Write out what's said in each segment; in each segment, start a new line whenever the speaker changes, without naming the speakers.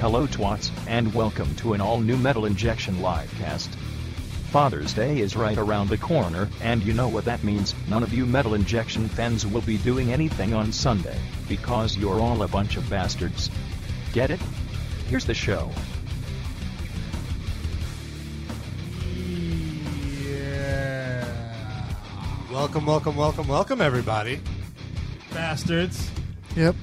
Hello, twats, and welcome to an all new Metal Injection livecast. Father's Day is right around the corner, and you know what that means. None of you Metal Injection fans will be doing anything on Sunday, because you're all a bunch of bastards. Get it? Here's the show.
Yeah.
Welcome, welcome, welcome, welcome, everybody.
Bastards.
Yep.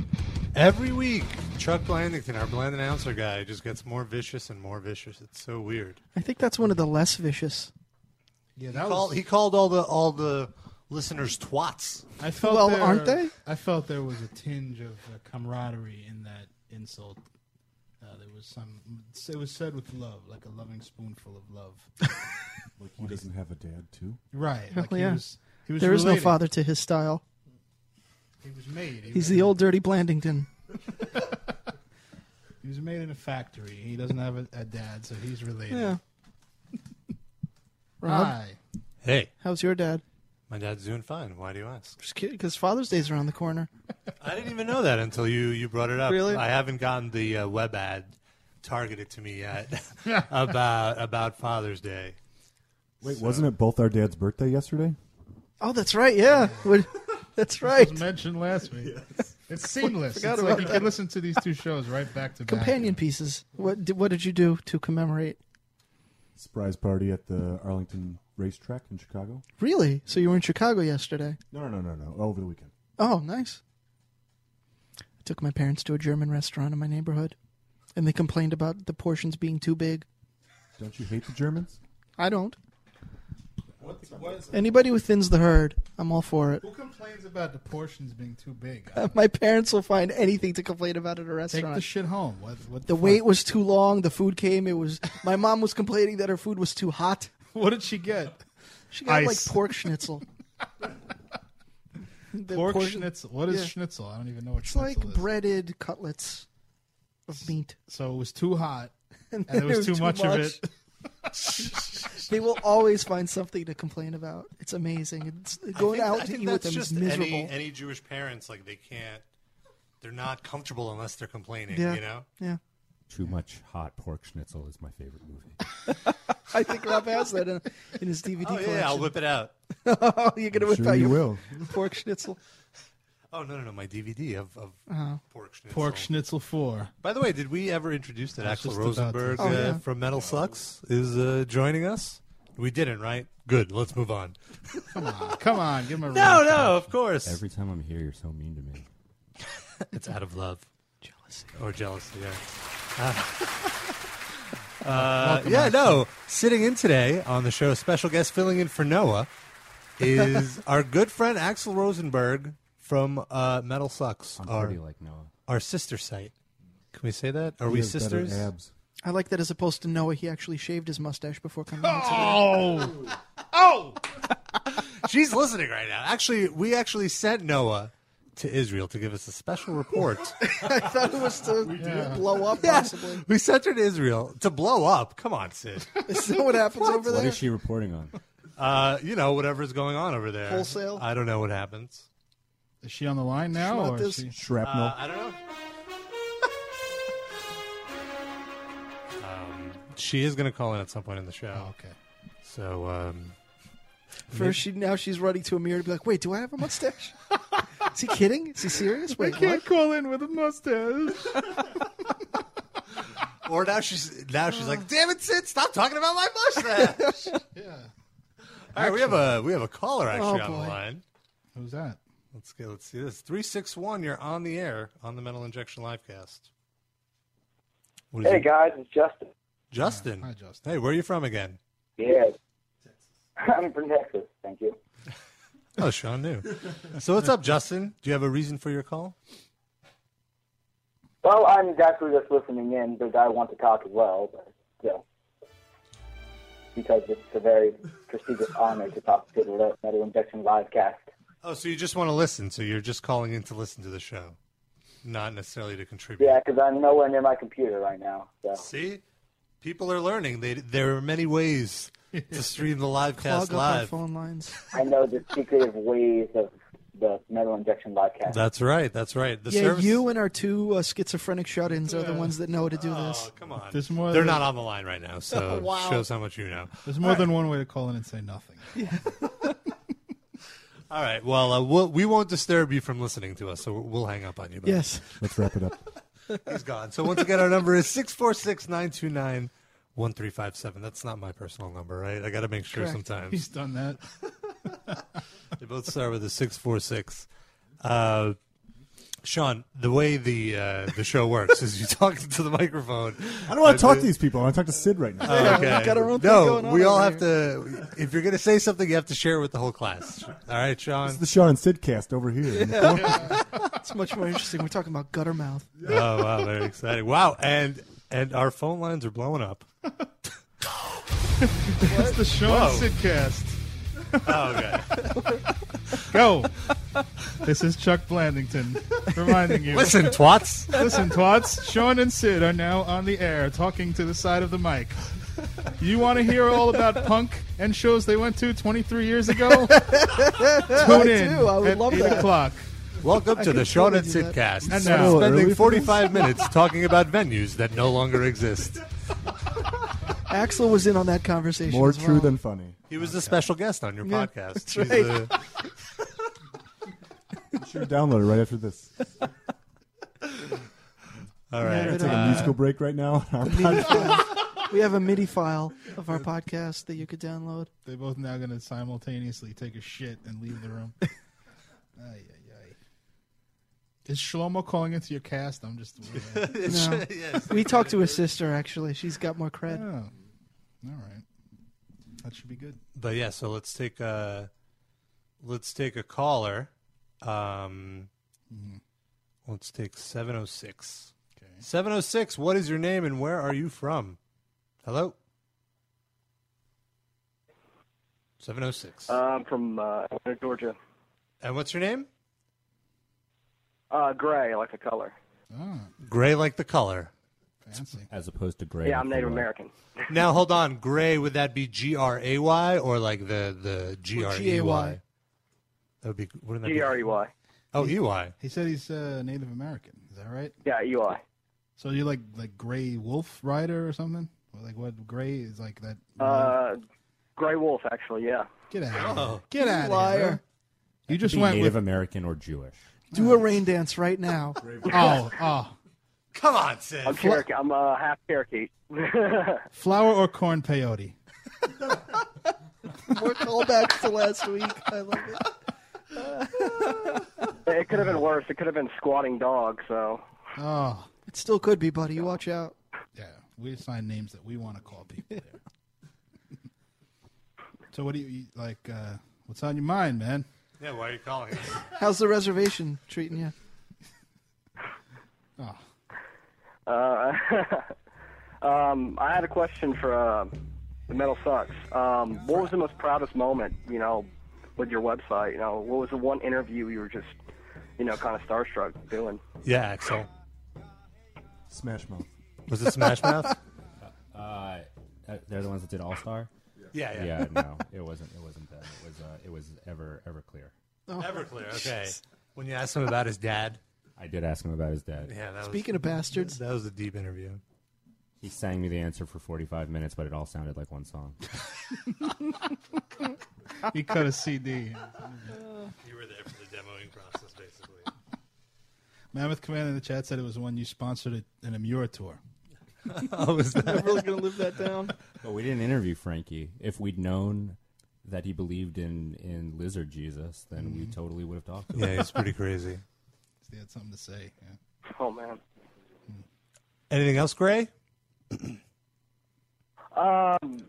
Every week, Chuck Blandington, our bland announcer guy, just gets more vicious and more vicious. It's so weird.
I think that's one of the less vicious.
Yeah,
He
that
called,
was.
he called all the all the listeners twats.
I felt
Well,
there,
aren't they?
I felt there was a tinge of uh, camaraderie in that insult. Uh, there was some. It was said with love, like a loving spoonful of love.
Like he doesn't have a dad too.
Right. Like
Well,
he
yeah.
was. He was
There is no
related.
father to his style.
He was made. He
He's
was,
the old dirty Blandington.
He was made in a factory. He doesn't have a, a dad, so he's related.
Yeah. Rob,
Hi.
Hey,
how's your dad?
my dad's doing fine. Why do you ask?
Just kidding, because Father's Day's around the corner.
I didn't even know that until you you brought it up.
Really?
I haven't gotten the uh, web ad targeted to me yet about about Father's Day.
Wait, wasn't it both our dad's birthday yesterday?
Oh, that's right. Yeah. Would- that's right.
was mentioned last week. It's seamless.
forgot
It's like
about
you can listen to these two shows right back to
Companion
back.
pieces. What did, what did you do to commemorate?
Surprise party at the Arlington racetrack in Chicago.
Really? So you were in Chicago yesterday?
No, no, no, no, no. Over the weekend.
Oh, nice. I took my parents to a German restaurant in my neighborhood, and they complained about the portions being too big.
Don't you hate the Germans?
I don't.
What, what is
Anybody who thins the herd, I'm all for it.
Who complains about the portions being too big?
My parents will find anything to complain about at a restaurant.
Take the shit home. What? What?
The
fuck?
wait was too long. The food came. It was my mom was complaining that her food was too hot.
What did she get?
She got
Ice.
like pork schnitzel. The
Pork
portion-
schnitzel. What is
yeah.
schnitzel? I don't even know what
It's like
schnitzel is.
breaded cutlets of meat.
So it was too hot, and
then
there was, too, much, of it.
They will always find something to complain about. It's amazing. It's, going
I think-
out
I
to
think
eat with
that's
them is
just
miserable.
Any, any Jewish parents like they can't. They're not comfortable unless they're complaining.
yeah,
You know.
yeah.
Too much hot pork schnitzel is my favorite movie.
I think Rob has that in, in his DVD
Oh
collection.
yeah, I'll whip it out.
oh, you're gonna whip
sure
out
you
your
will.
pork schnitzel.
Oh no no no! My DVD of, of
Uh-huh.
pork schnitzel.
Pork schnitzel four.
By the way, did we ever introduce that Axel
just about to-
Rosenberg
Oh,
uh,
yeah.
from Metal Sucks is uh, joining us? We didn't, right? Good. Let's move on.
Come on, come on, give him a
No
round.
no, of course.
Every time I'm here, you're so mean to me.
it's out of love
Jealousy.
or jealousy. Yeah. Uh, yeah, no. Sitting in today on the show, special guest filling in for Noah is our good friend Axel Rosenberg from uh, Metal Sucks,
I'm
our,
pretty like Noah.
our sister site. Can we say that? Are
He
we
has better
sisters?
Abs.
I like that as opposed to Noah, he actually shaved his mustache before coming on today.
Oh,
She's listening right now. Actually, we actually sent Noah to Israel to give us a special report.
I thought it was to blow up, possibly.
we sent her to Israel to blow up. Come on, Sid.
Is that what happens over
What
there?
is she reporting on?
Uh, you know, whatever's going on over there.
Wholesale?
I don't know what happens.
is she on the line now, or is
Schmatis.
she?
Shrapnel.
Uh, I don't know. um, she is going to call in at some point in the
Oh,
show.
okay.
So, um,
First, she now she's running to a mirror to be like, "Wait, do I have a mustache? is he kidding? Is he serious? Wait, what?
call in with a mustache.
or now she's now she's
Uh,
like, "Damn it, Sid, stop talking about my mustache."
yeah.
All right, we have a we have a caller actually
Oh,
on the
boy.
line.
Who's that?
Let's go. Let's see this. Three six one. You're on the air on the Metal Injection Livecast. What is
Hey
it?
guys, it's Justin.
Justin.
Hi, Justin.
Hey, where are you from again?
Yeah. I'm from Texas. Thank you.
Oh, Sean knew. so what's up, Justin? Do you have a reason for your call?
Well, I'm actually just listening in because I want to talk as well, but yeah. Because it's a very prestigious honor to talk to the Metal Injection Livecast.
Oh, so you just want to listen? So you're just calling in to listen to the show, not necessarily to contribute.
Yeah, because I'm nowhere near my computer right now. So
See, people are learning. They, there are many ways to stream the live
Clog
cast
up our
live.
phone lines.
I know the secretive ways of
the Metal Injection Livecast.
That's right. That's right. The
yeah,
service.
you and our two uh, schizophrenic shut-ins are the ones that know how to do this.
Oh, come on.
There's more
They're
than-
not on the line right now, so
Wow.
shows how much you know.
There's more than one way to call in and say nothing.
All right. Well, uh, we'll we won't disturb you from listening to us, so we'll hang up on you. buddy.
Yes.
Let's wrap it up.
he's gone. So once again, our number is 646-929-1357. That's not my personal number, right? I got to make sure
Correct.
sometimes.
He's done that.
They both start with a 646. Uh, Sean, the way the uh, the show works is you talk to the microphone.
I don't want to talk to these people. I want to talk to Sid right now.
Oh, Okay.
got our own thing
no,
going on
we all
over
have to. If you're going to say something, you have to share with the whole class. All right, Sean.
It's the Sean and Sid cast over here. in the corner.
It's much more interesting. We're talking about gutter mouth.
Oh wow, very exciting! Wow, and and our phone lines are blowing up.
That's the Sean Sidcast.
Oh, okay.
Go. this is Chuck Blandington reminding you.
Listen, twats.
Listen, twats. Sean and Sid are now on the air talking to the side of the mic. You want to hear all about punk and shows they went to 23 years ago? Tune in
do. I would
at
love
8
that.
o'clock.
Welcome to the Sean and
totally do
Sidcast.
And
We're
now-
Early
spending
for this?
45 minutes talking about venues that no longer exist.
Axel was in on that conversation.
More
as
true
well.
than funny.
He was the special guest on your
Yeah,
podcast.
that's
He's
right.
the-
Sure, download it right after this.
all right. Uh,
Yeah,
Take a musical break right now.
We have a MIDI file of our podcast that you could download.
They're both now going to simultaneously take a shit and leave the room. ay, ay, ay. Is Shlomo calling into your cast? I'm just. oh, all
No. We talked to his sister actually. She's got more cred.
right. That should be good.
But yeah, so let's take a let's take a caller. Um, Let's take 706.
Okay.
706, what is your name and where are you from? Hello? 706.
I'm from uh, Atlanta, Georgia.
and what's your name?
Uh, gray, I like the color.
Oh,
Gray like the color.
fancy.
As opposed to gray.
Yeah, I'm
with the
Native
white.
American.
Now hold on, gray. Would that be G R A Y or like the the G R E Y?
GAY.
That would be. Wouldn't that
G R E
be?
Y.
Oh, E Y.
He said he's uh, Native American. Is that right?
Yeah, E Y.
So you're like like Gray Wolf Rider or something? Or like what Gray is like that?
Uh,
Mm-hmm.
gray wolf, actually. Yeah.
Get out! of
Oh.
here. Get out!
liar.
Of here, bro. you just
Be
went
Native
with
American or Jewish.
Do a rain dance right now.
oh oh
Come on, Sid.
I'm Cherokee. I'm uh, half Cherokee.
flour or corn peyote.
More callbacks to last week. I love it.
it could have been worse. It could have been squatting dog. So
Oh
It still could be, buddy. You watch out.
yeah, we assign names that we want to call people. There. so what do you you- like? uh What's on your mind, man?
Yeah, why are you calling? us?
How's the reservation treating you?
Oh,
uh, um, I had a question for uh, the metal sucks. Um, what was the most proudest moment? You know, with your website. You know, what was the one interview you were just, you know, kind of starstruck doing?
yeah, Axel.
Smash Mouth.
Was it Smash Mouth?
Uh, uh, they're the ones that did All Star.
Yeah, yeah.
Yeah, no, it wasn't. It wasn't them. It was. Uh, it was ever Everclear.
Oh.
Everclear. Okay. When you asked him about his dad.
I did ask him about his dad.
Yeah. That
Speaking of
was,
bastards,
that was a deep interview.
He sang me the answer for 45 minutes, but it all sounded like one song.
he cut a CD.
You were there for the demoing process, basically.
Mammoth Command in the chat said it was when you sponsored a- an Amura tour.
oh, was
I'm
that?
really gonna live that down.
But we didn't interview Frankie. If we'd known that he believed in in lizard Jesus, then we totally would have talked to him.
Yeah, he's pretty crazy.
They had something to say. Yeah.
Oh man.
Anything else, Gray?
He's
Um,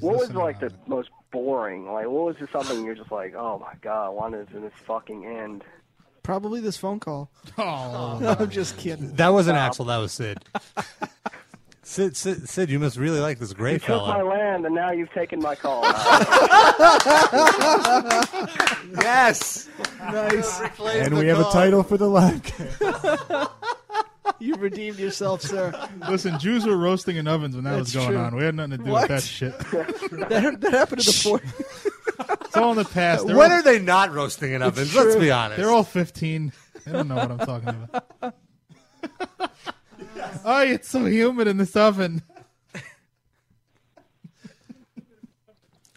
What was
listening
like the
on it.
most boring? Like, what was just something you're just like, oh my god, when is this fucking end?
Probably this phone call.
Oh,
No, I'm just kidding.
That wasn't Axel. That was Sid. Sid, Sid, Sid, you must really like this Gray
You took my
fella.
land, and now you've taken my call.
Yes.
Nice.
And we have a title for the live
You redeemed yourself, sir.
listen, Jews were roasting in ovens when that was
That's
going
true.
on. We had nothing to do
What?
with that shit.
That, that happened to the four.
It's all in the past. They're
when
all-
are they not roasting in ovens? Let's be honest.
They're all 15. They don't know what I'm talking about. Oh, it's so humid in this oven.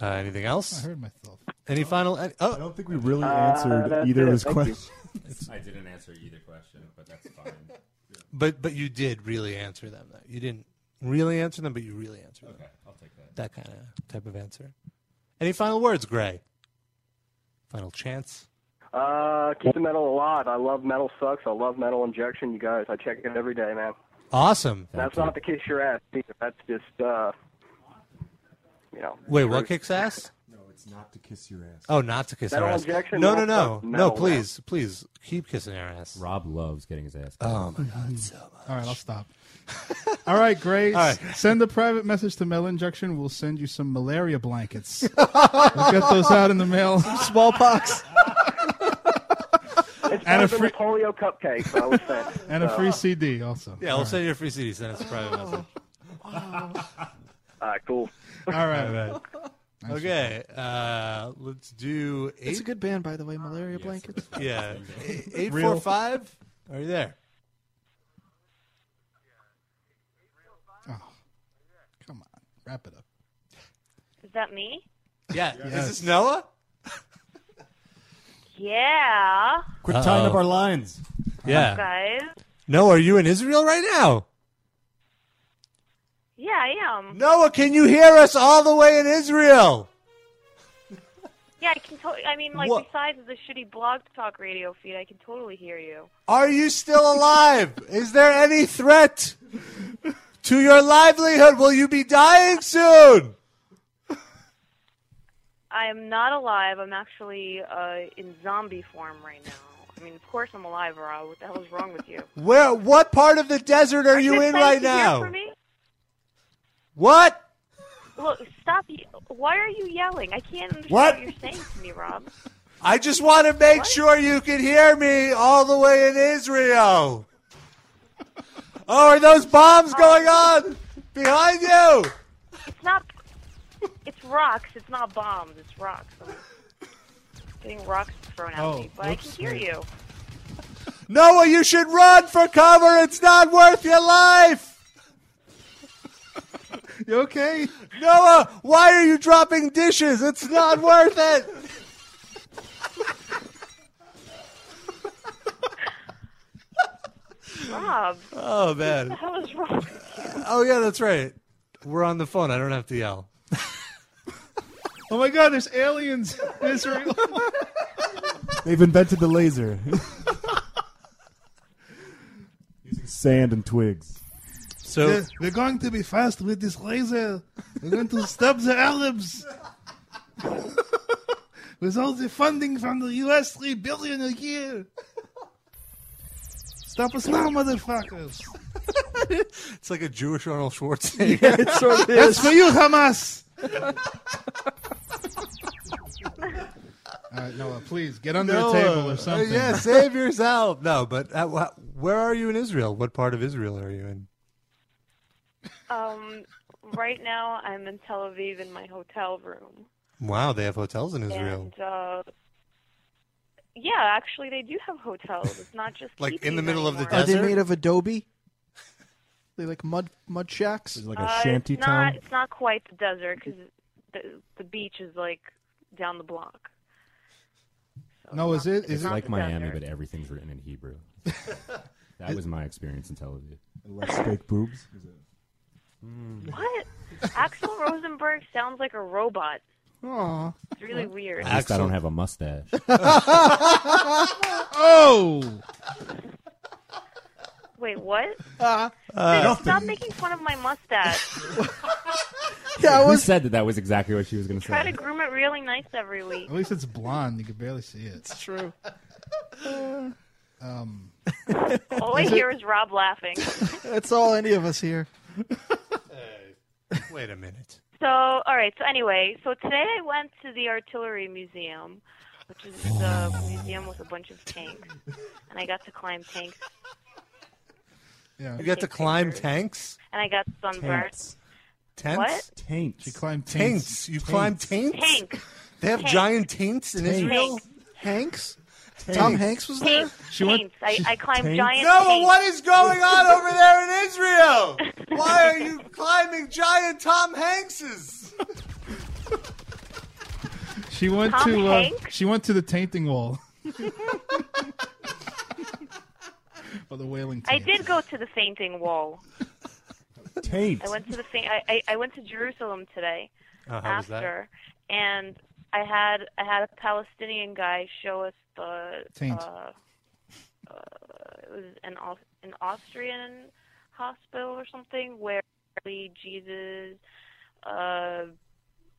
uh, anything
I
else?
heard myself.
Any final? Any,
I
oh,
don't think we really
Uh,
Uh,
answered
that's
either of
it.
his
Thank you.
questions.
I didn't answer either question, but that's fine.
but but you did really answer them. Though. You didn't really answer them, but you really answered them.
Okay, I'll take that.
That kind of type of answer. Any final words, Gray? Final chance.
Uh, keep the metal alive. I love metal sucks. I love metal injection. You guys, I check it every day, man.
Awesome.
That's not the kiss your ass either. That's just uh, you know.
Wait, what kicks ass?
No, it's not to kiss your ass.
Oh, not to kiss
Metal
our ass.
injection,
no, no, no,
metal sucks,
no.
metal
Please, please keep kissing our ass.
Rob loves getting his ass.
Oh
Um,
my god, so much.
All right, I'll stop. All right, Grace.
right.
Send a private message to Mel Injection. We'll send you some malaria blankets. we'll get those out in the mail.
Smallpox.
It's and
And a
a
free-
polio cupcake. I was saying.
And a free
uh,
CD also.
Yeah, we'll send you a free CD. Send us a private message.
All right, cool.
All right.
Okay, uh, let's do eight.
It's a good band, by the way. Malaria blankets.
yeah, eight
Real-
four five. Are you there?
Come on. Wrap it up.
Is that me?
Yeah. Is this Noah?
Yeah,
Quick tying up our lines.
Yeah.
guys.
Noah, are you in Israel right now?
Yeah, I am.
Noah, can you hear us all the way in Israel?
Yeah, I can totally. I mean, like,
What?
besides the shitty blog talk radio feed, I can totally hear you.
Are you still alive? Is there any threat to your livelihood? Will you be dying soon?
I am not alive. I'm actually uh, in zombie form right now. I mean, of course I'm alive, or uh, what the hell is wrong with you?
Where? What part of the desert are you
Just
in
nice
right
to hear
now?
from me.
What?
Look, stop. ye- Why are you yelling? I can't understand
What?
what, you're saying to me, Rob.
I just want to make sure you can hear me all the way in Israel. Oh, are those
Uh,
bombs going on behind you?
It's not. It's rocks. It's not bombs. It's rocks. I'm getting rocks thrown at
Oh,
me, but I can
whoops,
hear
wait.
you.
Noah, you should run for cover. It's not worth your life.
You okay?
Noah, why are you dropping dishes? It's not worth it.
Rob, what
Oh, man.
the hell is wrong?
Oh, yeah, that's right. We're on the phone. I don't have to yell.
Oh my God, there's aliens in Israel.
They've invented the laser. Using sand and twigs.
So,
We're going to be fast with this laser. We're going to stop the Arabs. with all the funding from the US, three billion a year. Stop us now, motherfuckers.
it's like a Jewish Arnold Schwarzenegger.
it sort of is.
That's for you, Hamas. All
Uh,
right, Noah, please get under a table or something.
Yeah, save yourself. No, but uh, wh- where are you in Israel? What part of Israel are you in?
Um, right now I'm in Tel Aviv in my hotel room,
Wow, they have hotels in Israel.
and uh, yeah, actually they do have hotels. It's not just
Like, in
teepees
the middle of the
anymore.
Are they
Desert?
made of adobe? They like mud mud shacks.
There's like a
Uh,
shanty
it's not.
town.
It's not quite the desert because the the beach is like down the block. So
No,
it's
is
not-
it- is
it's
it-
not
like
the
Miami,
desert.
but everything's written in Hebrew. that was my experience in Tel Aviv.
And less fake boobs.
What? Axel Rosenberg sounds like a robot.
Aw.
It's really weird.
At least I
Excellent.
don't have a mustache.
Oh!
Wait, what?
Uh,
Dude, stop
nothing.
making fun of my mustache.
Yeah, I
Who
was.
said that that was exactly what she was going to
Try
say?
to groom it really nice every week.
At least it's blonde. You can barely see it.
True.
Um,
All I hear is Rob laughing.
That's all any of us here.
Wait a minute.
So, all right. So anyway, so today I went to the Artillery Museum, which is the museum with a bunch of tanks, and I got to climb tanks,
Yeah.
You got to
Take
climb
pictures.
tanks?
and I got sunburned.
Tents?
What?
She climbed
Tanks. You climb tanks?
Tanks.
They have giant taints in Israel.
Hanks? Tom Hanks was there?
She taints. I, I climbed
Taints?
giant
No,
taints.
what is going on over there in Israel? Why are you climbing giant Tom Hankses?
She went
Tom
to uh,
Hanks?
she went to the tainting wall. or the wailing
I
taint.
did go to the fainting wall.
Taint.
I went to the faint. I, I, I went to Jerusalem today
Uh, how was that?
after, and I had I had a Palestinian guy show us the
Taint.
Uh, uh, it was an Aus- an Austrian hospital or something where apparently Jesus uh,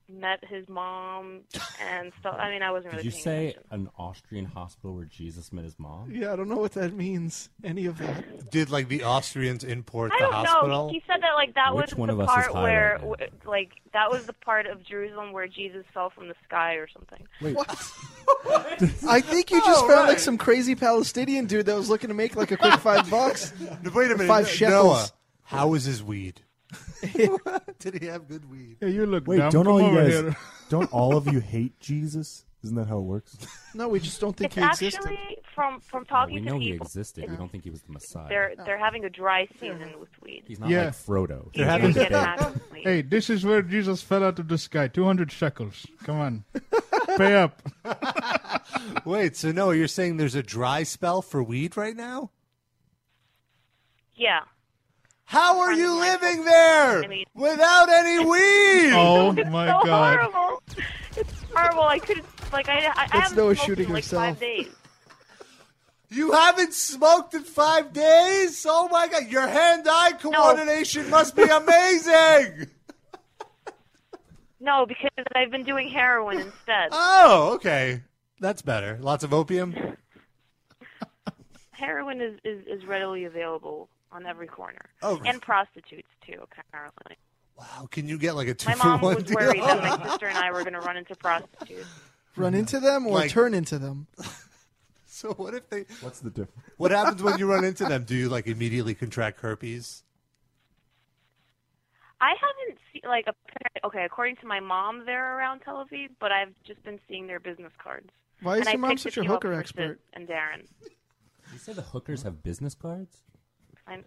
met his mom and stuff. I mean, I wasn't
Did
really.
you
paying
say
attention.
an Austrian hospital where Jesus met his mom?
Yeah, I don't know what that means. Any of that.
Did like the Austrians import
I
the
don't
hospital?
know. He said that like that
Which
was
one
the
of us is
part
high
where
right now?
w- like that was the part of Jerusalem where Jesus fell from the sky or something.
I think you just found like some crazy Palestinian dude that was looking to make like a quick five bucks.
Wait a minute,
Five
Noah,
shekels.
How was his weed? Did he have good weed?
Yeah, you look
Wait,
dumb.
don't
Come
all you
over
guys?
here.
don't all of you hate Jesus? Isn't that how it works?
No, we just don't
It's
think he existed.
actually from from
Well,
talking
we
to
know he
people.
existed. We don't think he was the Messiah.
They're they're having a dry season with weed.
He's not
Yeah.
like Frodo.
You
having
get access to weed.
Hey, this is where Jesus fell out of the sky. Two hundred shekels. Come on, pay up.
Wait, so Noah, you're saying there's a dry spell for weed right now?
Yeah.
How are you living there
I mean-
without any weed?
Oh my
so
God.
horrible. It's horrible. I couldn't like I I, I haven't
Noah
smoked
shooting
in, like
himself.
five days.
You haven't smoked in five days? Oh my god, your hand eye coordination must be amazing!
No, because I've been doing heroin instead.
oh, okay. That's better. Lots of opium?
heroin is, is is readily available on every corner,
Oh.
and prostitutes too apparently.
Wow, can you get like a two
My
for
mom
one
was
deal?
worried that my sister and I were going to run into prostitutes.
Run into them or
Like-
turn into them.
so what if they
What's the difference?
what happens when you run into them? Do you like immediately contract herpes?
I haven't seen like apparently, okay, according to my mom, they're around Tel Aviv, but I've just been seeing their business cards.
Why is
and I
your mom
picked
such a
a few up
hooker
for
expert?
Sid And Darren,
You say the hookers have business cards?
i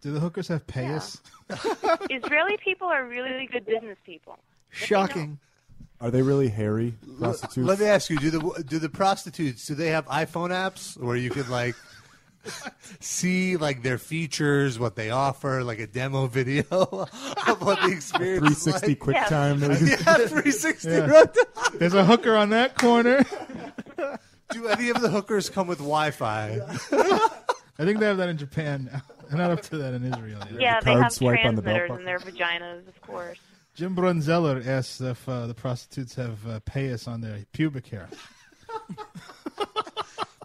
Do the hookers have payas?
Israeli people are really good business people.
Shocking.
Are they really hairy prostitutes?
Let me ask you: Do the do the prostitutes do they have iPhone apps where you can like see like their features, what they offer, like a demo video of what the experience is
360
like?
quick
Yeah.
time. that we-
Yeah, 360.
Yeah.
right?
There's a hooker on that corner.
Do any of the hookers come with Wi-Fi?
I think they have that in Japan now. They're not up to that in Israel. Either.
Yeah, they
card
have
swipe on the belt
transmitters in their vaginas, of course.
Jim Brunzeller asks if uh, the prostitutes have uh, payas on their pubic hair.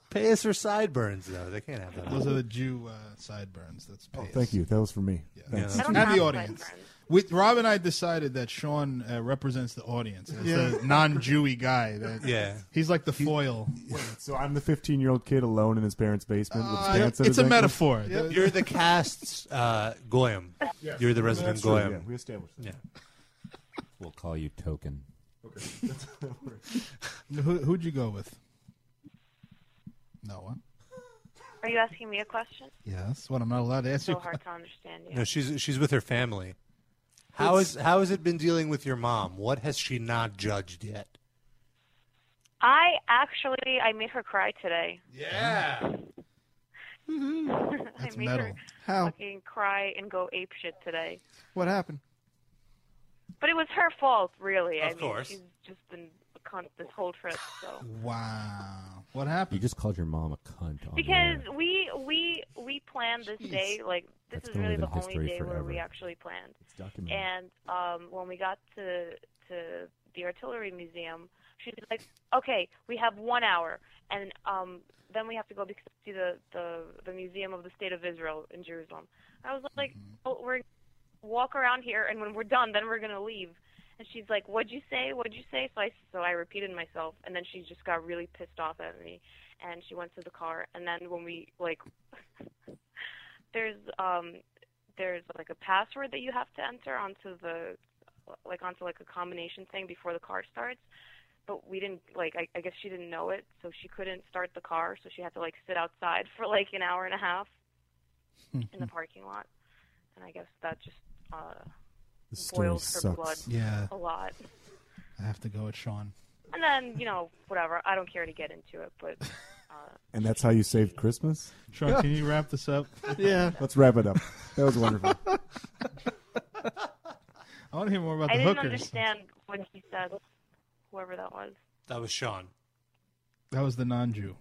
Pay us for sideburns, though. They can't have that.
Those are the Jew uh, sideburns. That's
Oh,
payas.
Thank you. That was for me. Thanks.
I don't
And
have
the audience.
sideburns.
With Rob and I decided that Sean uh, represents the audience. It's the non-Jewy guy. That,
Yeah.
he's like the foil.
So I'm the 15 year old kid alone in his parents' basement with
Uh,
his pants.
Uh, it's a metaphor. The-
You're the cast's uh, goyim. You're the resident goyim.
we established that.
We'll call you Token.
Who, who'd you go with? Noah.
Are you asking me a question?
Yes. What I'm not allowed to ask
So
you.
hard to understand you.
No, she's she's with her family. How is how has it been dealing with your mom? What has she not judged yet?
I actually, I made her cry today. Yeah. I
That's
made
metal.
her
How?
fucking cry and go ape shit today.
What happened?
But it was her fault, really. I
Of
mean,
course.
she's just been a cunt this whole trip. So
Wow. What
You
happened?
just called your mom a cunt. On
because
the air.
we we we planned this day, like this
That's
is
gonna
really
live
the
in
only
history
day where we
forever.
actually planned.
Documented.
And um, when we got to to the artillery museum, she was like, "Okay, we have one hour, and um, then we have to go because see the, the the museum of the state of Israel in Jerusalem." I was like,
Mm-hmm.
well, "We're gonna walk around here, and when we're done, then we're gonna leave." And she's like, "What'd you say? What'd you say?" So I so I repeated myself, and then she just got really pissed off at me, and she went to the car. And then when we like, there's um there's like a password that you have to enter onto the like onto like a combination thing before the car starts. But we didn't like. I, I guess she didn't know it, so she couldn't start the car. So she had to like sit outside for like an hour and a half
Hmm.
in the parking lot. And I guess that just uh,
This story
boils her blood
sucks.
Yeah.
a lot.
I have to go with Sean.
And then you know whatever. I don't care to get into it, but uh,
And that's how you saved Christmas?
Sean, can you wrap this up?
Yeah.
Let's wrap it up. That was wonderful.
I want to hear more about
uh, I
the
didn't
hookers.
understand when he said whoever that was.
That was Sean.
That was the non-Jew.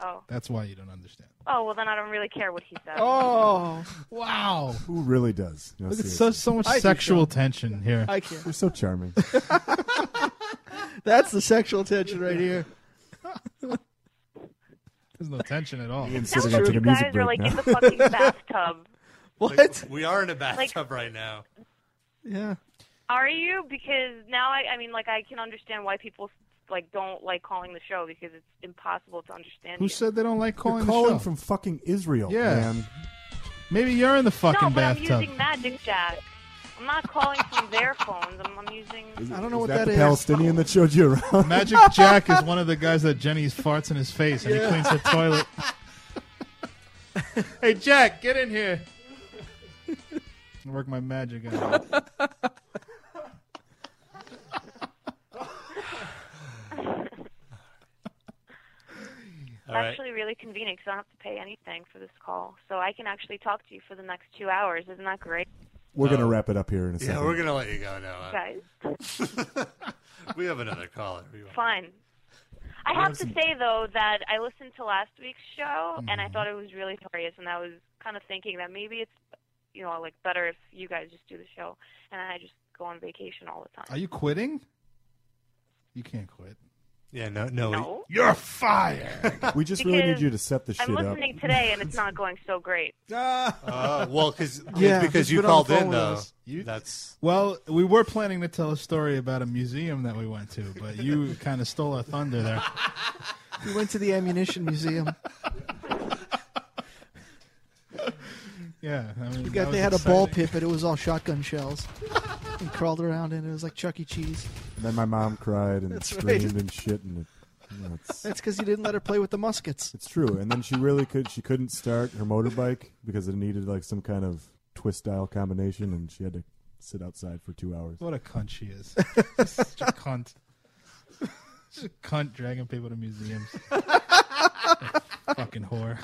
Oh,
That's why you don't understand.
oh well, then I don't really care what he said.
Oh,
Wow.
Who really does? No,
Look, it's so,
seriously.
so much
I do,
sexual tension here.
I can't.
You're so charming.
That's the sexual tension right here.
There's no tension at all.
And
Sounds
sitting up
like
to
you
the music
guys
break
are like
now.
in the fucking bathtub.
What?
We are in a bathtub right now.
Yeah.
Are you? Because now I, I mean, like I can understand why people like don't like calling the show because it's impossible to understand.
Who
you.
said they don't like calling
You're
the
calling
show?
from fucking Israel,
Yeah.
man.
Maybe you're in the fucking
no, but
bathtub.
I'm using Magic Jack. I'm not calling from their phones. I'm, I'm using.
I don't know what
is that
that
the
is.
Palestinian that showed you around?
Magic Jack is one of the guys that Jenny farts in his face and he cleans her toilet. hey, Jack, get in here. Work my magic out.
All right.
actually really convenient because I don't have to pay anything for this call, so I can actually talk to you for the next two hours. Isn't that great,
We're
Uh,
gonna wrap it up here in a
Yeah,
second.
we're gonna let you go now.
guys?
We have another caller. We want-
Fine. I have to say though that I listened to last week's show and
Mm-hmm.
I thought it was really hilarious, and I was kind of thinking that maybe it's, you know, like better if you guys just do the show and I just go on vacation all the
Are
time.
you quitting? You can't quit.
Yeah, no, no.
No.
You're fired.
We just really need
Because
you to set the shit
I'm
up.
listening today and it's not going so great.
Uh, well, because
Yeah,
because
just
you
been on
called
the phone
in
with
though.
us.
You-
That's
Well, we were planning to tell a story about a museum that we went to, but you kind of stole our thunder there.
We went to the ammunition museum.
Yeah, I mean,
We
that
got they
was
had a ball
exciting.
pit, but it was all shotgun shells. And crawled around in it. It was like Chuck E. Cheese.
And then my mom cried and
That's right.
screamed and shit, and it, you know, it's,
That's because you didn't let her play with the muskets.
it's true. And then she really could. She couldn't start her motorbike because it needed like some kind of twist style combination, and she had to sit outside for two hours.
What a cunt she is. Such a cunt. Such a cunt dragging people to museums. Fucking whore.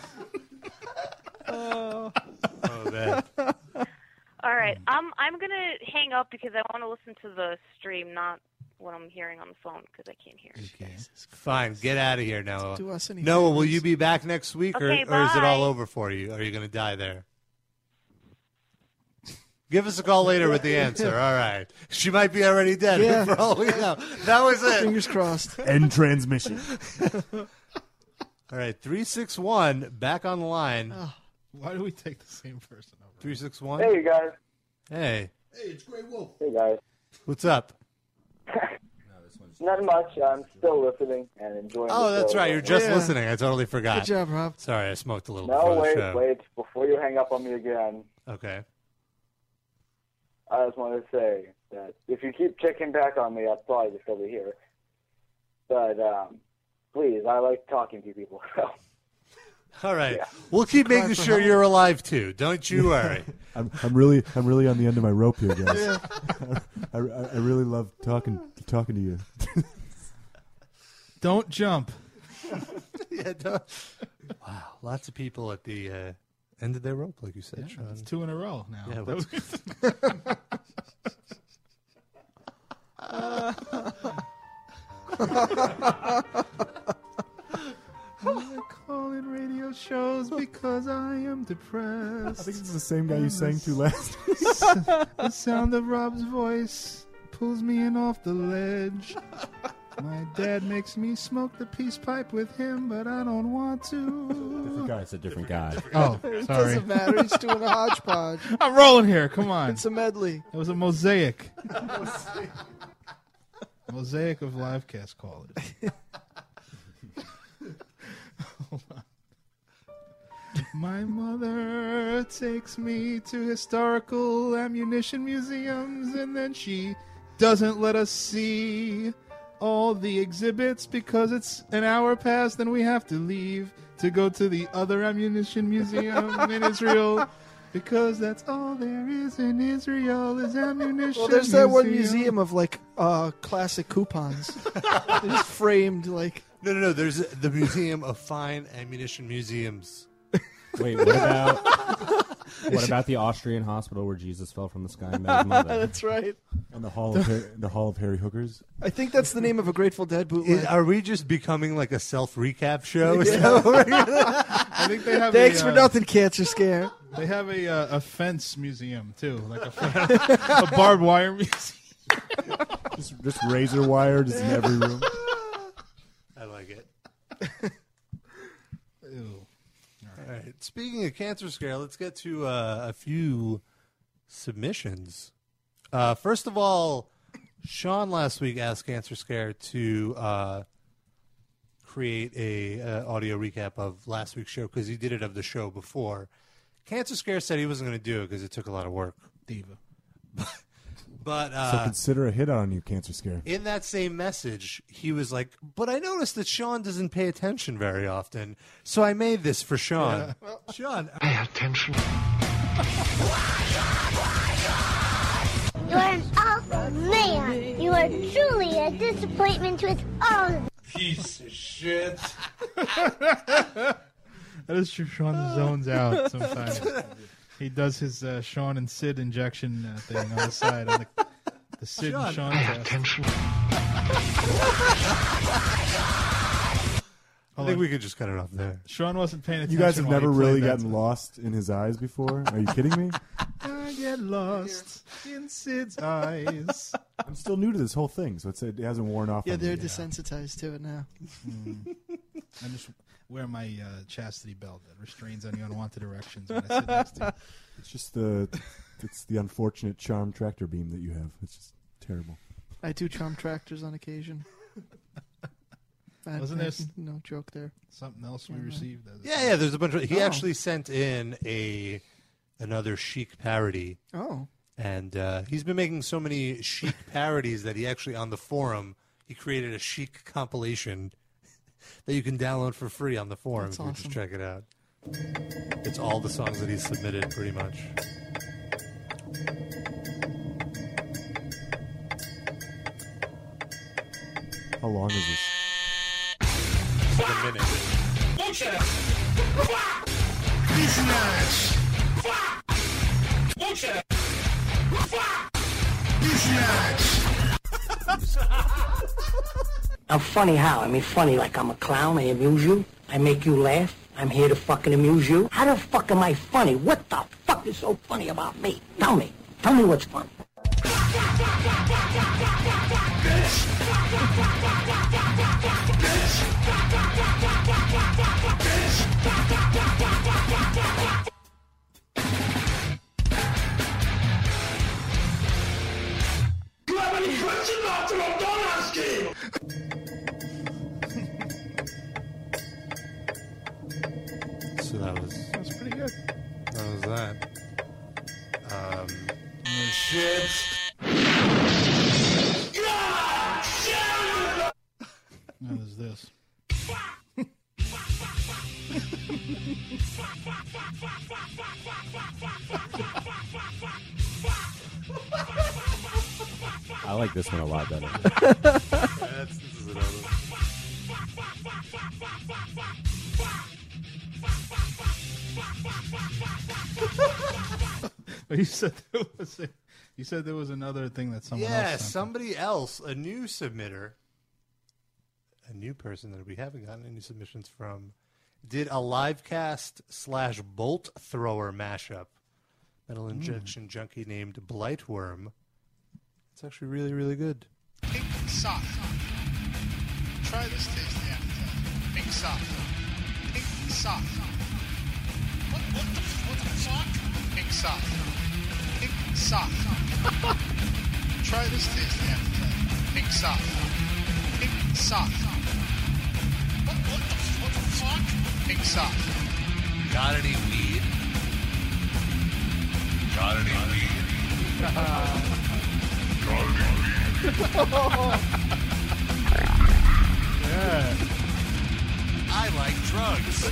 oh man.
All right, I'm I'm gonna hang up because I want to listen to the stream, not what I'm hearing on the phone because I can't hear.
Fine, get out of here, Noah.
Do us any
Noah, will you be back next week,
Okay,
or, or is it all
bye.
over for you? Are you going to die there? Give us a call later with the answer. All right, she might be already dead.
Yeah.
For all we know, that was it.
Fingers crossed.
End transmission.
All right, three six one back on the line.
Why do we take the same person over?
Three six one.
Hey, you guys.
Hey,
Hey, guys.
what's up?
Not much. I'm still listening and enjoying.
Oh,
the
that's
show.
right. You're just
Yeah.
listening. I totally
Good
forgot.
job, Rob.
Sorry, I smoked a little
No,
before
wait,
the show.
wait. Before you hang up on me again,
Okay.
I just wanted to say that if you keep checking back on me, I'll probably just over here. But um, please, I like talking to people. So.
All right. We'll keep making sure you're alive too. Don't you worry.
I'm, I'm really, I'm really on the end of my rope here, guys. I, I, I really love talking, talking to you.
Don't jump.
yeah, duh. wow, lots of people at the uh, end of their rope, like you said, Sean.
It's two in a row now.
Yeah,
That
what's-
was- I call in radio shows because I am
I think
depressed.
it's the same guy you sang to last.
The sound of Rob's voice pulls me in off the ledge. My dad makes me smoke the peace pipe with him, but I don't want to.
That's a different guy.
Oh, sorry.
Doesn't matter. He's doing a hodgepodge.
I'm rolling here. Come on.
It's a medley.
It was a mosaic. mosaic of livecast callers. Hold on. My mother takes me to historical ammunition museums and then she doesn't let us see all the exhibits because it's an hour past and we have to leave to go to the other ammunition museum in Israel because that's all there is in Israel is ammunition.
Well, there's that one
museum.
museum of like uh, classic coupons. They're just framed like
No, no, no. There's the Museum of Fine Ammunition Museums.
Wait, what about what about the Austrian hospital where Jesus fell from the sky and met his mother?
that's right.
And the hall of Har- the hall of Harry Hookers.
I think that's the name of a Grateful Dead bootleg.
Is- are we just becoming like a self recap show? Is that what we're gonna-
I think they have
Thanks
a,
for
uh,
nothing, Cancer Scare.
They have a uh, a fence museum too, like a, fence, a barbed wire museum.
Just, just razor wire, just in every room.
I like it.
Ew.
All right. Speaking of cancer scare, let's get to uh, a few submissions. Uh, first of all, Sean last week asked Cancer Scare to uh, create a uh, audio recap of last week's show because he did it of the show before. Cancer Scare said he wasn't going to do it because it took a lot of work.
Diva.
But
So
uh,
consider a hit on you, cancer scare.
in that same message, he was like, "But I noticed that Sean doesn't pay attention very often, so I made this for Sean." Sean,
You're an awful man. You are truly a disappointment to us all.
That is true. Sean zones out sometimes. he does his uh, Sean and Sid injection uh, thing on the side on the, the Sid and Sean test.
I think we could just cut it off there.
Sean wasn't paying attention.
You guys have
while he
never really
played that
gotten lost in his eyes before. Are you kidding me?
song. I get lost in Sid's eyes.
I'm still new to this whole thing, so it's, it hasn't worn off.
Yeah,
on
they're
me.
desensitized to it now.
Mm. I just wear my uh, chastity belt that restrains any unwanted erections when I sit next to you.
It's just the it's the unfortunate charm tractor beam that you have. It's just terrible.
I do charm tractors on occasion. I-
Wasn't
I-
there s-
no joke there?
Something else we received. as a-
Yeah, yeah. There's a bunch of. He
Oh.
actually sent in a another chic parody,
Oh,
and uh, he's been making so many chic parodies that he actually on the forum he created a chic compilation that you can download for free on the forum.
That's
if you
awesome.
Just check it out. It's all the songs that he submitted, pretty much.
How long is this?
Like a minute.
I'm funny how? I mean, funny like I'm a clown. I amuse you. I make you laugh. I'm here to fucking amuse you. How the fuck am I funny? What the fuck is so funny about me? Tell me. Tell me what's funny.
So that was
That's pretty good.
that was that. Um, shit.
Now there's this.
I like this one a lot better.
That's, this is another. one.
But you said there was a, you said there was another thing that someone
yeah,
else. sent.
somebody else, a new submitter, a new person that we haven't gotten any submissions from, did a live cast slash bolt thrower mashup. Metal injection junkie named Blightworm. It's actually really, really good.
Pink sock. Try this taste after. Pink sock. Pink sock. What, what, the, what the fuck? Pink sock. Pink sock. Try this taste after. Pink sock. Pink sock. What, what, the, what the fuck? Pink sock.
Got any weed? Got any weed? I like drugs.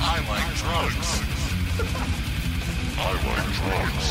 I like drugs. I like drugs.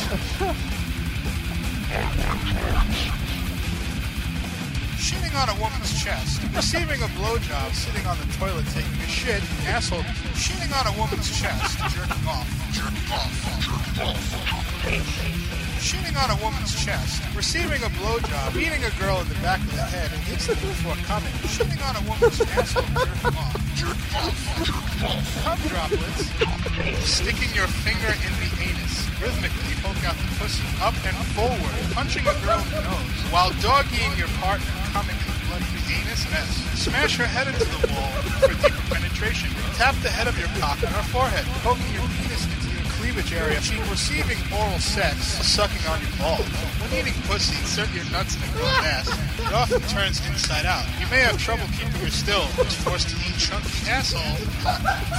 Shitting on a woman's chest, receiving a blowjob, sitting on the toilet, taking a shit, asshole. Shitting on a woman's chest, jerking off, jerking off, jerking off. Shitting on a woman's chest, receiving a blowjob, beating a girl in the back of the head, and instantly before coming. Shitting on a woman's asshole, jerking off, jerking off, jerking off. Cum droplets, sticking your finger in the anus, rhythmically poke out the pussy, up and forward, punching a girl in the nose, while doggying your partner, coming in the bloody anus mess. Smash her head into the wall for deeper penetration. Tap the head of your cock on her forehead, poking your penis into your cleavage area. She receiving oral sex, sucking on your balls. When eating pussy, insert your nuts in the girl's ass. It often turns inside out. You may have trouble keeping her still, when forced to eat chunky asshole,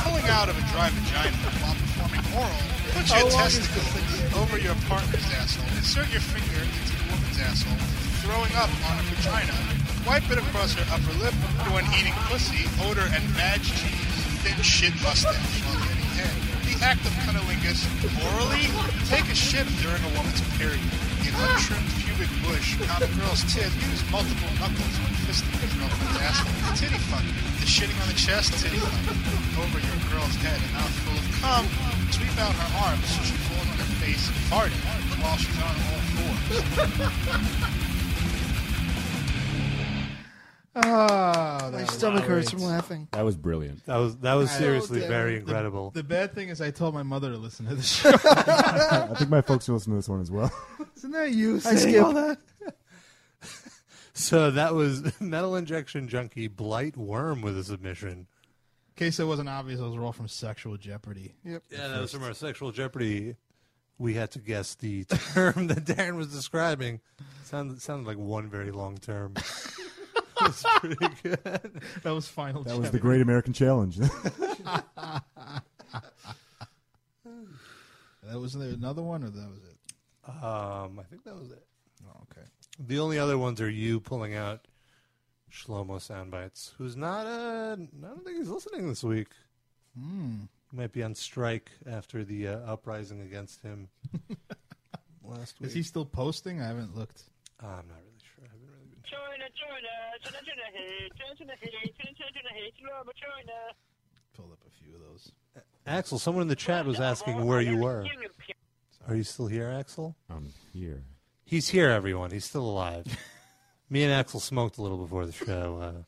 pulling out of a dry vagina while performing oral. Put
How
your
long is
testicle over your partner's asshole. Insert your finger into the woman's asshole, throwing up on her vagina. Wipe it across her upper lip when eating pussy, odor, and vag cheese. Thin shit mustache while getting head. The act of cunnilingus orally. Take a shit during a woman's period. In untrimmed pubic bush, common girl's tit. Use multiple knuckles when fisting a girlfriend's asshole. Titty fucking. The shitting on the chest, titty fucking. Over your girl's head, a mouthful of cum. Sweep out her arms so she falls on her face and farting while she's on all fours.
Ah,
My stomach hurts from laughing.
That was brilliant.
That was that was
So
seriously
damn-
very
the-
incredible.
The bad thing is, I told my mother to listen to the show.
I think my folks are listening to this one as well.
Isn't that you
I
saying
skip.
all that?
So that was metal injection junkie blight worm with a submission.
In case it wasn't obvious, those were all from Sexual Jeopardy.
Yep.
Yeah, that was from our sexual jeopardy. We had to guess the term that Darren was describing. Sounded sounded like one very long term. That's pretty good.
That was final.
That was the Great American Challenge.
That was there another one, or that was it?
Um, I think that was it.
Oh, okay.
The only other ones are you pulling out Shlomo sound bites, who's not uh I don't think he's listening this week.
Hmm.
Might be on strike after the uh, uprising against him last week.
Is he still posting? I haven't looked.
Uh, I'm not really sure. I haven't really been.
Pulled up a few of those.
Axel, someone in the chat was asking where you were. Are you still here, Axel?
I'm here.
He's here, everyone. He's still alive. Me and Axel smoked a little before the show, uh,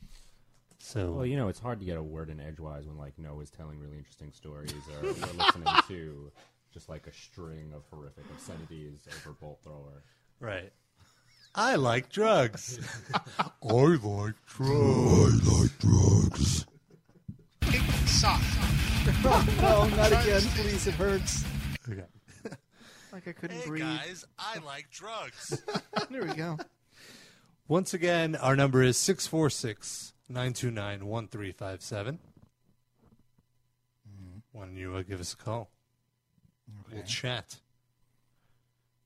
so
Well, you know, it's hard to get a word in edgewise when like Noah's telling really interesting stories or we're listening to just like a string of horrific obscenities over Bolt Thrower.
Right. I like drugs. I like drugs. I like drugs.
Pink sock.
no, not again, please. It hurts.
Okay.
Like I couldn't breathe.
I like drugs.
there we go.
Once again, our number is 646 929 1357.
Mm-hmm.
Why don't you uh, give us a call? We'll chat.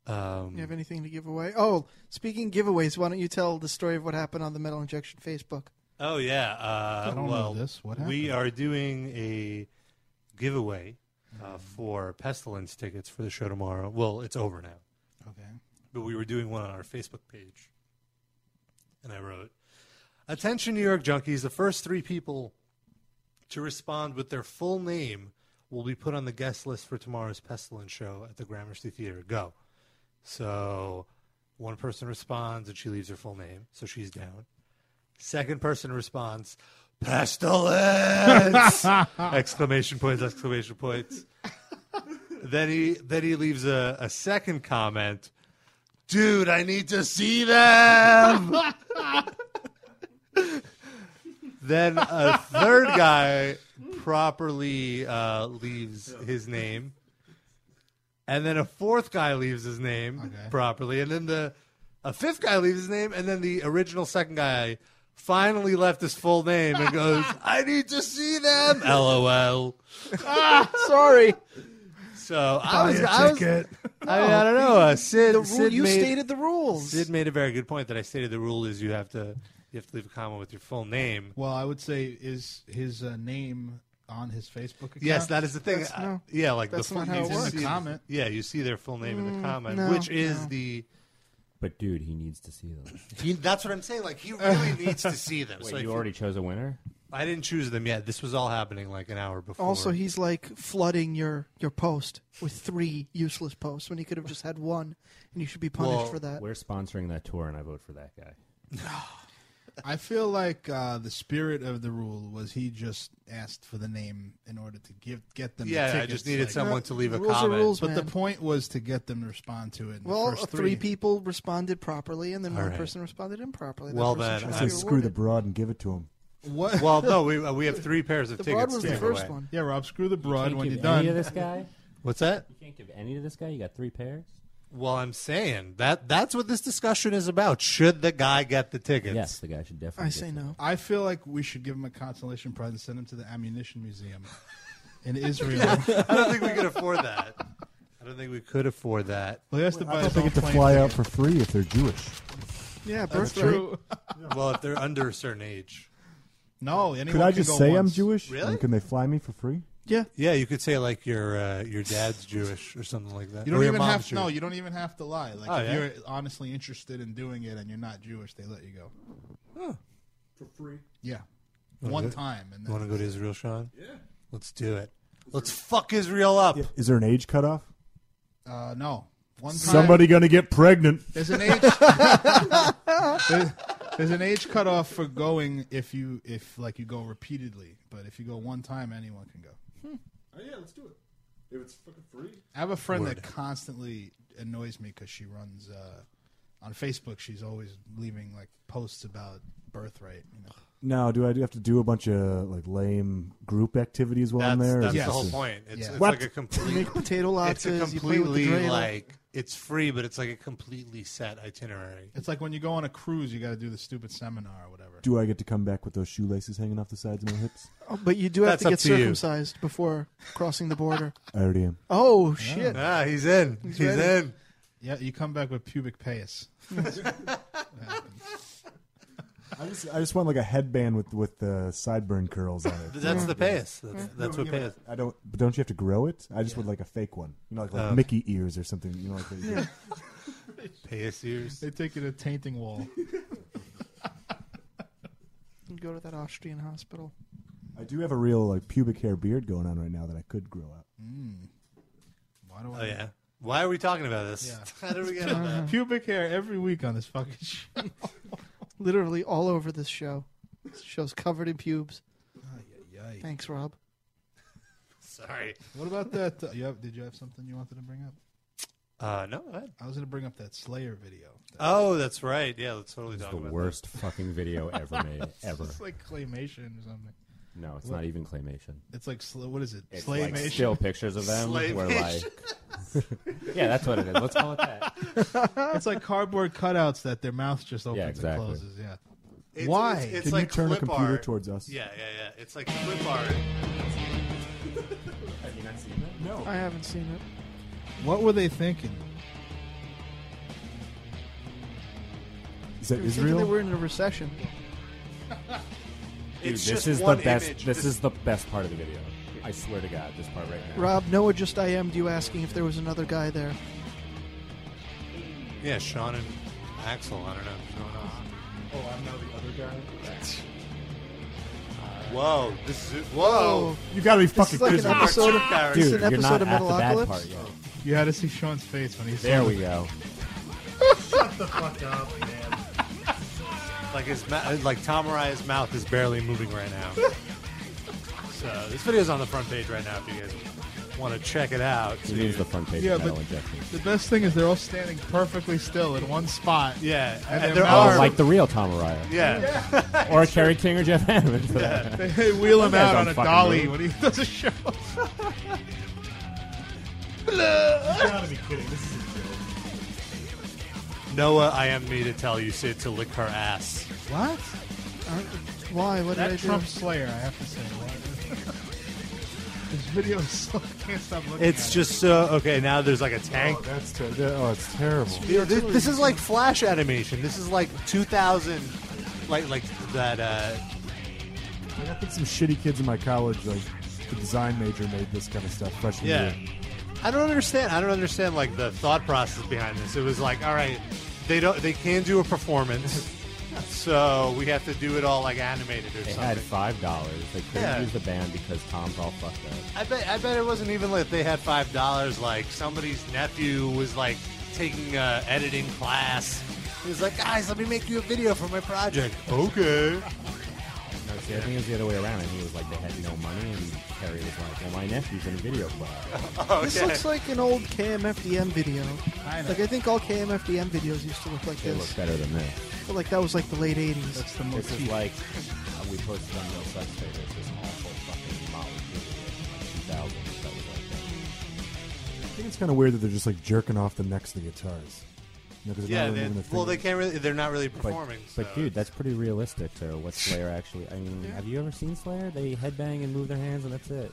Um,
You have anything to give away? Oh, speaking of giveaways, why don't you tell the story of what happened on the Metal Injection Facebook?
Oh yeah. Uh,
I don't know
well,
this. What
we are doing a giveaway
Mm-hmm.
uh, for pestilence tickets for the show tomorrow. Well, it's over now,
Okay.
but we were doing one on our Facebook page, and I wrote, "Attention, New York junkies! The first three people to respond with their full name will be put on the guest list for tomorrow's pestilence show at the Gramercy Theater. Go!" So. One person responds and she leaves her full name, so she's down. Second person responds, pestilence! exclamation points! Exclamation points! then he then he leaves a, a second comment. Dude, I need to see them. then a third guy properly uh, leaves his name, and then a fourth guy leaves his name properly, and then the a fifth guy leaves his name, and then the original second guy finally left his full name and goes, I need to see them. LOL.
ah, sorry.
So I
Buy
was,
a
I was,
ticket.
I, I don't know. Uh, Sid,
Oh. The rule-
Sid
you
made,
stated the rules.
Sid made a very good point that I stated the rule is you have to you have to leave a comment with your full name.
Well, I would say is his uh, name on his Facebook account.
Yes, that is the thing. I- yeah, like the full, you
it's in
see
the
the-
comment.
Yeah, you see their full name in
Mm,
the comment,
no,
which is
no.
the.
But dude, he needs to see them.
He, that's what I'm saying. Like he really needs to see them.
Wait,
so if
you already chose a winner.
I didn't choose them yet. This was all happening like an hour before.
Also, he's like flooding your your post with three useless posts when he could have just had one, and you should be punished for that.
We're sponsoring that tour, and I vote for that guy.
I feel like uh, the spirit of the rule was he just asked for the name in order to give get them. the
Yeah, I
tickets.
just needed someone to leave a
rules are
comment.
rules, but
man.
the point was to get them to respond to it. in the
Well,
first
three
three,
people responded properly, and then
All
one
right.
person responded improperly. That
Well,
person
then,
should
I
be
say screw
rewarded.
the broad and give it to him.
What?
Well, no, we uh, we have three pairs of tickets. to give away.
Yeah, Rob, screw the broad
Can't
when
give
you're done.
Any of this guy?
What's that?
You can't give any to this guy. You got three pairs.
Well, I'm saying that that's what this discussion is about. Should the guy get the tickets?
Yes, the guy should definitely.
I
say
no.
I feel like we should give him a consolation prize and send him to the ammunition museum in Israel.
I don't think we could afford that. I don't think we could afford that.
Well, he has to buy
I
his
thought they
own
get to
plane
fly
ticket.
out for free if they're Jewish.
Yeah,
That's
birthright.
true.
well, if they're under a certain age.
No, anyone
Could I
can
just
go
say I'm
once.
Jewish?
Really?
And can they fly me for free?
Yeah.
Yeah, you could say like your uh, your dad's Jewish or something like that.
You
Or
don't
your
even
mom's
have
Jewish.
no. You don't even have to lie. Like
Oh,
if
yeah?
you're honestly interested in doing it and you're not Jewish, they let you go.
For free.
Yeah,
Wanna
one
go-
time. And
you want to go to Israel, Sean?
Yeah.
Let's do it. Let's fuck Israel up.
Is there an age cutoff?
then, uh, no, one time.
Somebody gonna get pregnant. Oh,
There's an age. Hmm. there's, there's an age cutoff for going if you if like you go repeatedly, but if you go one time, anyone can go.
Oh yeah, let's do it. If it's fucking free.
I have a friend
Word.
that constantly annoys me because she runs uh, on Facebook. She's always leaving like posts about birthright. You know?
Now, do I do have to do a bunch of like lame group activities while I'm
That's-
there?
that's
Yes.
the whole point. It's, it's
What?
like a complete
make potato
It's a
latkes, you play with the
completely
dreidel.
like it's free, but it's like a completely set itinerary.
It's like when you go on a cruise, you got to do the stupid seminar or whatever.
Do I get to come back with those shoelaces hanging off the sides of my hips?
Oh, but you do have
That's
to
up
get
to you.
circumcised before crossing the border.
I already am.
Oh shit!
Ah, he's in. He's,
ready.
in.
Yeah, you come back with pubic pais.
I just, I just want like a headband with with the sideburn curls on it.
That's the pace. That's, that's what pace.
I don't. But don't you have to grow it? I just would like a fake one. You know, like, like
Oh.
Mickey ears or something. You know, like that you get-
Pace ears.
They take you to tainting wall.
You Go to that Austrian hospital.
I do have a real like pubic hair beard going on right now that I could grow out.
Mm.
Why do I?
Oh yeah. Why are we talking about this?
Yeah.
How do we get on
Uh-huh.
that?
Pubic hair every week on this fucking show.
Literally all over this show. This show's covered in pubes. Thanks, Rob.
Sorry.
What about that? Uh, you have, did you have something you wanted to bring up?
Uh, no. I-
I was going to bring up that Slayer video.
Oh, that's right. Yeah, let's totally
It's
talk
the
about
worst fucking video ever made. Ever.
It's like claymation or something.
No, it's
What?
not even claymation.
It's like sl- what is it?
It's like
Slaymation.
still pictures of them
Slave
where
nation.
like Yeah, that's what it is. Let's call it that.
it's like cardboard cutouts that their mouth just opens
exactly.
and closes. Yeah.
It's-
Why?
It's, it's
Can
like
you turn a
clip
computer
art.
towards us?
Yeah, yeah, yeah. It's like clip art.
Have you not seen that? No.
I haven't seen it.
what were they thinking?
Is that
They were thinking they
Israel?
were in a recession.
Dude,
It's
this
just
is the
one
best
image.
this is the best part of the video. I swear to God, this part right now.
Rob, Noah just IM'd you asking if there was another guy there.
Yeah, Sean and Axel. I don't know.
Oh, I'm now the other guy.
Whoa. This is whoa.
You gotta be
This
fucking
is like an
kidding me.
episode of,
Dude,
this is
Dude,
an
you're not
episode of
at the bad
Metalocalypse.
part yet.
You had to see Sean's face when he saw
There
the-
we go.
Like his ma- like Tom Araya's mouth is barely moving right now. so this video's on the front page right now. If you guys want to check it out.
He needs the front page
Yeah,
of metal
but-
injection.
The best thing is they're all standing perfectly still in one spot.
Yeah, and,
And their
there
mouths
are
Oh, like the real Tom Araya.
yeah.
Or Kerry King or Jeff Hammond for that.
They wheel him
That guy's
out
on
on a
fucking
dolly
road.
when he does a show.
Noah, I am me to tell you, Sid, to lick her ass.
What?
Oh Why? What
that
did I do?
Trump Slayer, I have to say. What? This video is so can't stop looking.
It's
at
just so okay. Now there's like a tank.
Oh, that's ter- that- oh, it's terrible.
Dude, this, this is like flash animation. This is like 2000, like like that. uh
Like, I think some shitty kids in my college, like the design major, made this kind of stuff freshman
Yeah.
year.
I don't understand. I don't understand like the thought process behind this. It was like, all right, they don't, they can do a performance, so we have to do it all like animated or
They
something.
had five dollars. They couldn't
Yeah.
use the band because Tom's all fucked up.
I bet I bet it wasn't even like they had five dollars. Like somebody's nephew was like taking a editing class. He was like, guys, let me make you a video for my project. Okay.
No, see, I think it was the other way around. And he was like, they had no money, and Terry was like, well, my nephew's in a video club.
This looks like an old KMFDM video.
Kinda.
Like I think all KMFDM videos used to look like
They
this.
look better than this.
But like that was like the late '80s.
That's the
This is like uh, we posted on Real Sex Tape. It's this awful fucking Molly video in like 2000. That was like
I think it's kind of weird that they're just like jerking off the necks of the guitars. You know, 'cause it's not
Yeah.
really
They,
moving their
well, they
fingers.
can't really. They're not really
But,
performing.
but
so.
dude, that's pretty realistic to what Slayer actually. I mean, have you ever seen Slayer? They headbang and move their hands, and that's it.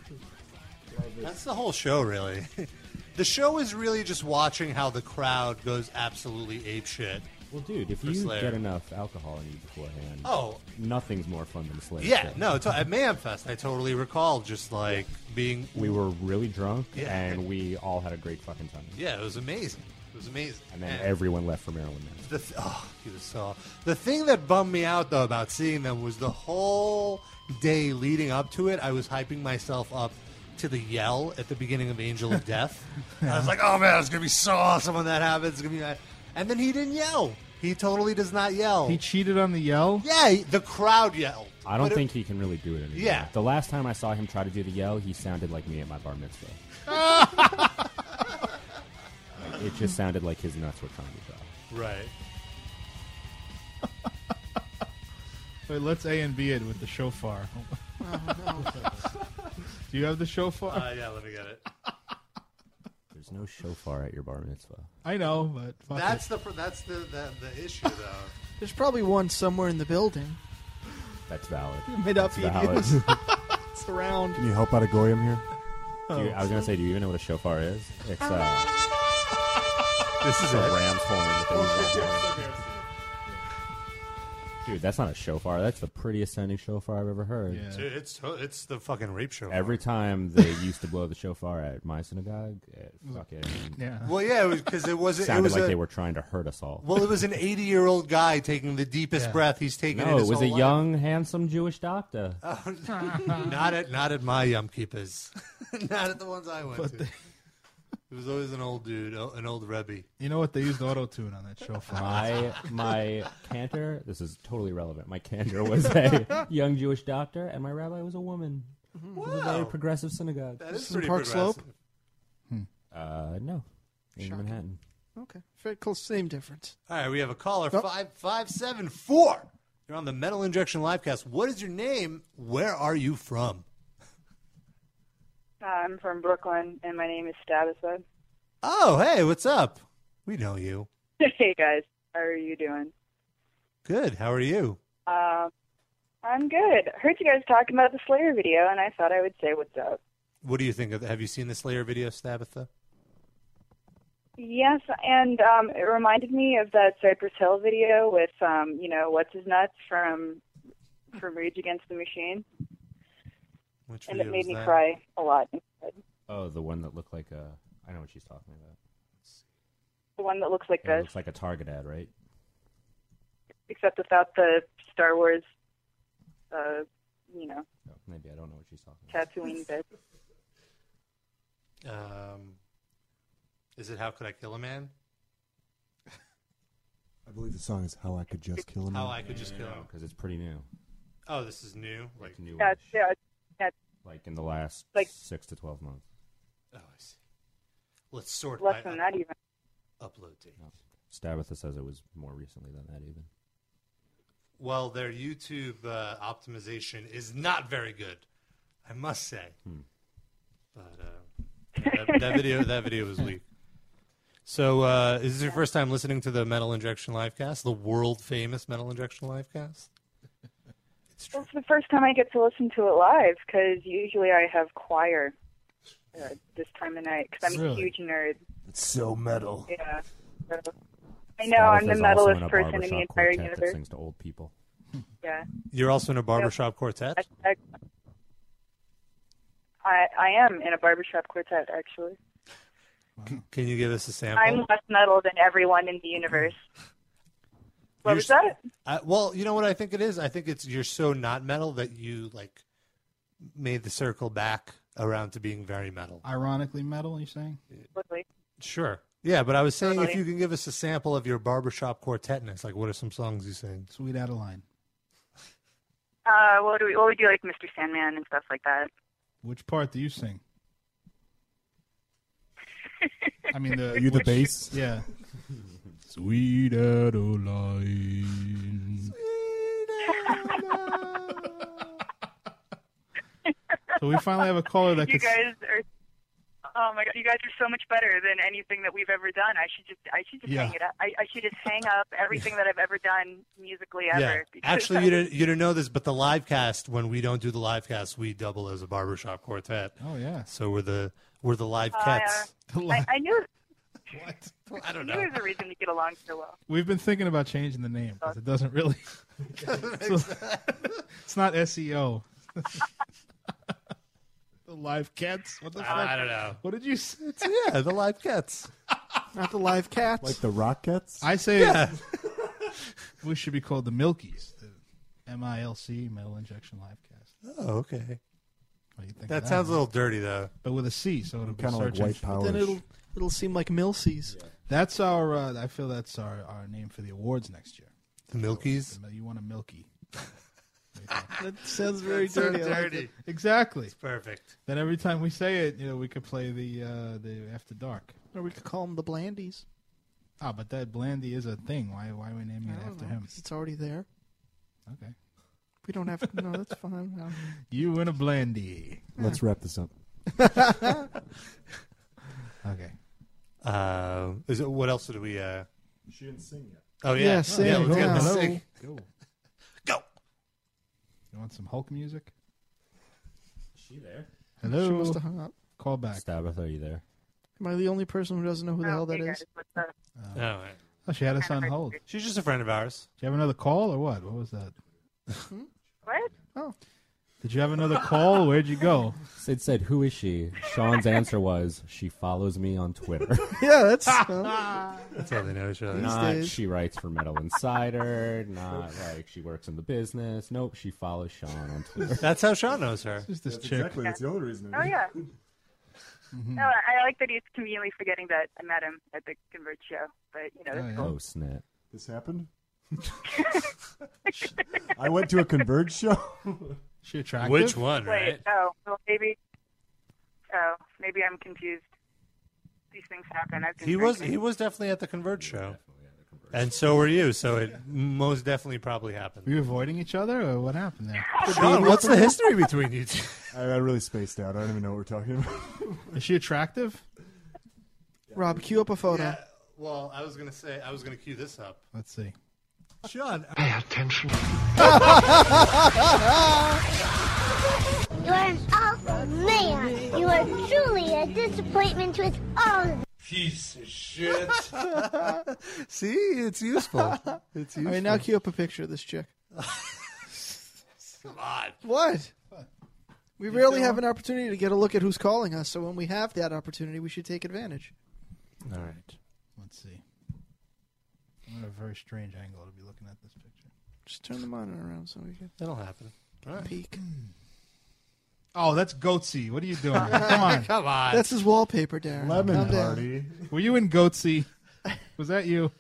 That's the whole show, really. the show is really just watching how the crowd goes absolutely ape shit.
Well, dude, if
For
you
Slayer.
get enough alcohol in you beforehand,
Oh.
nothing's more fun than Slayer.
Yeah,
shit.
no. It's, at Manfest, I totally recall just like being.
we were really drunk,
Yeah.
and we all had a great fucking time.
Yeah, it was amazing. It was amazing.
And then everyone left for Maryland. Man.
The th- oh, he was so. The thing that bummed me out though about seeing them was the whole day leading up to it. I was hyping myself up to the yell at the beginning of Angel of Death. I was like, "Oh man, it's gonna be so awesome when that happens." It's gonna be, that." and then he didn't yell. He totally does not yell.
He cheated on the yell.
yeah, he- the crowd yelled.
I don't
But it-
think he can really do it anymore.
Yeah.
The last time I saw him try to do the yell, he sounded like me at my bar mitzvah. Like, it just sounded like his nuts were trying to drop.
right.
Wait, let's A and B it with the shofar. Do you have the shofar?
Uh, yeah, let me get it.
There's no shofar at your bar mitzvah.
I know, but fuck it.
That's the pr- that's the the, the issue though.
There's probably one somewhere in the building.
That's valid.
It may not
That's
be
valid.
used. it's around.
Can you help out a goyim here?
Do you- I was gonna say, do you even know what a shofar is? It's uh,
this is
it's a ram's horn. that they use on horns. Dude, that's not a shofar. That's the prettiest sounding shofar I've ever heard.
Yeah.
Dude, it's to- it's the fucking rape show.
Every time they used to blow the shofar at my synagogue, it fucking
yeah.
well, yeah, it was because it was it
sounded
was
like
a-
they were trying to hurt us all.
Well, it was an 80 year old guy taking the deepest breath he's taken.
no,
in
it
his
was a
whole life. Ah.
young, handsome Jewish doctor.
not at not at my yum keepers, not at the ones I went to. It was always an old dude, o- an old rebbe.
You know what? They used auto tune on that shofar.
My my cantor. This is totally relevant. My cantor was a young Jewish doctor, and my rabbi was a woman. It was a very
Wow,
progressive synagogue.
that is
in
pretty
Park Slope?
progressive.
Uh, no, in
Shocking.
Manhattan.
Okay, very close. Same difference.
All right, we have a caller five five seven four. You're on the Metal Injection Livecast. What is your name? Where are you from?
Uh, I'm from Brooklyn, and my name is Stabisud.
Oh, hey, what's up? We know you.
hey guys, how are you doing?
Good. How are you?
Um, I'm good. Heard you guys talking about the Slayer video, and I thought I would say what's up.
What do you think of? Have you seen the Slayer video, Stabatha?
Yes, and um, it reminded me of that Cypress Hill video with um, you know what's his nuts from from Rage Against the Machine,
Which
and
video
it made
was
me
that?
cry a lot. The
Oh, the one that looked like a. I know what she's talking about.
one that looks like
It
this,
looks like a Target ad, right?
except without the Star Wars, uh, you know,
No, maybe I don't know what she's talking about.
Tatooine bit.
Um, is it How Could I Kill a Man?
I believe the song is "How I Could Just Kill Him."
How I Could Just Kill Him.
Because it's pretty new.
Oh, this is new. Like,
Like new.
Yeah, yeah, yeah,
Like in the last
Like-
six to twelve months.
oh, I see. Let's sort
less
by
than that even.
up- upload date.
No. Stabitha says it was more recently than that, even.
Well, their YouTube uh, optimization is not very good, I must say. But uh, that, that video, that video was weak. So, uh, is this your first time listening to the Metal Injection Livecast, the world famous Metal Injection Livecast?
Well, it's the first time I get to listen to it live because usually I have choir uh, this time of night because I'm a
Really?
huge nerd.
It's so metal.
Yeah. So, I know I'm the
There's also in
metalist
a
person in the
barbershop
entire
quartet That
universe.
sings to old people.
Yeah.
You're also in a barbershop quartet.
I, I, I, I am in a barbershop quartet, actually.
C- Can you give us a sample?
I'm less metal than everyone in the universe. What
You're
was
s-
that?
I, well, you know what I think it is. I think it's you're so not metal that you like made the circle back around to being very metal.
Ironically metal, you saying?
Sure. Yeah, but I was saying if
Totally.
you can give us a sample of your barbershop quartet, and it's like, what are some songs you sing?
Sweet Adeline.
Uh, what do we, what we do, like Mr. Sandman and stuff like that.
Which part do you sing? I mean, the
Are you the
which-
bass?
Yeah. Sweet Adeline. So we finally have a caller that
you
could.
guys are. Oh my god! You guys are so much better than anything that we've ever done. I should just, I should just
Yeah.
hang it up. I, I should just hang up everything that I've ever done musically ever.
Yeah.
because
Actually,
I-
you didn't you didn't know this, but the live cast when we don't do the live cast, we double as a barbershop quartet.
Oh yeah.
So we're the we're the live
Oh,
cats.
yeah. I, I knew.
What? I don't
know. There's a reason to get along so well.
We've been thinking about changing the name because it doesn't really. it's, it's not E SEO. the live cats. What the fuck?
I don't know.
What did you say?
yeah, the live cats.
Not the live cats.
Like the Rockets?
I say
Yeah.
we should be called the Milkies. The M I L C Metal Injection Live Cast.
Oh, okay.
What do you think of
That sounds a
man?
little dirty though.
But with a C, so it'll be
Kinda like
search
white
engine-
Then it'll it'll seem like Milsey's.
uh, That's our. Uh, I feel that's our, our name for the awards next year.
The Milkies.
You want a Milky?
That sounds very dirty. I like it.
Exactly. It's
perfect.
Then every time we say it, you know, we could play the uh, the After Dark.
Or we could call them the Blandies.
Ah, but that Blandy is a thing. Why why are we naming it after him?
Because it's already there.
Okay.
We don't have to. No, that's fine. Um, No.
You win a Blandy.
Let's wrap this up.
Okay.
Uh, is it what else did we uh
She didn't sing yet.
Oh yeah.
Yeah, sing.
yeah, let's get
Yeah.
the
Hello.
sing.
Go.
Go.
You want some Hulk music?
Is she there?
Hello.
She must have hung up.
Call back.
Stabberth, are you there?
Am I the only person who doesn't know who the hell that is?
All right.
Oh, she had us on hold. Do
She's just a friend of ours.
you have another call or what? What was that?
What?
Hmm? Oh.
Did you have another call? Where'd you go?
Sid said, "Who is she?" Sean's answer was, "She follows me on Twitter."
Yeah, that's. well,
That's how they know each other.
not
days.
she writes for Metal Insider. not like she works in the business. Nope, she follows Sean on Twitter.
That's how Sean knows her.
Just
That's exactly. That's the only reason.
Oh yeah.
Mm-hmm.
No, I I like that he's conveniently forgetting that I met him at the Convert show. But you know, that's cool.
Oh snap!
This happened. I went to a Converge show.
She attractive.
Which one,
Wait,
right?
oh, well, maybe. Oh, maybe I'm confused. These things happen. I've been
He was
drinking.
he was definitely at the Converge show. And so were you, so it most definitely probably happened.
Were you avoiding each other or what happened there?
Sean, what's the history between you two?
I, I really spaced out. I don't even know what we're talking about.
Is she attractive?
Rob, cue up a photo.
Well, I was gonna say I was gonna cue this up.
Let's see.
Sean
Pay attention.
You're an awful man. You are truly a disappointment to us all.
Piece of shit.
See, it's useful. It's useful.
All right, now cue up a picture of this chick.
Come on.
What? We rarely have an opportunity to get a look at who's calling us, so when we have that opportunity, we should take advantage.
All right.
Let's see. I'm at a very strange angle to be looking at this picture.
Just turn the monitor around so we can
That'll happen. All right.
peek.
Oh, that's Goatsy. What are you doing? Come on.
Come on.
That's his wallpaper, Darren.
Lemon
Calm down.
party.
Were you in Goatsy? Was that you?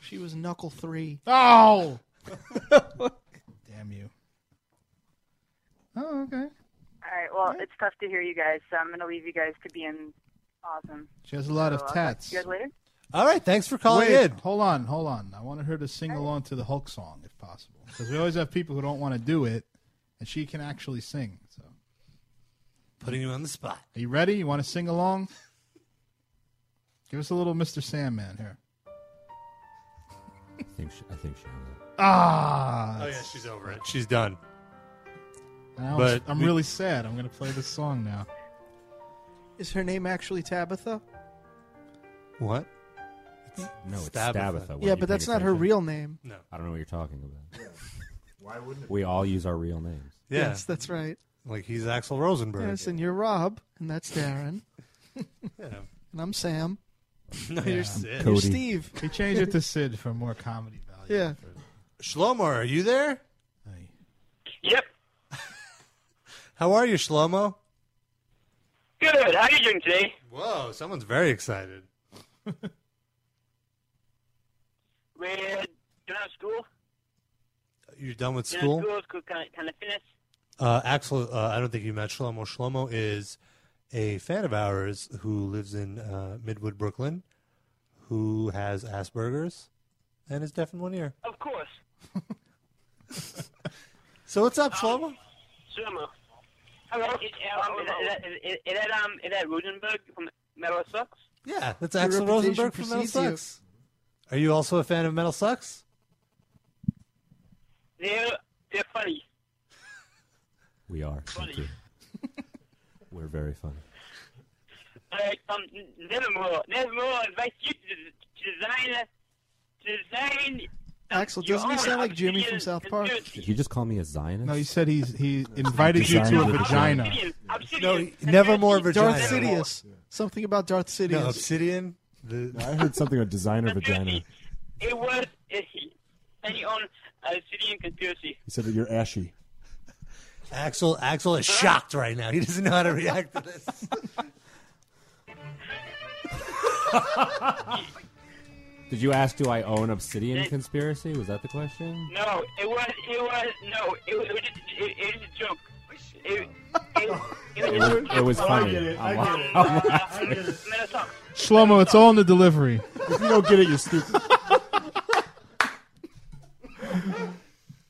She was knuckle three.
Oh! Damn you. Oh, okay.
All right. Well, it's tough to hear you guys, so I'm going to leave you guys to being awesome.
She has a lot of
So, uh,
tats.
You guys later.
All right, thanks for calling
Wait,
in.
hold on, hold on. I wanted her to sing along to the Hulk song, if possible, because we always have people who don't want to do it, and she can actually sing. So, are
Putting you on the spot.
you ready? You want to sing along? Give us a little Mr. Sandman here.
I think she, I think she hung up.
Ah,
Oh,
Oh yeah, she's over it. She's done.
Now
But
Ah, I'm
we-
really sad. I'm going to play this song now.
Is her name actually Tabitha?
What?
No, it's
Stabitha.
Stabitha. What,
yeah,
you
but that's
paying
not her
attention?
real name.
No.
I don't know what you're talking about.
Why wouldn't
We all use our real names.
Yeah.
Yes, that's right.
Like he's Axel Rosenberg.
Yes, and you're Rob, and that's Darren. And I'm Sam.
No,
Yeah.
you're Sid.
You're Steve.
He changed it to Sid for more comedy
Oh,
value.
Yeah.
Shlomo, are you there? Yep. How are you, Shlomo?
Good. How you doing today?
Whoa, someone's very excited.
We're done with school.
You're done with
Done
school?
School, school kind, of, kind of finished.
Uh, Axel, uh, I don't think you met Shlomo. Shlomo is a fan of ours who lives in uh, Midwood, Brooklyn, who has Asperger's and is deaf in one ear.
Of course.
So what's up, Shlomo?
Sumo. Hello. Is, um, is, that, is, that- is that um is that Rosenberg from Metal Sucks?
Yeah, that's
Your
Axel
reputation
Rosenberg from Metal
precedes you.
Sucks. Are you also a fan of Metal Sucks?
They're they're funny.
We are. Thank you. We're very funny.
Like um Nevermore, Nevermore advice you to to design to design.
Axel,
your
doesn't he
own
sound like Jimmy
obsidian
from South Park?
Did you just call me a Zionist?
No, he said he's he invited you to a
Vagina.
vagina.
No, never more
Darth
vagina.
Sidious. Something about Darth Sidious.
No, Obsidian. The...
I heard something about designer vagina.
It was uh, he- any own obsidian conspiracy.
You said that you're ashy.
Axel Axel is shocked right now. He doesn't know how to react to this.
Did you ask, do I own Obsidian Conspiracy? Was that the question?
No, it was it was no, it was it was just, it, it was a joke. It, it, it,
It
was,
was, it was
Oh, I
funny.
get it,
I'm
I get it.
la- I'm laughing.
Shlomo, it's all in the delivery.
If you don't get it, you're stupid.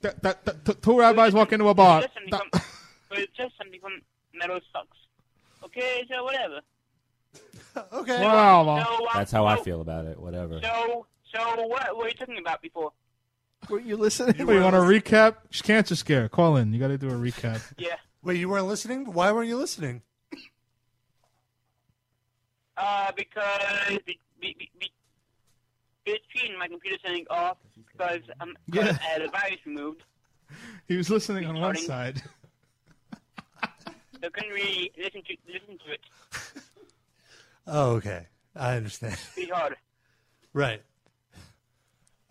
That- that- that- t- two rabbis walk into a bar.
Just something from, but it's just something from Metal Sucks. Okay, so whatever.
okay.
Wow.
So, um,
That's how I feel about it. Whatever.
So so what were you talking about before?
Were you listening?
Wait, you want a recap? It's Cancer scare. Call in. You got to do a recap.
Yeah.
Wait, you weren't listening? Why weren't you listening?
Uh, because be, be, be, be, between my computer turning off because um, 'cause
Yeah.
I had a virus removed,
He was listening on one
Recording.
side.
so couldn't really listen to listen to it.
Oh, okay. I understand.
Pretty hard.
Right.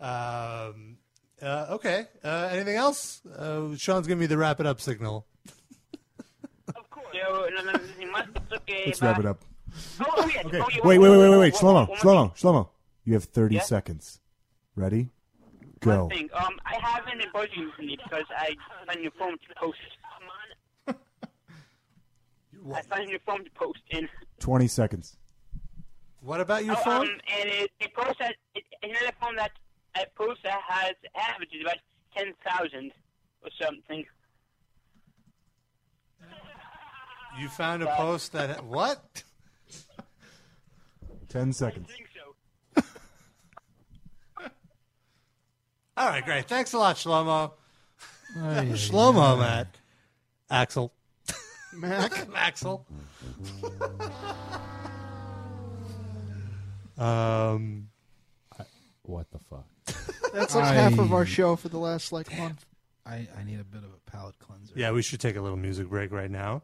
Um, uh, okay. Uh, anything else? Uh, Sean's giving me the wrap it up signal.
So no, no, nothing much. It's okay.
Let's wrap it up.
Oh, oh, yeah.
Okay.
Oh, yeah,
Wait, wait,
one-
wait, wait, wait,
one-
wait.
one-
Shlomo,
one-
Shlomo, Shlomo. You have 30
Yeah?
seconds. Ready?
One
Go.
thing. Um, I haven't been posting recently because I signed your phone to post. I signed your phone to post in.
20 seconds.
What about
oh, Um, and it, it posts that it, another phone that I post that has averages about ten thousand or something.
You found a post that. What?
10 seconds.
All right, great. Thanks a lot, Shlomo.
Ay,
Shlomo,
ay.
Matt. Axel.
Mac.
Maxel. Um,
what the fuck?
That's like half of our show for the last like month.
I, I need a bit of a palate cleanser.
Yeah, we should take a little music break right now.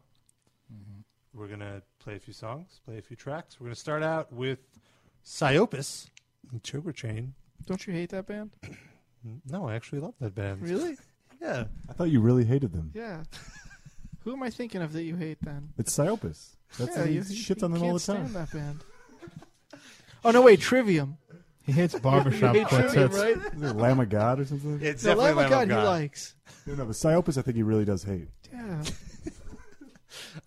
Mm-hmm.
We're going to play a few songs, play a few tracks. We're going to start out with Psyopus and Sugar Chain.
Don't you hate that band?
No, I actually love that band.
Really?
Yeah.
I thought you really hated them.
Yeah. Who am I thinking of that you hate then?
It's Psyopus. That's
yeah,
he
you
shits
you
on them all
can't
the time.
stand that band. Oh no! Wait, Trivium.
He hates barbershop
barbershop You hate quartets.
quartets.
Trivium, right?
Is it Lamb of God or something?
It's
No, definitely Lamb of Lamb of God he God. likes.
No, no, but Psyopus, I think he really does hate.
Yeah.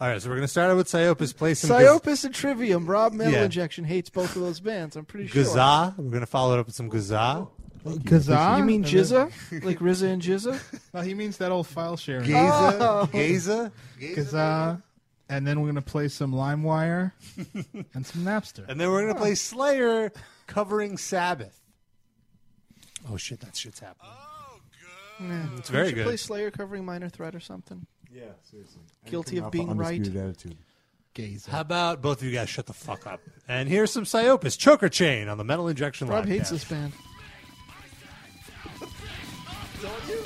All right, so we're going to start out with Psyopus. Play some Psyopus.
Psyopus and Trivium. Rob Mail
Yeah.
Injection hates both of those bands. I'm pretty sure.
Gaza. We're going to follow it up with some Gaza.
Gaza?
You
And
mean
then-
Jizza? like Rizza and Jizza?
No, he means that old file sharing.
Gaza? Oh. Gaza? Gaza?
Gaza. And then we're going to play some LimeWire and some Napster.
And then we're going to play Slayer covering Sabbath. Oh, shit, that shit's happening.
Yeah.
It's very
Should
good.
Play Slayer covering Minor Threat or something.
Yeah, seriously.
Guilty of
Coming off
being right.
Undisputed attitude.
Gaze.
How about both of you guys shut the fuck up? And here's some Psyopus choker chain on the metal injection
Rob
Livecast.
hates this band.
Don't you?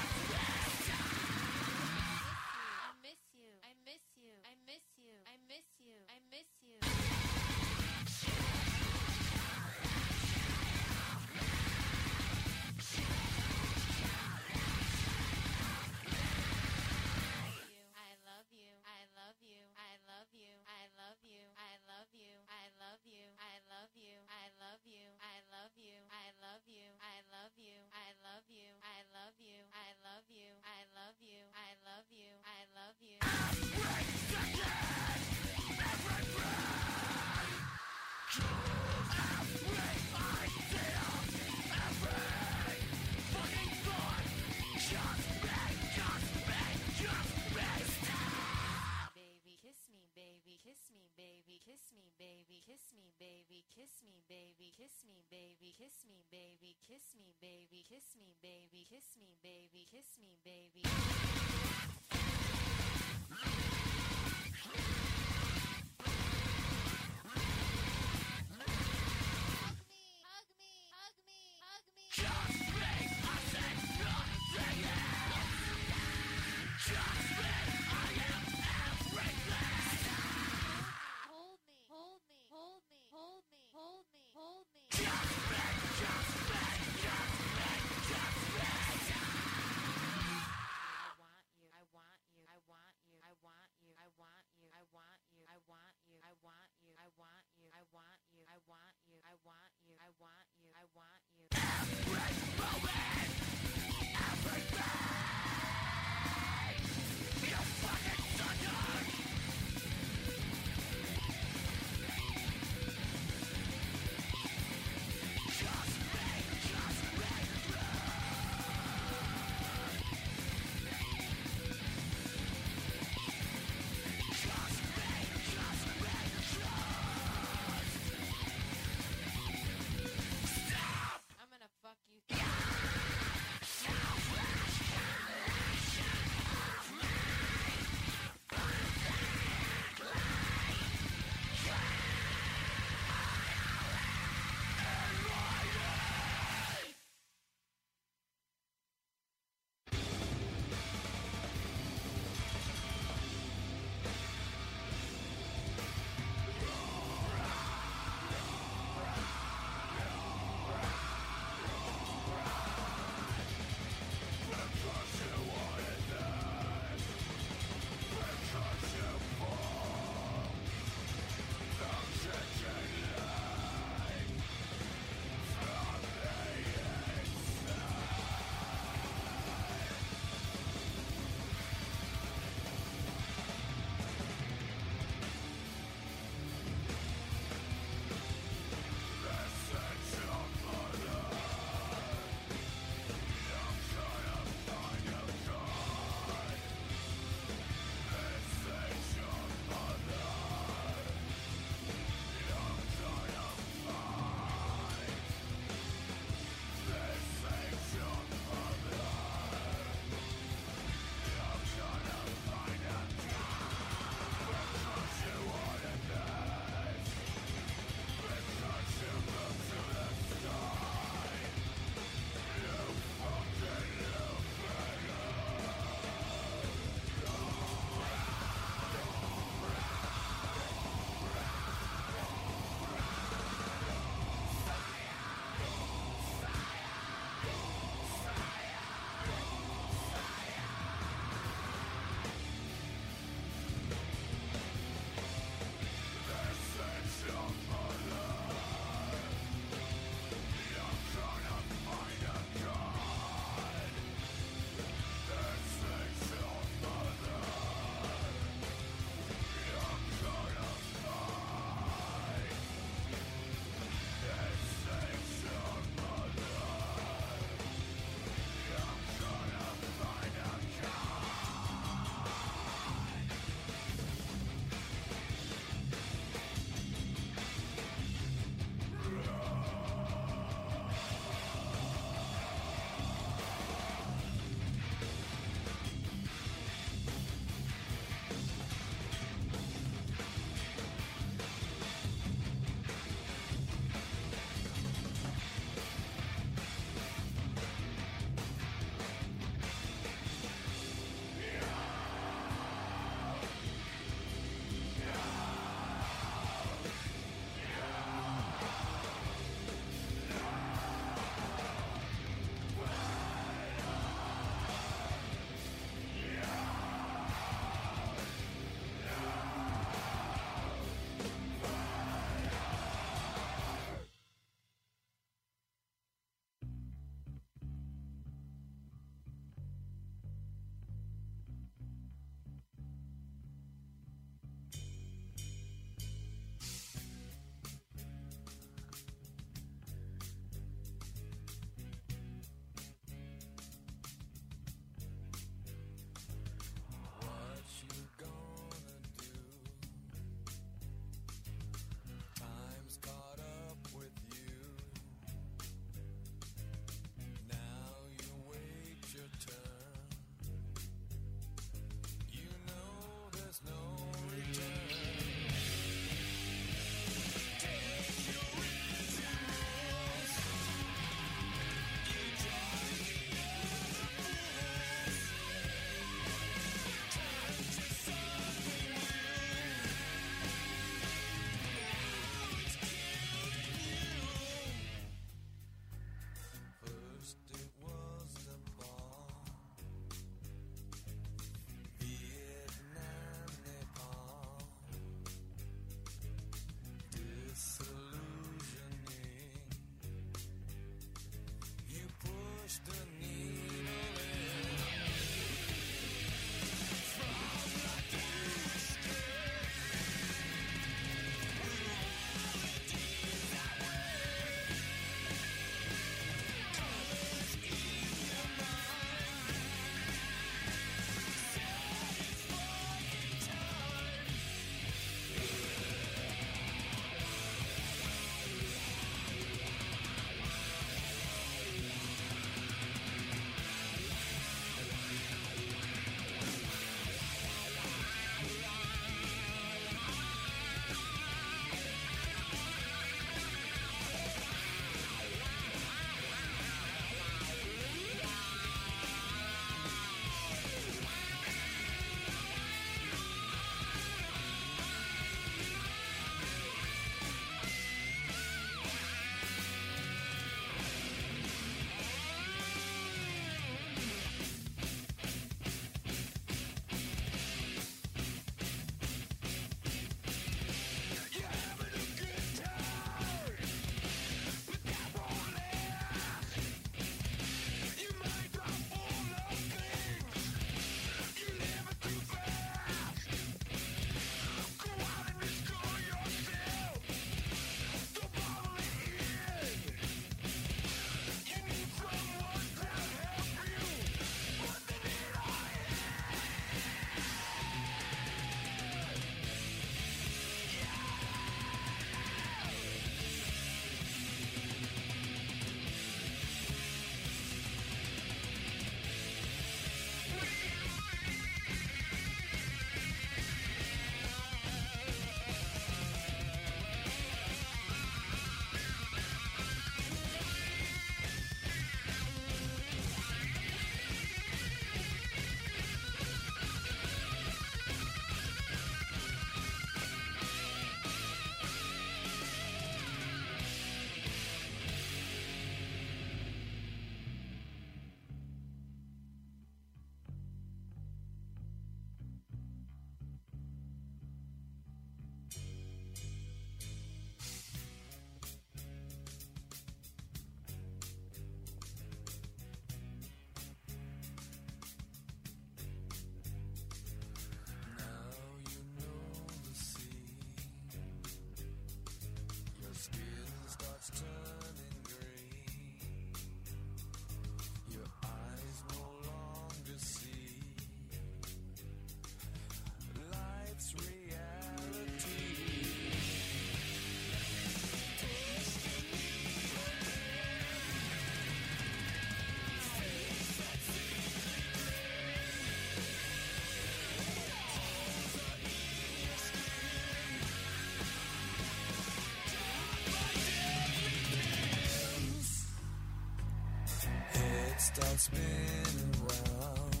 start spinning round.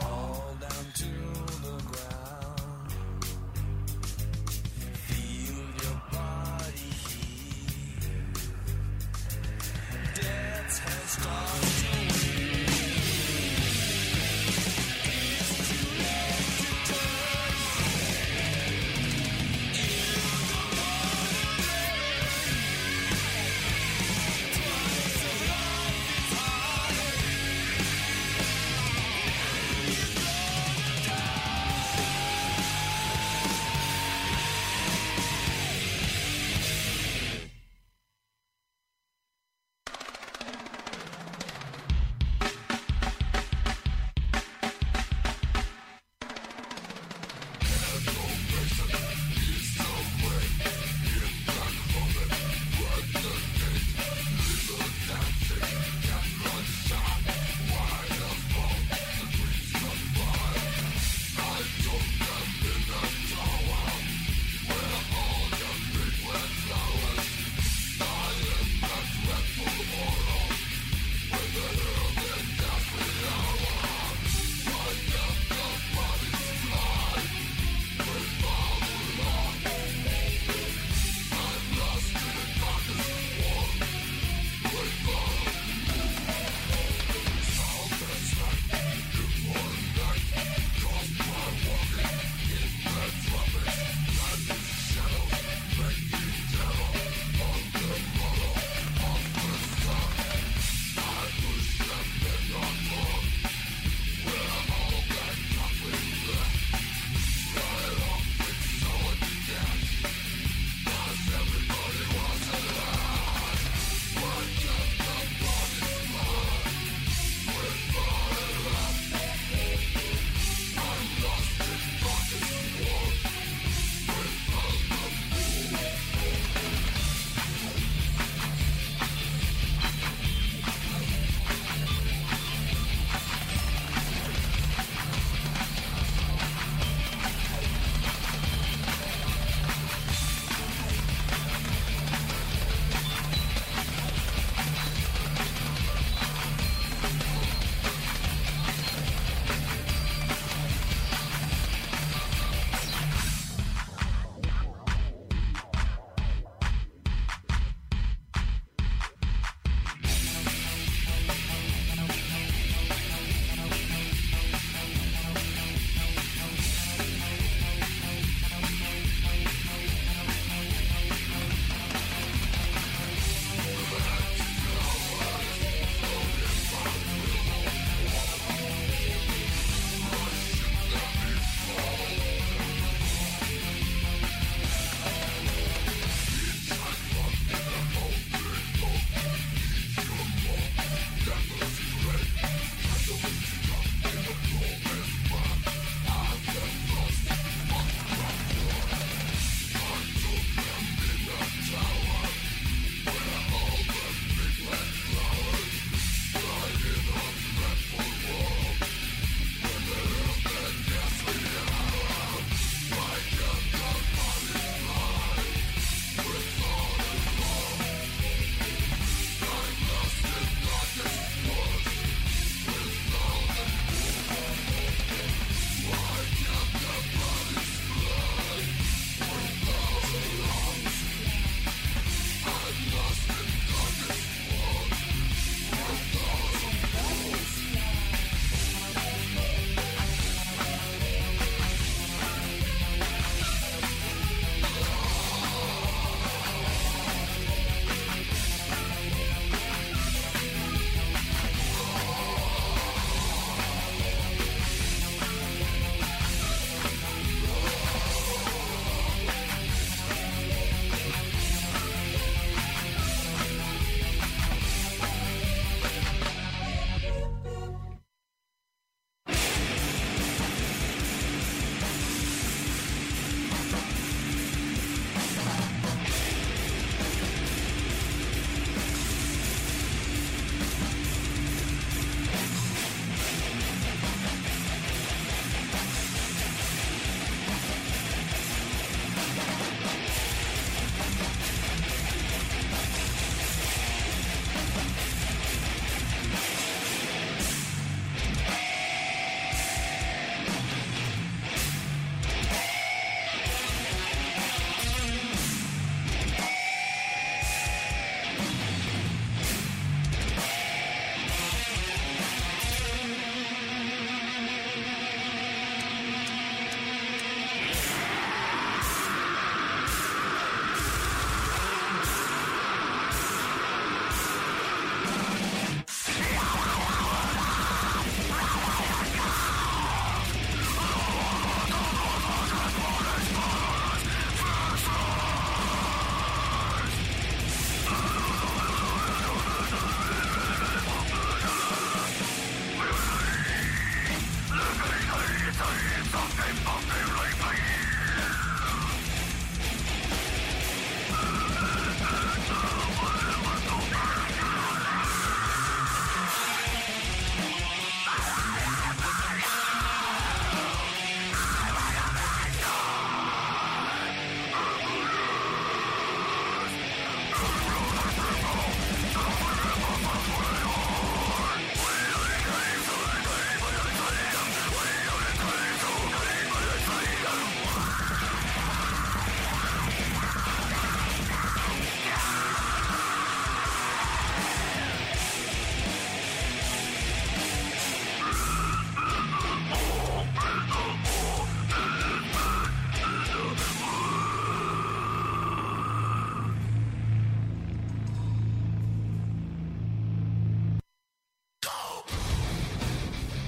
Fall down to the ground. Feel your body heat. Dance has started to win. It's too late to turn. Twice of life is hard.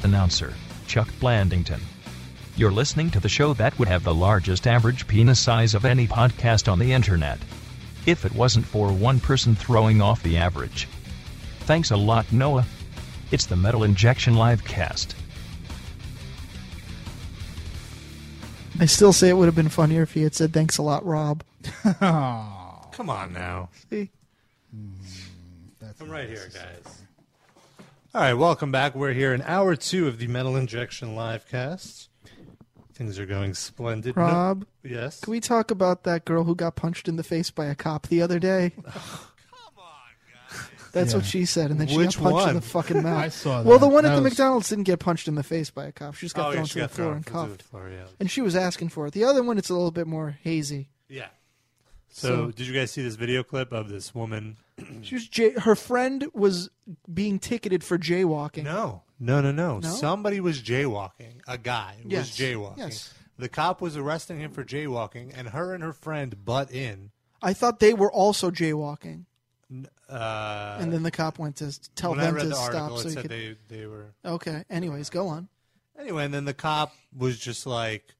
announcer, Chuck Blandington. You're listening to the show that would have the largest average penis size of any podcast on the internet. If it wasn't for one person throwing off the average. Thanks a lot, Noah. It's the Metal Injection Livecast.
I still say it would have been funnier if he had said, "Thanks a lot, Rob."
Come on now.
See?
I'm right here, guys. All right, welcome back. We're here in hour two of the Metal Injection live cast. Things are going splendid. No-
Rob.
yes.
Can we talk about that girl who got punched in the face by a cop the other day? That's what
Yeah.
she said, and then she
Which
got punched in
one?
the fucking mouth.
I saw
Well,
that.
the one at
That
the
was-
McDonald's didn't get punched in the face by a cop. She just got
Oh, yeah,
thrown
she
to
got
the floor
thrown
and
to the
cuffed.
floor, yeah.
And she was asking for it. The other one, it's a little bit more hazy.
Yeah. So,
So-
did you guys see this video clip of this woman?
She was jay- her friend was being ticketed for jaywalking.
No, no, no, no.
No?
Somebody was jaywalking. A guy
Yes.
was jaywalking.
Yes.
The cop was arresting him for jaywalking, and her and her friend butt in.
I thought they were also jaywalking,
Uh,
and then the cop went to tell
when I
them
read
to
the
stop.
article,
so
it
you
said
could.
they- they were-
Okay. Anyways, go on.
Anyway, and then the cop was just like,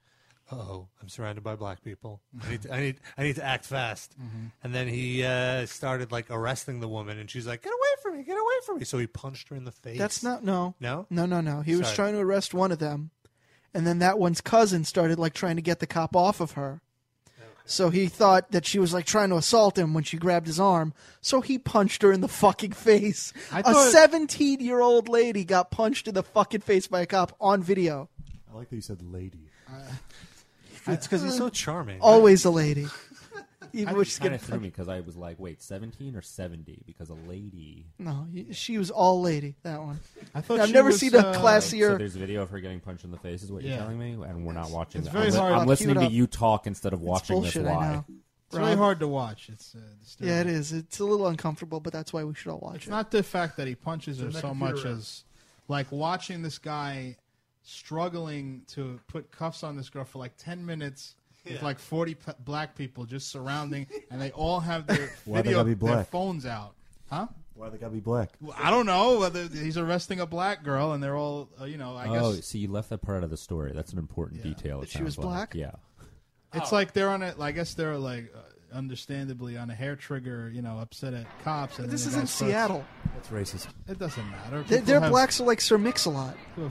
"Oh, I'm surrounded by black people. I need, to, I need, I need to act fast."
Mm-hmm.
Mhm.
And then he uh, started like arresting the woman, and she's like, "Get away from me! Get away from me!" So he punched her in the face.
That's not no.
No?
No, no, no. He was
Sorry.
trying to arrest one of them. And then that one's cousin started like trying to get the cop off of her. So he thought that she was like trying to assault him when she grabbed his arm. So he punched her in the fucking face.
I
a
thought-
17 year old lady got punched in the fucking face by a cop on video.
I like that you said lady.
It's because he's so charming.
Always a lady. Even when
Which
she's
kind
getting
of threw
punched.
me because I was like, wait, seventeen or seventy? Because a lady.
No, y- she was all lady, that one.
I thought
I've
she
never
was,
seen a
uh,
classier.
So there's a video of her getting punched in the face, is what
Yeah.
you're telling me, and we're not watching.
It's
that.
very
I'm, li-
hard.
I'm listening to
Queued up.
you talk instead of watching
bullshit,
this.
I
Why?
know.
It's really
Rob?
hard to watch. It's uh, disturbing.
Yeah, it is. It's a little uncomfortable, but that's why we should all watch
It's
it.
not the fact that he punches her
Turn that
so
computer
much
up.
as like watching this guy struggling to put cuffs on this girl for like 10 minutes with
Yeah.
like 40 p- black people just surrounding and they all have their
Why they
video
gotta be
their
black?
phones out huh
Why they gotta be black?
Well, I don't know whether he's arresting a black girl and they're all uh, you know I
oh,
guess
so you left that part out of the story. That's an important detail. It
That she was
sounds like.
black?
Yeah.
Oh.
It's like they're on a. I guess they're like, uh, understandably on a hair trigger. You know, upset at cops. And
But
then
this
the
is
guy
in
starts-
Seattle.
That's racist.
It doesn't matter.
They-
People
Their
have-
blacks are like Sir Mix-a-Lot.
But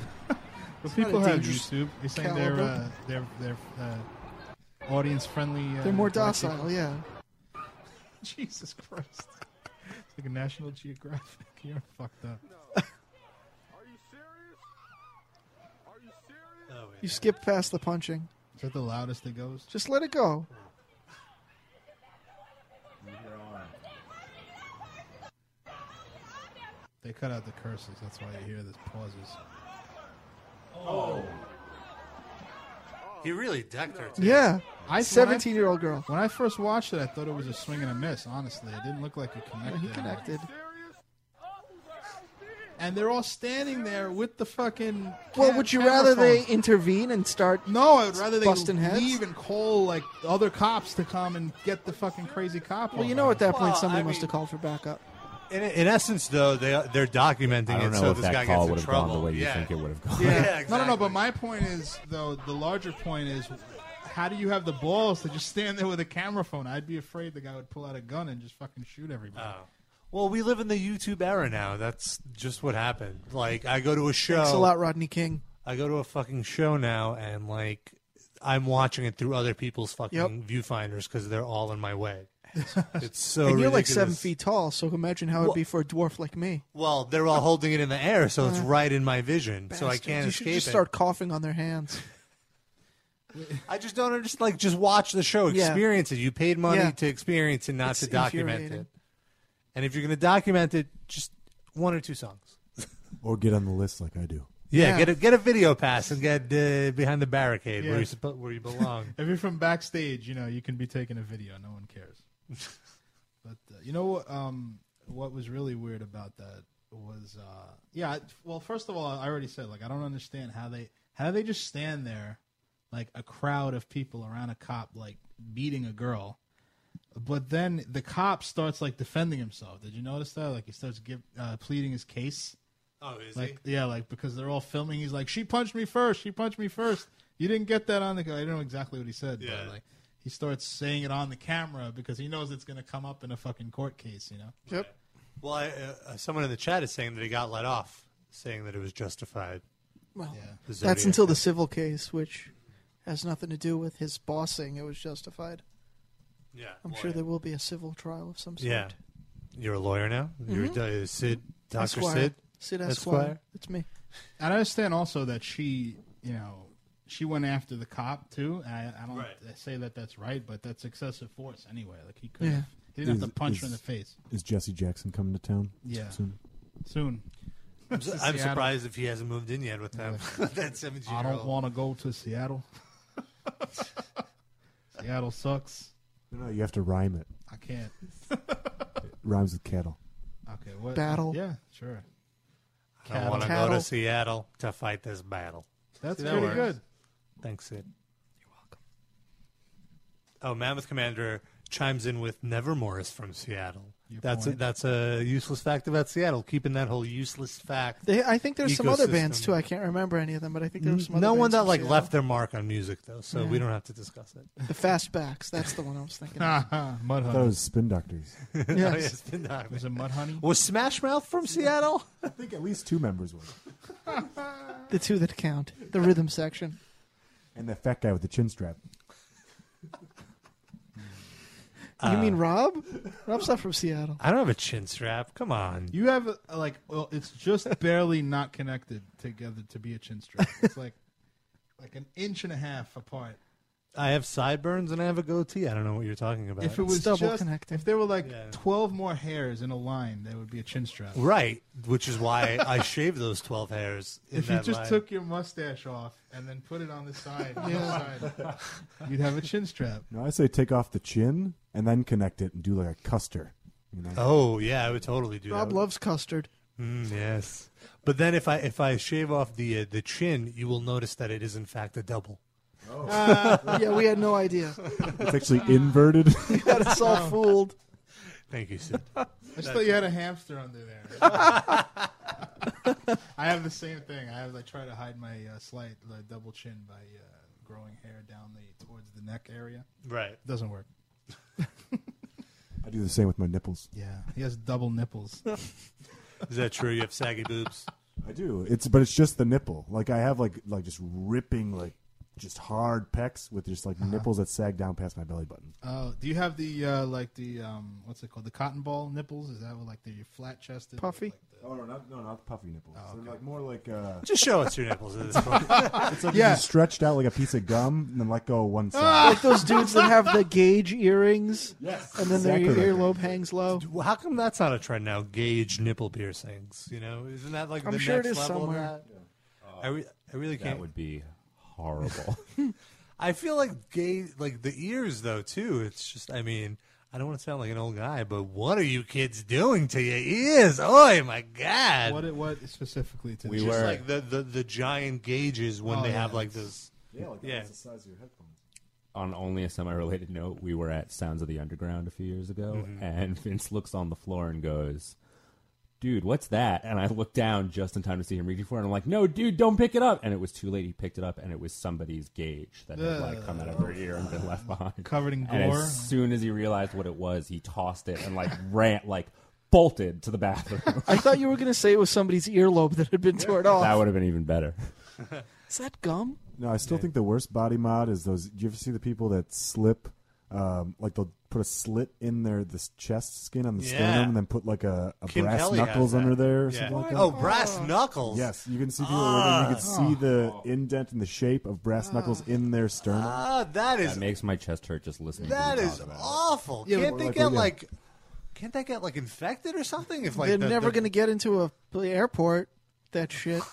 not
people
a
have
dangerous
YouTube. You're saying they're
caliber.
uh, they're they're uh, audience friendly. Uh,
They're more
black people.
docile, Oh, yeah.
Jesus Christ! It's like a National Geographic. You're fucked up.
You skip past the punching.
Is that the loudest it goes?
Just let it go.
They cut out the curses. That's why you hear this pauses.
Oh. He really decked her. too.
Yeah.
I
17 year old girl.
When I first watched it, I thought it was a swing and a miss. Honestly, it didn't look like it connected.
he connected.
And they're all standing there with the fucking.
Well,
ca-
would you
camera
rather they
phones.
intervene and start?
No, I would rather they
busting heads.
leave and call like the other cops to come and get the fucking crazy cop.
Well,
over.
you know, at that point,
Well,
somebody
I
must
mean-
have called for backup.
In, in essence, though, they they're documenting
I don't
it,
know
so
if
this
that
guy
call
gets
would've
in
gone
trouble.
the way you
yeah.
think it would've gone.
Yeah,
Yeah,
No, no, no. But my point is, though, the larger point is, how do you have the balls to just stand there with a camera phone? I'd be afraid the guy would pull out a gun and just fucking shoot everybody.
Well, we live in the YouTube era now. That's just what happened. Like, I go to a show.
Thanks a lot, Rodney King.
I go to a fucking show now, and like, I'm watching it through other people's fucking
Yep.
viewfinders because they're all in my way. It's so.
and you're like
ridiculous.
seven feet tall, so imagine how it'd be for a dwarf like me.
Well, they're all holding it in the air, so it's
Uh,
right in my vision, so I
Bastards.
can't
You should
escape
just
it.
start coughing on their hands.
I just don't understand. Like, just watch the show,
Yeah.
experience it. Oh, You paid money
Yeah.
to experience it, not
It's
to document
infuriating.
it. And if you're going to document it, just one or two songs.
Or get on the list like I do.
Yeah,
Yeah.
get a get a video pass and get uh, behind the barricade
Yeah.
where you suppo- where you belong.
if you're from backstage, you know you can be taking a video. No one cares. but uh, you know what? Um, what was really weird about that was, uh, yeah. I- Well, first of all, I already said like I don't understand how they how they just stand there like a crowd of people around a cop like beating a girl. But then the cop starts like defending himself. Did you notice that? Like he starts give, uh, pleading his case.
Oh, is
like, Yeah, like because they're all filming. He's like, she punched me first. She punched me first. You didn't get that on the. I don't know exactly what he said.
Yeah.
But, like he starts saying it on the camera because he knows it's going to come up in a fucking court case. You know.
Yep.
Well, I, uh, someone in the chat is saying that he got let off, saying that it was justified.
Well, Yeah.
The
That's
Zodiac.
until the civil case, which has nothing to do with his bossing. It was justified.
Yeah.
I'm sure there will be a civil trial of some sort.
Yeah. You're a lawyer now. You're uh, Sid, Doctor
Mm-hmm. Esquire.
Sid.
Sid Esquire. It's me.
And I understand also that she, you know, she went after the cop too. And I, I don't say that that's right, but that's excessive force anyway. Like he could,
Yeah.
have he didn't
Is-
have to punch her in
is-
the face.
Is Jesse Jackson coming to town?
Yeah.
soon?
Soon.
I'm, su- I'm
Seattle.
surprised if he hasn't moved in yet with them. That's 17
I
year
don't
old.
want to go to Seattle. Seattle sucks.
No, no, you have to rhyme it.
I can't.
Rhymes with cattle.
Okay, what
Battle.
Yeah, sure.
I don't want to go to Seattle to fight this battle.
That's
See, that
pretty
works.
good.
Thanks, Sid. You're welcome. Oh, Mammoth Commander chimes in with Never Morris from Seattle. that's a,
point.
that's a useless fact about Seattle. Keeping that whole useless fact.
They, I think there's some other
ecosystem.
bands too. I can't remember any of them, but I think there were some.
no
other
one
bands
that
from
like
Seattle.
left their mark on music though, so we
Yeah.
don't have to discuss it.
The Fastbacks. That's the one I was thinking. of.
Mud
I thought it was Spin Doctors.
Oh, yeah, it's been done.
Was it Mud Honey?
Was Smash Mouth from Seattle?
I think at least two members were.
The two that count. The rhythm section.
And that fat guy with the chin strap.
you
Uh,
mean Rob? Rob's not from Seattle.
I don't have a chin strap. Come on.
You have a, like, well, it's just barely not connected together to be a chin strap. It's like, like an inch and a half apart.
I have sideburns and I have a goatee. I don't know what you're talking about.
If it was just, if there were like twelve more hairs in a line, there would be a chin strap.
right, which is why I shaved those twelve hairs. In
if you
that
just
line.
took your mustache off and then put it on the side, on the side, you'd have a chin strap.
No, I say take off the chin and then connect it and do like a custer. You know?
Oh yeah, I would totally do
Rob
that.
loves custard.
Mm, yes, but then if I if I shave off the uh, the chin, you will notice that it is in fact a double.
Oh.
Ah, yeah, we had no idea.
It's actually inverted.
You got us all fooled.
Thank you, Sid.
Um, I just thought you had a hamster under there. I have the same thing. I have I try to hide my uh, slight like, double chin by uh, growing hair down the towards the neck area.
Right.
doesn't work.
I do the same with my nipples.
Yeah, he has double nipples.
Is that true? You have saggy boobs.
I do. It's but it's just the nipple. Like I have like like just ripping like just hard pecs with just
Uh-huh.
like nipples that sag down past my belly button.
Oh, do you have the uh, like the um, what's it called? The cotton ball nipples? Is that what, like the flat chested
Puffy?
Like,
Oh no, not, no, not puffy nipples.
Oh,
They're like more like uh...
Just show us your nipples at this point.
it's like yeah. you stretched out like a piece of gum and then let go of one
Ah!
Ah!
side.
like those dudes that have the gauge earrings.
Yes.
And then
Exactly.
their earlobe hangs low.
Well, How come that's not a trend now? Gauge nipple piercings. You know, isn't that like
I'm
the
sure it
next
is
level of
somewhere.
that? I, re- I really can't.
That would be horrible.
I feel like gay, like the ears though too. It's just, I mean, I don't want to sound like an old guy, but what are you kids doing to your ears? Oh my god!
What it- what specifically to
just like the, the the giant gauges when
Oh,
they
yeah.
have like this.
Yeah, like
yeah.
the size of your headphone.
on only a semi-related note, we were at Sounds of the Underground a few years ago,
Mm-hmm.
Mhm.
and Vince looks on the floor and goes, "Dude, what's that?" And I look down just in time to see him reaching for it. And I'm like, "No, dude, don't pick it up!" And it was too late. He picked it up, and it was somebody's gauge that had like come out of her ear and been left behind,
Covered in
And
gore.
as soon as he realized what it was, he tossed it and like ran, like bolted to the bathroom.
I thought you were going to say it was somebody's earlobe that had been torn off.
that would have been even better.
Is that gum?
No, I still think the worst body mod is those. Do you ever see the people that slip? Um, like they'll put a slit in their this chest skin on the
Yeah.
sternum, and then put like a, a
Kim
brass
Kelly has
knuckles
that.
under there or
Yeah.
something like that.
Oh, brass Ah. Oh. knuckles.
Yes, you can see people. where they- you can see the indent in the shape of brass knuckles in their sternum.
Ah, that is
That makes my chest hurt just listening.
that
to you
is
talk about it.
awful.
Yeah,
can't
but-
they
Like,
get
yeah.
like? Can't they get like infected or something? If like
They're
the-
never
the-
going to get into a pl- airport. That shit.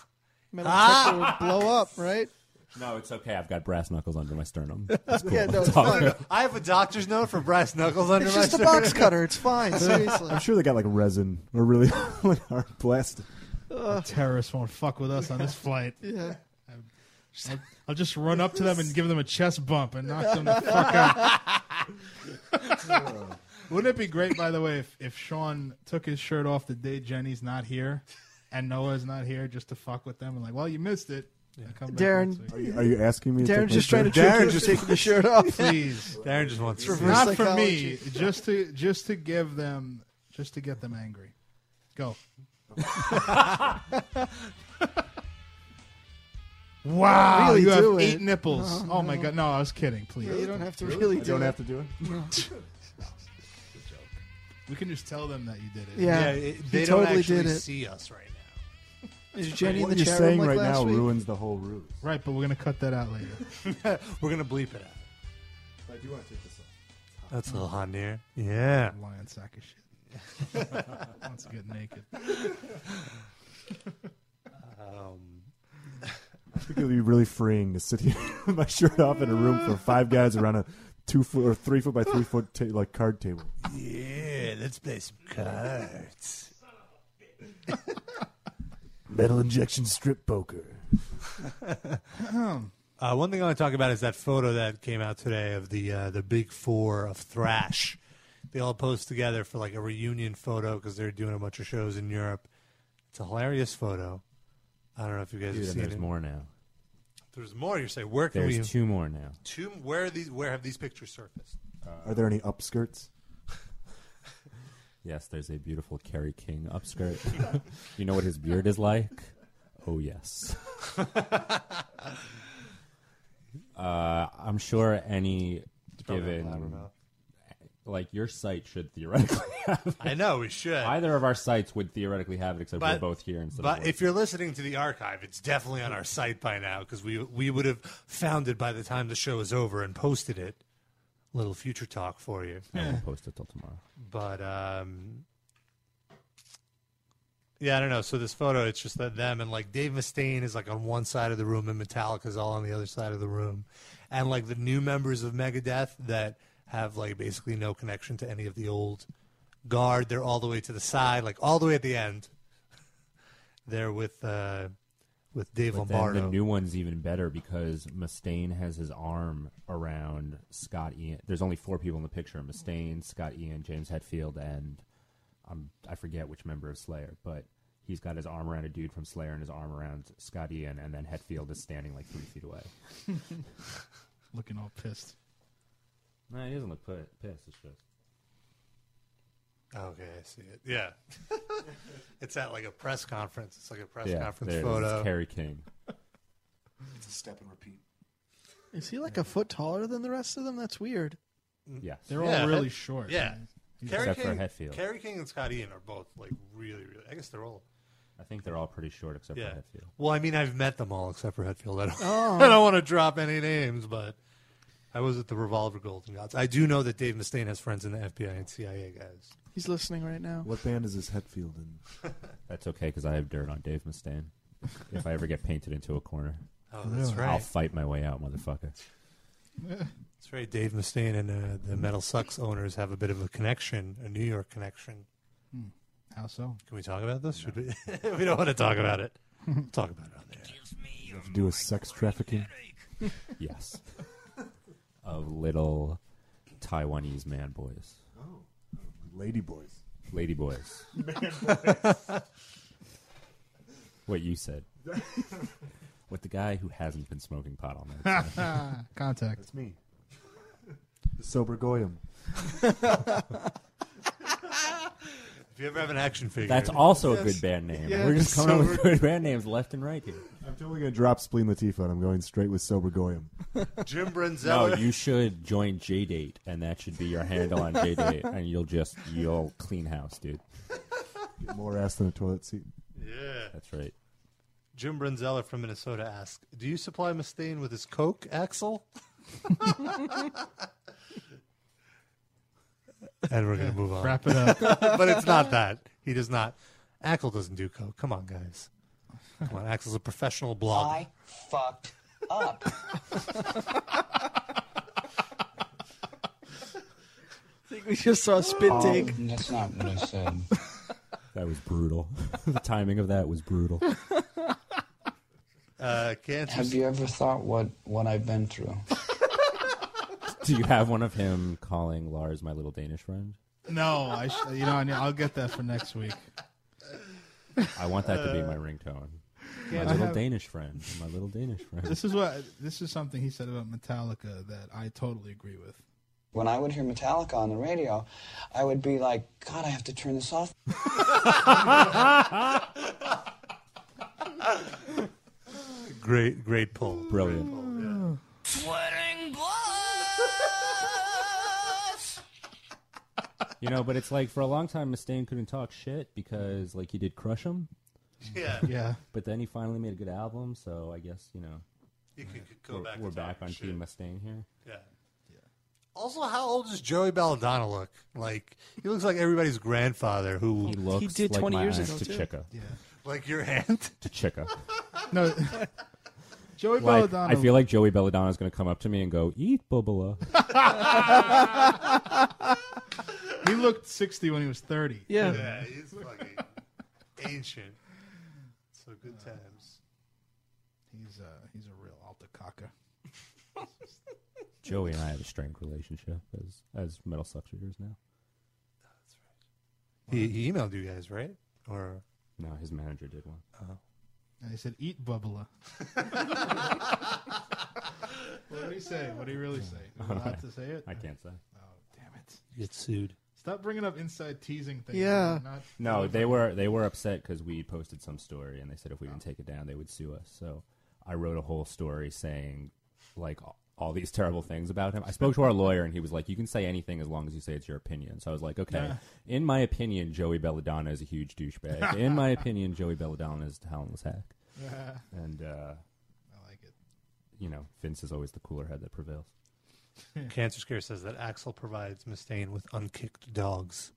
Metal detector
Ah!
would blow up, right?
No, it's okay. I've got brass knuckles under my sternum.
Yeah, no, it's
Talk-
fine.
I have a doctor's note for brass knuckles under
It's
my
just a
shirt.
box cutter. It's fine. Seriously.
I'm sure they got like resin or really like hard plastic.
the terrorists won't fuck with us on this flight.
Yeah.
I'll, I'll just run up to them and give them a chest bump and knock them the fuck out. Wouldn't it be great, by the way, if, if Sean took his shirt off the day Jenny's not here and Noah's not here just to fuck with them and like, well, you missed it. I come back
Darren-
next
Are
week.
you, are you asking me?
Darren's
to
just
take my
trying to
shirt?
trick you into taking the shirt off.
Please,
Darren just wants
It's
to see
reverse
it.
not for me.
psychology.
Just to just to give them, just to get them angry. Go. wow,
Really
you have
do
eight
it.
nipples.
No,
oh my
no.
god, no, I was kidding. Please,
Yeah, you don't have to Really? really I do don't it. have to do it? No.
we can just tell them that you did it.
Yeah, Yeah, it- he they don't totally actually did it.
see us right
now.
Is Jenny
what you're saying right now ruins the whole ruse.
Right, but we're gonna cut that out later.
We're gonna bleep it out.
I do want to take this off.
That's a little hot in the air. Yeah.
Lion sack of shit. Wants to get naked.
Um,
I think it would be really freeing to sit here with my shirt off in a room for five guys around a two foot or three foot by three foot ta- like card table.
yeah, let's play some cards.
Metal injection strip poker.
Uh, one thing I want to talk about is that photo that came out today of the uh, the big four of thrash. They all posed together for like a reunion photo because they're doing a bunch of shows in Europe. It's a hilarious photo. I don't know if you guys have
Dude, and
seen
there's
it.
more now.
There's more. You say where can
There's
we?
two more now.
Two. Where are these? Where have these pictures surfaced?
Are there any upskirts?
Yes, there's a beautiful Kerry King upskirt. you know what his beard is like? Oh yes. uh, I'm sure any
probably not loud
given,
enough.
like your site should theoretically have.
I know we should.
Either of our sites would theoretically have it, except
But-
we're both here instead of.
But
working.
if you're listening to the archive, it's definitely on our site by now because we we would have found it by the time the show is over and posted it. Little future talk for you.
I won't post it till tomorrow.
But um, yeah, I don't know. So this photo, it's just that them and like Dave Mustaine is like on one side of the room and Metallica's all on the other side of the room, and like the new members of Megadeth that have like basically no connection to any of the old guard, they're all the way to the side, like all the way at the end. They're with uh, with Dave
But then
Lombardo.
the new one's even better because Mustaine has his arm around Scott Ian. There's only four people in the picture: Mustaine, Scott Ian, James Hetfield, and um, I forget which member of Slayer. But he's got his arm around a dude from Slayer and his arm around Scott Ian, and then Hetfield is standing like three feet away.
Looking all pissed.
No, he doesn't look put, pissed. It's just
Okay, I see it. Yeah. it's at like a press conference. It's like a press
yeah,
conference
there it is. It's
photo.
Kerry King.
It's a step and repeat.
Is he like a foot taller than the rest of them? That's weird.
Mm. Yes.
They're all Yeah, really Hetf- short.
Yeah.
He's-
Kerry
Except for
King,
Hetfield.
Kerry King and Scott Ian are both like really, really. I guess they're all.
I think they're all pretty short except
Yeah.
for Hetfield.
Well, I mean, I've met them all except for Hetfield. I don't,
Oh.
I don't want to drop any names, but I was at the Revolver Golden Gods. I do know that Dave Mustaine has friends in the FBI and CIA guys.
He's listening right now.
What band is this Hetfield in?
That's okay because I have dirt on Dave Mustaine. if I ever get painted into a corner,
Oh, that's Really?
I'll
right.
fight my way out, motherfucker.
That's right. Dave Mustaine and uh, the Metal Sucks owners have a bit of a connection, a New York connection.
Hmm. How so?
Can we talk about this? Should we? we don't want to talk about it. We'll talk about it on there.
You have to do with sex trafficking.
Yes. of little Taiwanese man boys.
Oh. Lady boys.
Lady boys. what you said. With the guy who hasn't been smoking pot all night.
Contact.
That's me. The sober goyim.
If you ever have an action figure,
That's also a good band name. We're just coming up with good band names left and right here.
I'm totally gonna drop Spleen Latifah. and I'm going straight with sober goyim.
Jim
No,
Brunzella.
you should join J Date, and that should be your handle on J Date, and you'll just you'll clean house, dude.
Get more ass than a toilet seat.
Yeah.
That's right.
Jim Brunzeller from Minnesota asks, "Do you supply Mustaine with his coke, Axel?" and we're gonna move on.
Wrap it up.
but it's not that he does not. Axel doesn't do coke. Come on, guys. Come on, Axel's a professional blogger.
I fucked up.
I think we just saw a spit
Oh,
take.
that's not what I said. That was brutal. the timing of that was brutal.
Uh, cancer.
Have you ever thought what what I've been through?
Do you have one of him calling Lars my little Danish friend?
No, I. Sh- you know, I need- I'll get that for next week.
I want that to be my ringtone.
Uh, Yeah, I
my little
have-
Danish friend. My little Danish friend.
This is what this is something he said about Metallica that I totally agree with.
When I would hear Metallica on the radio, I would be like, God, I have to turn this off.
Great, great pull.
Brilliant.
Sweating blood.
You know, but it's like for a long time, Mustaine couldn't talk shit because like he did crush him.
Yeah.
Yeah.
But then he finally made a good album, so I guess you know.
You could go
we're,
back
We're
to
back
talking
on Team Mustaine here.
Yeah. Also, how old is Joey Belladonna look? Like he looks like everybody's grandfather who
He looks did like 20 my years aunt ago, too. Tachika.
Yeah.
Like your aunt?
Tachika.
No, Joey
Like,
Belladonna.
I feel like Joey Belladonna is going to come up to me and go, "Eat bubala."
he looked sixty when he was thirty.
Yeah, he's fucking ancient. So good times.
He's uh he's a real alta cocker.
Joey and I have a strained relationship as as metal suctioners now.
He, he emailed you guys, right? Or
no, his manager did one.
Oh.
And he said, "Eat bubbler." what did he say? What did he really say? Am I allowed to say it?
I can't say.
Get sued.
Stop bringing up inside teasing things.
Yeah.
I'm Not,
No, they were they were upset because we posted some story and they said if we didn't take it down they would sue us. So I wrote a whole story saying like all, all these terrible things about him. I spoke to our lawyer and he was like, "You can say anything as long as you say it's your opinion." So I was like, "Okay,
Yeah.
in my opinion, Joey Belladonna is a huge douchebag. in my opinion, Joey Belladonna is a talentless hack."
Yeah.
and uh, I like it. You know, Vince is always the cooler head that prevails.
Cancer Scare says that Axel provides Mustaine with unkicked dogs.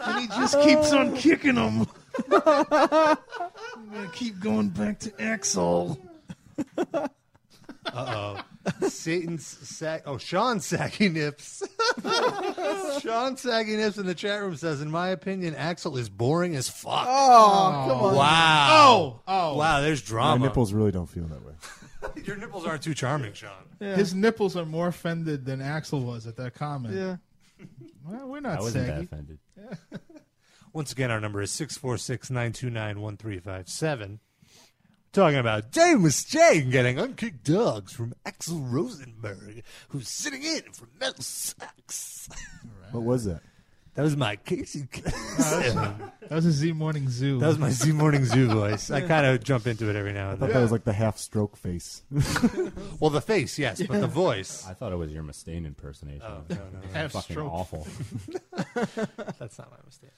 and
he just keeps on kicking him. I'm gonna keep going back to Axel.
Uh oh. Satan's sack. Oh, Sean Saggy Nips. Sean Saggy Nips in the chat room says, in my opinion, Axel is boring as fuck.
Oh, come on.
Wow.
Oh, oh.
Wow, there's drama.
My nipples really don't feel that way.
Your nipples aren't too charming, Sean.
His nipples are more offended than Axel was at that comment.
Yeah.
Well, we're not
I wasn't that
saggy.
offended.
Once again, our number is 646 929 1357. Talking about Dave Mustaine getting unkicked dogs from Axel Rosenberg, who's sitting in for Metal Sucks.
What was that?
That was my Casey.
That was a Z Morning Zoo.
That was my Z Morning Zoo voice. I kind of jump into it every now
I
and
thought
then.
that was like the half stroke face.
well, the face, yes, but the voice.
I thought it was your Mustaine impersonation.
Oh, no, no, no.
That's fucking
Half-stroke.
awful.
That's not my mistake.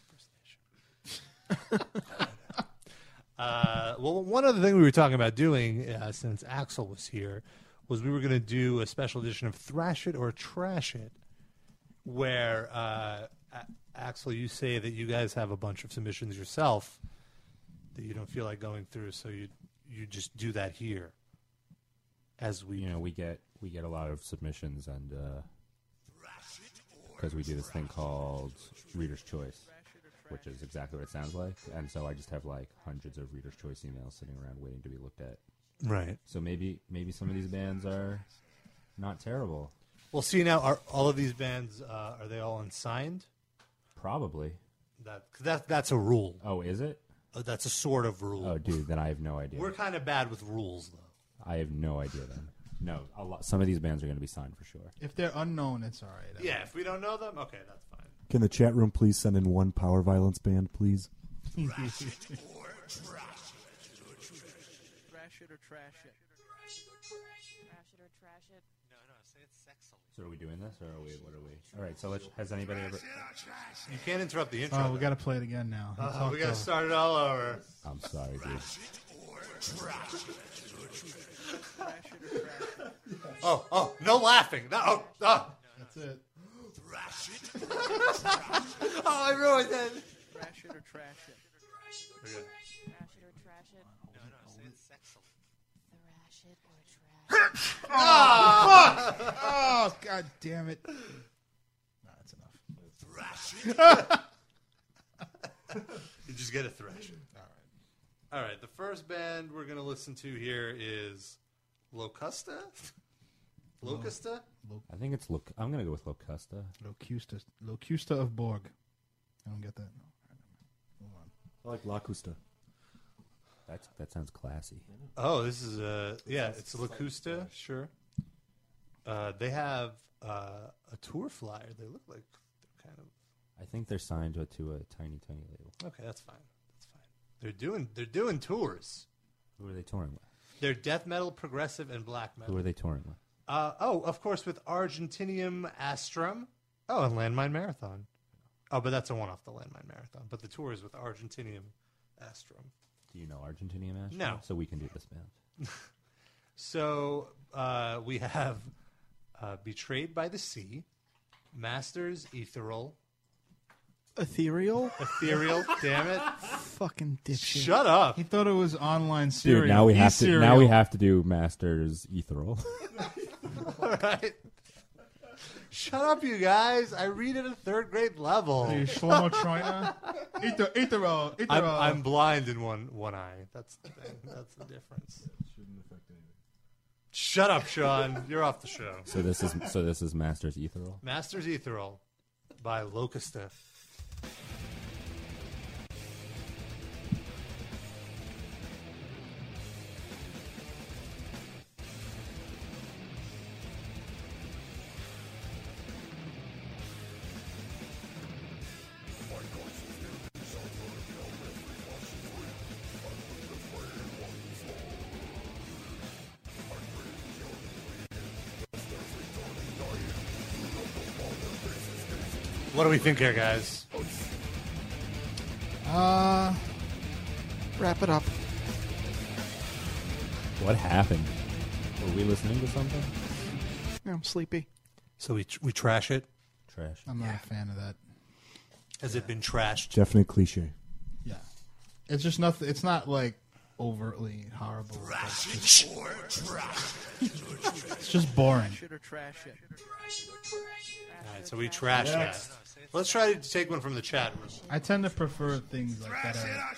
Uh, well, one other thing we were talking about doing uh, since Axel was here was we were going to do a special edition of Thrash It or Trash It, where uh, A- Axel, you say that you guys have a bunch of submissions yourself that you don't feel like going through, so you you just do that here. as we
you know we get we get a lot of submissions and uh, because we do this thing called reader's choice which is exactly what it sounds like and so i just have like hundreds of reader's choice emails sitting around waiting to be looked at
Right.
so maybe maybe some of these bands are not terrible
Well, see now, are all of these bands uh, are they all unsigned?
Probably.
That 'cause that that's a rule.
oh is it
Uh, that's a sort of rule
oh dude then i have no idea
We're kind of bad with rules, though.
i have no idea then no a lot some of these bands are going to be signed for sure
If they're unknown, it's all right.
Yeah, if we don't know them, okay, that's fine.
Can the chat room please send in one power violence band, please?
Thrash it or trash it.
Trash it or trash it.
No, no, say it's sexily.
so are we doing this or are we what are we all right so let's has anybody ever
You can't interrupt the intro.
Oh, we
though.
got to play it again now.
Uh,
Talk
we got to
to-
start it all over.
i'm sorry dude
Oh, oh, no laughing. No, oh, oh.
That's it.
Thrash it. oh, I ruined it.
Thrash it or trash it.
Trash it or trash it.
No, no, say it's sexily.
Thrash it or trash it.
Oh,
Ah,
fuck! Oh, god damn it.
You just get a thrash. All right. All right, the first band we're going to listen to here is Locusta. Locusta?
i think it's look i'm going to go with locusta
Locusta, Locusta of Borg. I don't get that.
I like Lacusta. That's that sounds classy.
Oh, this is a yeah, it's Lacusta, sure. Uh, they have uh, a tour flyer. They look like they're kind of
I think they're signed to a, to a tiny, tiny label.
okay. That's fine. That's fine. They're doing they're doing tours.
Who are they touring with?
They're death metal, progressive, and black metal.
Who are they touring with?
Uh, oh, of course, with Argentinium Astrum. Oh, and Landmine Marathon. Oh, but that's a one off the Landmine Marathon. But the tour is with Argentinium Astrum.
Do you know Argentinian Mash?
No.
So we can do this band.
So uh, we have uh, Betrayed by the Sea, Masters Ethereal,
Ethereal?
Ethereal, damn it.
Fucking dipshit.
Shut up.
He thought it was online
Dude,
serial.
now we
He's
have to
serial.
now we have to do Masters Ethereal.
All right. Shut up, you guys. I read at a third grade level.
Hey, Shlomo Troina. Ether, Ethereal, Ethereal.
I'm, I'm blind in one one eye. That's the thing. That's the difference. Shut up, Sean. You're off the show.
so this is so this is Masters Ethereal.
Masters Ethereal by Locusta. What do we think here, guys?
Uh, wrap it up.
What happened? Were we listening to something?
I'm sleepy.
So we we trash it.
Trash.
I'm not a fan of that.
Has it been trashed?
Definite cliche.
Yeah, it's just nothing. It's not like overtly horrible. It's just, it's just boring.
Trash it or trash it.
All right, so we trash
Yes.
that. Let's try to take one from the chat room.
I tend to prefer things like that are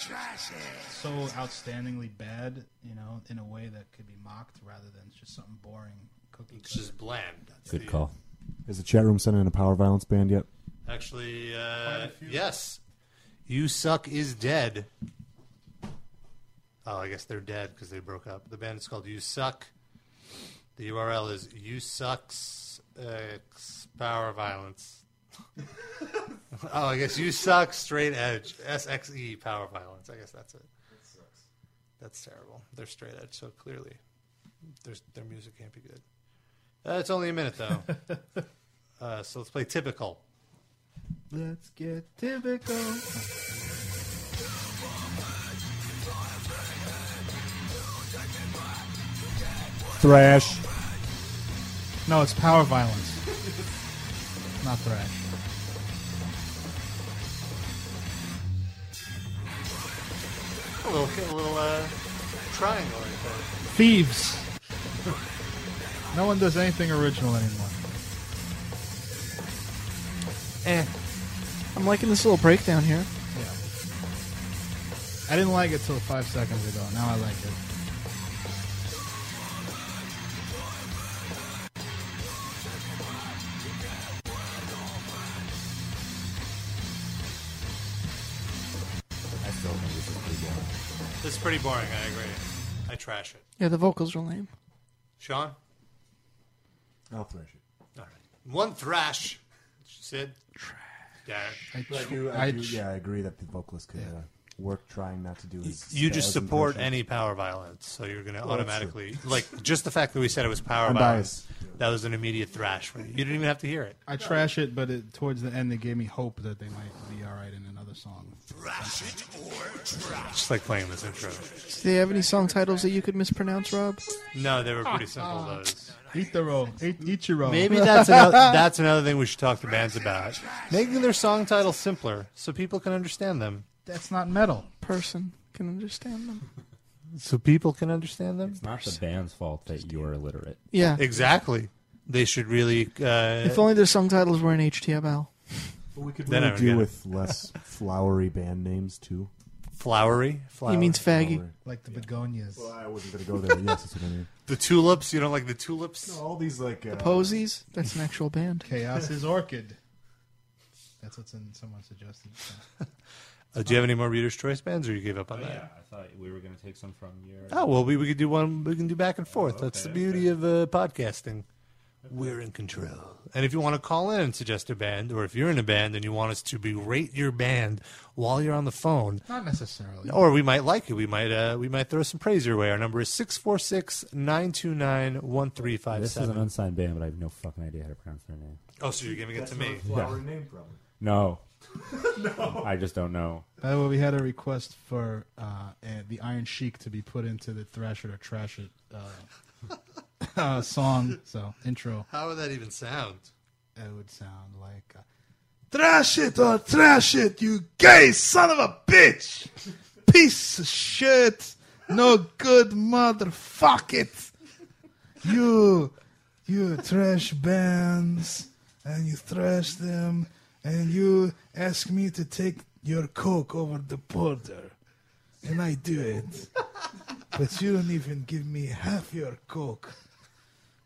so outstandingly bad, you know, in a way that could be mocked rather than just something boring cookie.
It's just bland.
Good call.
Is the chat room sending in a power violence band yet?
Actually, uh, yes. You Suck is Dead. Oh, I guess they're dead because they broke up. The band is called You Suck. The URL is You Sucks uh, Power Violence. oh, I guess You Suck Straight Edge. SXE Power Violence. I guess that's it. That's terrible. They're straight edge, so clearly there's, their music can't be good. Uh, it's only a minute, though. uh, so let's play Typical.
Let's get typical.
Thrash.
No, it's power violence, not thrash.
A little, a little uh, triangle right there.
Thieves. No one does anything original anymore.
Eh.
I'm liking this little breakdown here.
Yeah. I didn't like it till five seconds ago. Now I like it.
I still think this is pretty boring.
This is pretty boring. I agree. I trash it.
Yeah, the vocals are lame.
Sean,
I'll thrash it.
one thrash. She said. Trash.
I,
Derek.
do, I, do, yeah, I agree that the vocalist could uh, work trying not to do his.
You just
spells
support
impression.
any power violence, so you're going to
Well, that's
automatically like just the fact that we said it was power
I'm
violence. That was an immediate thrash for you. You didn't even have to hear it.
I trash it, but it, towards the end, it gave me hope that they might be all right in another song.
Just like playing this intro.
Do they have any song titles that you could mispronounce, Rob?
No, they were pretty simple those.
Itaro, it, Ichiro.
Maybe that's another, that's another thing we should talk to bands about. Making their song titles simpler so people can understand them.
that's not metal.
Person can understand them.
So people can understand them.
It's not the band's fault that you're illiterate.
Yeah.
Exactly. They should really. Uh,
If only their song titles were in HTML.
But we could
Then I
really
would
do
get it.
with less flowery band names too.
flowery.
He
flower.
means faggy.
Like the begonias.
Well, I wasn't gonna go there. yes, that's what I mean.
the tulips. You don't like the tulips?
All these like uh,
Posies? That's an actual band.
Chaos is Orchid. That's what's in someone suggested.
Uh, do you have any more Reader's Choice bands, or you gave up on that?
I thought we were going to take some from your.
Oh well, we, we could do one. We can do back and forth. That's the
okay,
beauty of uh, podcasting. We're in control. And if you want to call in and suggest a band, or if you're in a band and you want us to berate your band while you're on the phone,
Not necessarily.
or we might like it, we might uh, we might throw some praise your way. Our number is 646-929-1357.
This is an unsigned band, but I have no fucking idea how to pronounce their name.
Oh, so you're giving it to me?
Flower name from.
No. I just don't know.
By the way, we had a request for uh, eh, the Iron Sheik to be put into the Thrash It or Trash It uh, uh, song, so intro.
How would that even sound?
It would sound like uh,
Thrash it or thrash it, you gay son of a bitch! Piece of shit! No good mother, fuck it! You, you trash bands, and you trash them, and you ask me to take your coke over the border. And I do it. but you don't even give me half your coke.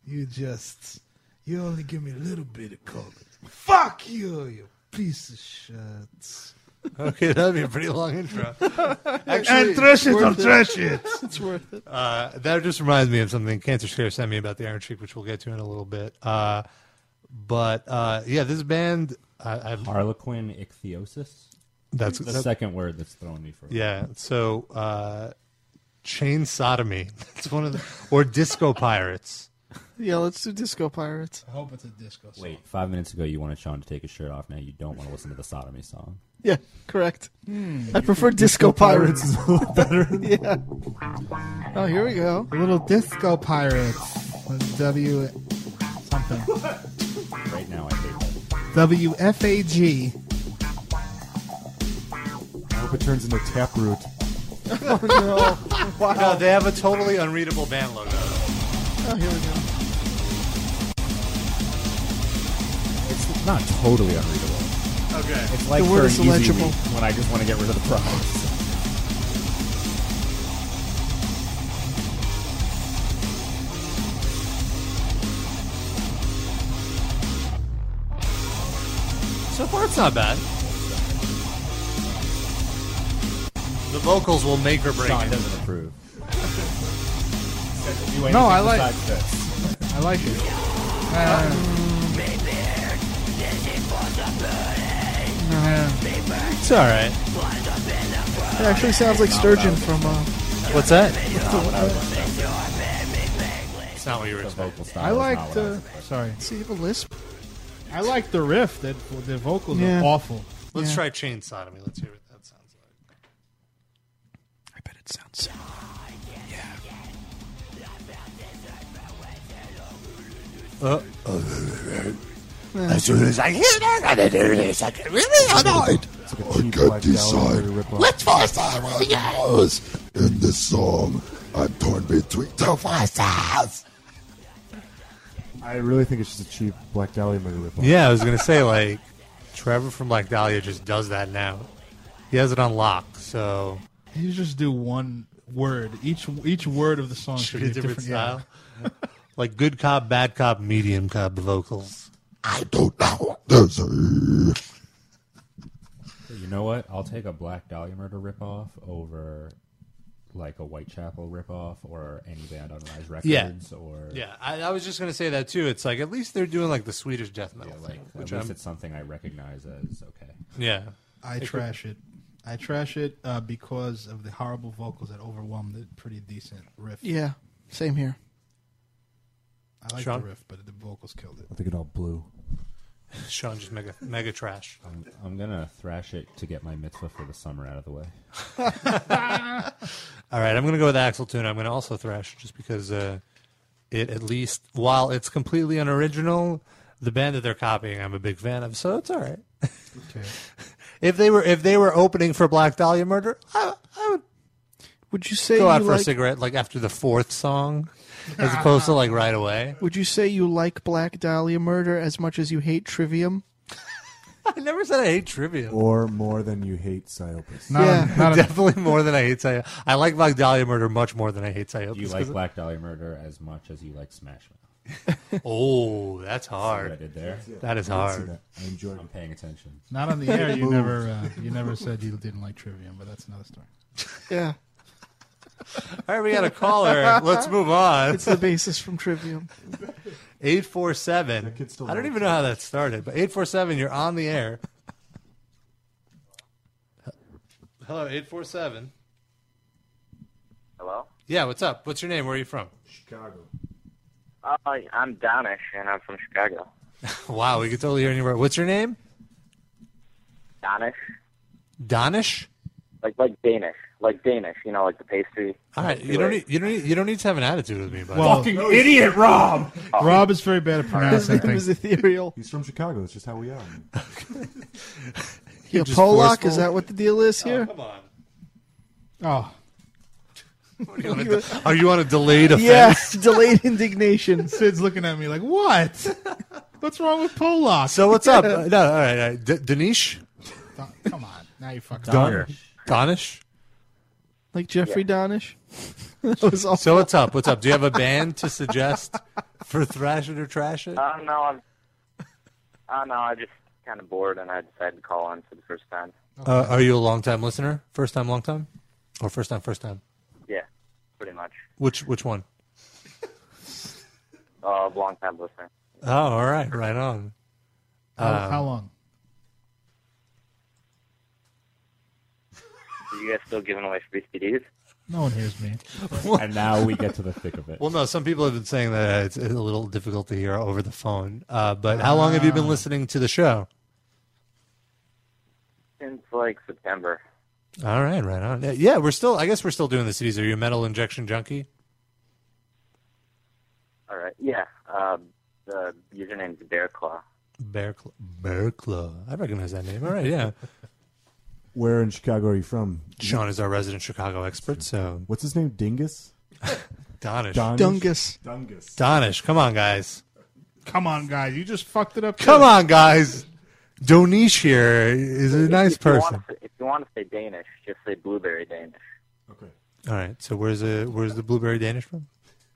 You just, you only give me a little bit of coke. Fuck you, you piece of shit.
Okay, that'd be a pretty long intro.
and trash it or trash it.
Uh, that just reminds me of something Cancer Scare sent me about the Iron Cheek, which we'll get to in a little bit. Uh, but uh, yeah, this band, I, I've,
Harlequin ichthyosis.
That's-
the
that-
second word that's thrown me for. a
yeah. So uh, chain sodomy. That's one of the or disco pirates.
Yeah, let's do Disco Pirates.
I hope it's a disco song.
Wait, five minutes ago you wanted Sean to take his shirt off. Now you don't want to listen to the sodomy song.
Yeah, correct.
Hmm.
I prefer Disco,
Disco Pirates
Pirates.
is a little better.
yeah. Oh, here we go.
Little Disco Pirates. Let's W something.
Right now I hate that.
WFAG.
I hope it turns into Taproot.
oh, no. Wow.
No, they have a totally unreadable band logo.
Oh, here we go.
It's not totally unreadable.
Okay.
It's like
The
for
word
an
is
easy
illegible.
week when I just want to get rid of the problems.
So far, it's not bad. The vocals will make or break
Sean
it.
doesn't approve. Said to do
No, I
anything
like-
besides this.
I like it. Uh,
It's all right.
It actually sounds like Sturgeon from. Uh,
What's that? It's not what you were
The
expecting.
vocal style.
I
is not
like
what I was
the. Sorry,
see, you have a lisp.
I like the riff. That the vocals
Yeah.
are awful.
Let's
Yeah.
try chain sodomy. Let's hear what that sounds like.
I bet it sounds similar.
Uh. As soon as I hear that, I'm gonna do this. I get really annoyed.
It's like a cheap Black Gallery ripoff.
Let's force our yours.
In this song, I'm torn between two forces.
I really think it's just a cheap Black Dahlia murder ripoff.
Yeah, I was gonna say like Trevor from Black Dahlia just does that now. He has it on lock, so
You just do one word. Each each word of the song should be a different,
style. like good cop, bad cop, medium cop vocals.
I don't know what to say.
But You know what? I'll take a Black Dahlia Murder ripoff over like a Whitechapel ripoff or any band on Rise
Yeah.
Records or
Yeah, I, I was just gonna say that too. It's like at least they're doing like the Swedish death metal thing,
At
which
least
I'm
it's something I recognize as okay.
yeah.
Yeah. I trash it. I trash it uh, because of the horrible vocals that overwhelm the pretty decent riff.
Yeah, same here.
I like
Sean?
the riff, but the vocals killed it.
I think it all blew.
Sean just mega mega trash.
I'm, I'm gonna thrash it to get my mitzvah for the summer out of the way.
All right, I'm going to go with Axel Tune. I'm going to also thrash just because uh, it at least, while it's completely unoriginal, the band that they're copying, I'm a big fan of, so it's all right.
Okay.
If they were if they were opening for Black Dahlia Murder, I, I would
Would you say
go out
you
for a
like?
cigarette like after the fourth song, as opposed to like right away.
Would you say you like Black Dahlia Murder as much as you hate Trivium?
I never said I hate trivia.
Or more than you hate Psyopus.
Not,
Yeah.
not a,
Definitely more than I hate Psy. I like Black Dahlia Murder much more than I hate Psy.
Do you like Black Dahlia Murder as much as you like Smash Mouth?
oh, that's hard.
I did there.
That is
I did see
hard.
that.
I enjoyed
I'm paying attention.
Not on the air. You never, uh, you never said you didn't like Trivium, but that's another story.
Yeah.
All right, we got a caller. Let's move on.
It's the basis from Trivium.
847. I don't even know how that started, but 847, you're on the air. Hello, 847.
Hello?
Yeah, what's up? What's your name? Where are you from? Chicago.
Uh, I'm Donish, and I'm from Chicago.
Wow, we could totally hear anywhere. What's your name?
Donish?
Donish?
Like like Danish. Like Danish, you know, like the pastry.
All right, you don't need you don't need, you don't need to have an attitude with me, buddy.
Well- Fucking idiot, Rob! Rob is very bad at pronouncing
His name
things.
is
ethereal.
He's from Chicago. That's just how we are.
You're Pollock? Is that what the deal is here?
come on.
Oh.
Are you on a delayed offense?
Yes, delayed indignation.
Sid's looking at me like, what? What's wrong with Pollock?
So what's up? Uh, No, all right, all right. D- Danish,
Come on. Now you fucked
Don-
up.
Donish.
Like Jeffrey Donish?
So what's up? What's up? Do you have a band to suggest for thrash it or trash it?
Uh, no, I'm. I know. I just kind of bored, and I decided to call on for the first time.
Uh, are you a long time listener? First time, long time, or first time, first time?
Yeah, pretty much.
Which which one?
Uh, long time listener.
Oh, all right, right on.
How,
Um,
how long?
Are you guys still giving away free CDs?
No one hears me.
and now we get to the thick of it.
Well, no, some people have been saying that it's a little difficult to hear over the phone. Uh, but how long have you been
Ah.
listening to the show?
Since like September.
All right, right on. Yeah, we're still. I guess we're still doing the CDs. Are you a metal injection junkie?
All right. Yeah. Uh, the username's Bear Claw.
Bear Claw. Bear Claw. I recognize that name. All right, yeah.
Where in Chicago are you from?
Sean is our resident Chicago expert, so
What's his name? Dingus.
Donish.
Dungus.
Dungus.
Donish. Come on, guys.
Come on, guys. You just fucked it up.
Come
too.
on, guys. Donish here is a nice
If you want
person.
to- if you want to say Danish, just say blueberry Danish.
All right, so where's the where's the blueberry Danish from?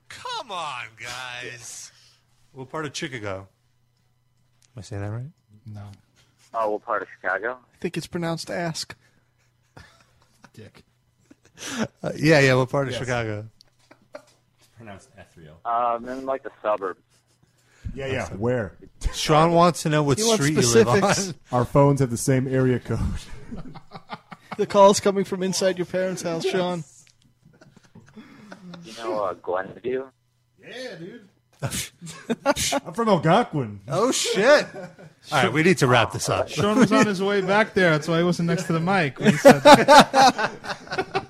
Come on, guys.
What part of Chicago? Am I saying that right?
No.
Oh, what part of Chicago?
I think it's pronounced ask.
Uh, yeah, yeah. What part of
Yes.
Chicago?
Pronounced ethereal.
Um, in like the suburbs.
Yeah, yeah. Where?
Sean wants to know what
He wants
street you live on.
specifics.
Our phones have the same area code.
The call's coming from inside your parents' house, Sean.
You know, uh, Glenview.
Yeah, dude.
I'm from Algonquin.
Oh shit! All right, we need to wrap this up.
Sean was on his way back there. That's why he wasn't next to the mic. When he said that.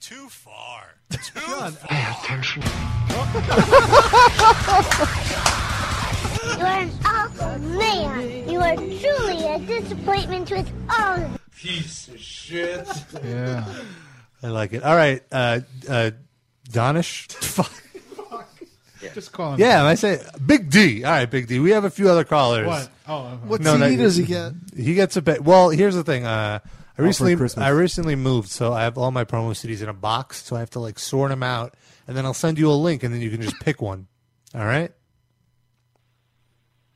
Too far.
You're an awful man. You are truly a disappointment to us all.
Piece of shit.
yeah.
I like it. All right, uh, uh, Donish. Fuck.
Just call him.
Yeah, am I say Big D. All right, Big D. We have a few other callers.
What? Oh, okay.
What
No,
CD
no,
does he get?
He gets a bit. Well, here's the thing. Uh, I
for
recently,
Christmas.
I recently moved, so I have all my promo CDs in a box. So I have to like sort them out, and then I'll send you a link, and then you can just pick one. All right.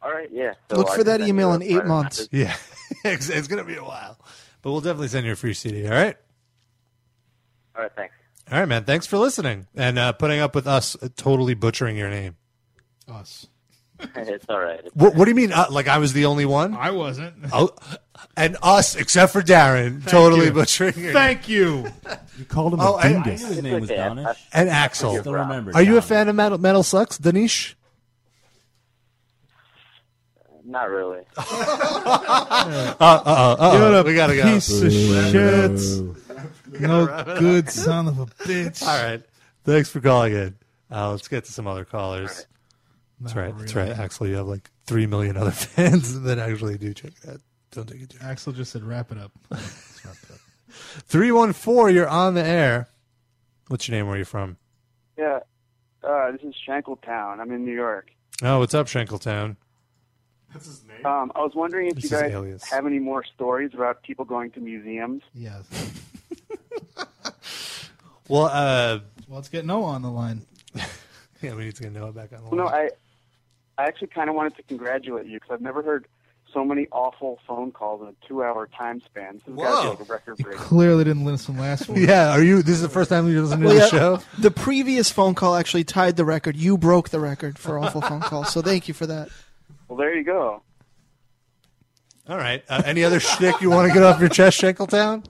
All right. Yeah.
Look
I
for that
can send
email
you
in
a
eight
private
months.
message.
Yeah, it's, it's gonna be a while, but we'll definitely send you a free CD. All right.
All right. Thanks.
All right, man. Thanks for listening and uh, putting up with us totally butchering your name.
Us.
it's all right. It's
What, what do you mean? Uh, like I was the only one?
I wasn't.
Oh, and us, except for Darren,
Thank
totally
you.
butchering your name.
Thank you.
You called him
Oh,
a
I- I
dingus.
knew his
name was Donish.
And
I
Axel.
still remember
Are you a
Donish.
fan of Metal, metal Sucks, Danish?
Not really.
Uh, uh, uh, uh,
You're a
we gotta go.
piece of Boo. shit. No good son of a bitch.
All right. Thanks for calling in. Uh, let's get to some other callers. That's right. That's right, Axel. You have like three million other fans that actually do check that. Don't take it.
Axel just said, "Wrap it up." Let's wrap it up.
Three one four. You're on the air. What's your name? Where are you from?
Yeah. Uh, this is Shankletown. I'm in New York.
Oh, what's up, Shankletown?
Um, I was wondering if
This
you
is
guys
Alias.
have any more stories about people going to museums.
Yes.
Well, uh,
Well, let's get Noah on the line.
yeah, we need to get Noah back on.
Well, no, I, I actually kind of wanted to congratulate you because I've never heard so many awful phone calls in a two-hour time span. This has got to be like a record breaker.
Clearly didn't listen last week.
Yeah, are you? This is the first time you're listening to
Well,
the
yeah,
show.
the previous phone call actually tied the record. You broke the record for awful phone calls, so thank you for that.
Well, there you go.
All right. Uh, any other shtick you want to get off your chest, Shankletown?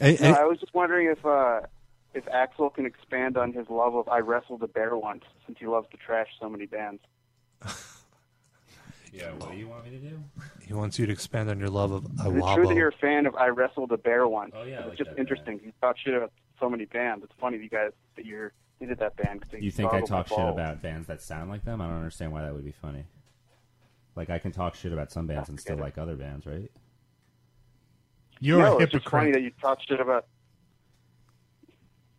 Hey, hey,
No, I was just wondering if uh, if Axel can expand on his love of "I Wrestled a Bear Once," since he loves to trash so many bands.
Yeah, what do you want me to do?
he wants you to expand on your love of I
Is it true that
wobble.
you're a fan of "I Wrestled a Bear Once"?
Oh, yeah, I
it's
like
just
that
interesting. You talk shit about so many bands. It's funny that you guys that you're you did that band. 'cause they
You think I
gargled my
talk shit
balls.
about bands that sound like them? I don't understand why that would be funny. Like I can talk shit about some bands and still like other bands, right?
no, It's just funny that you talk shit about.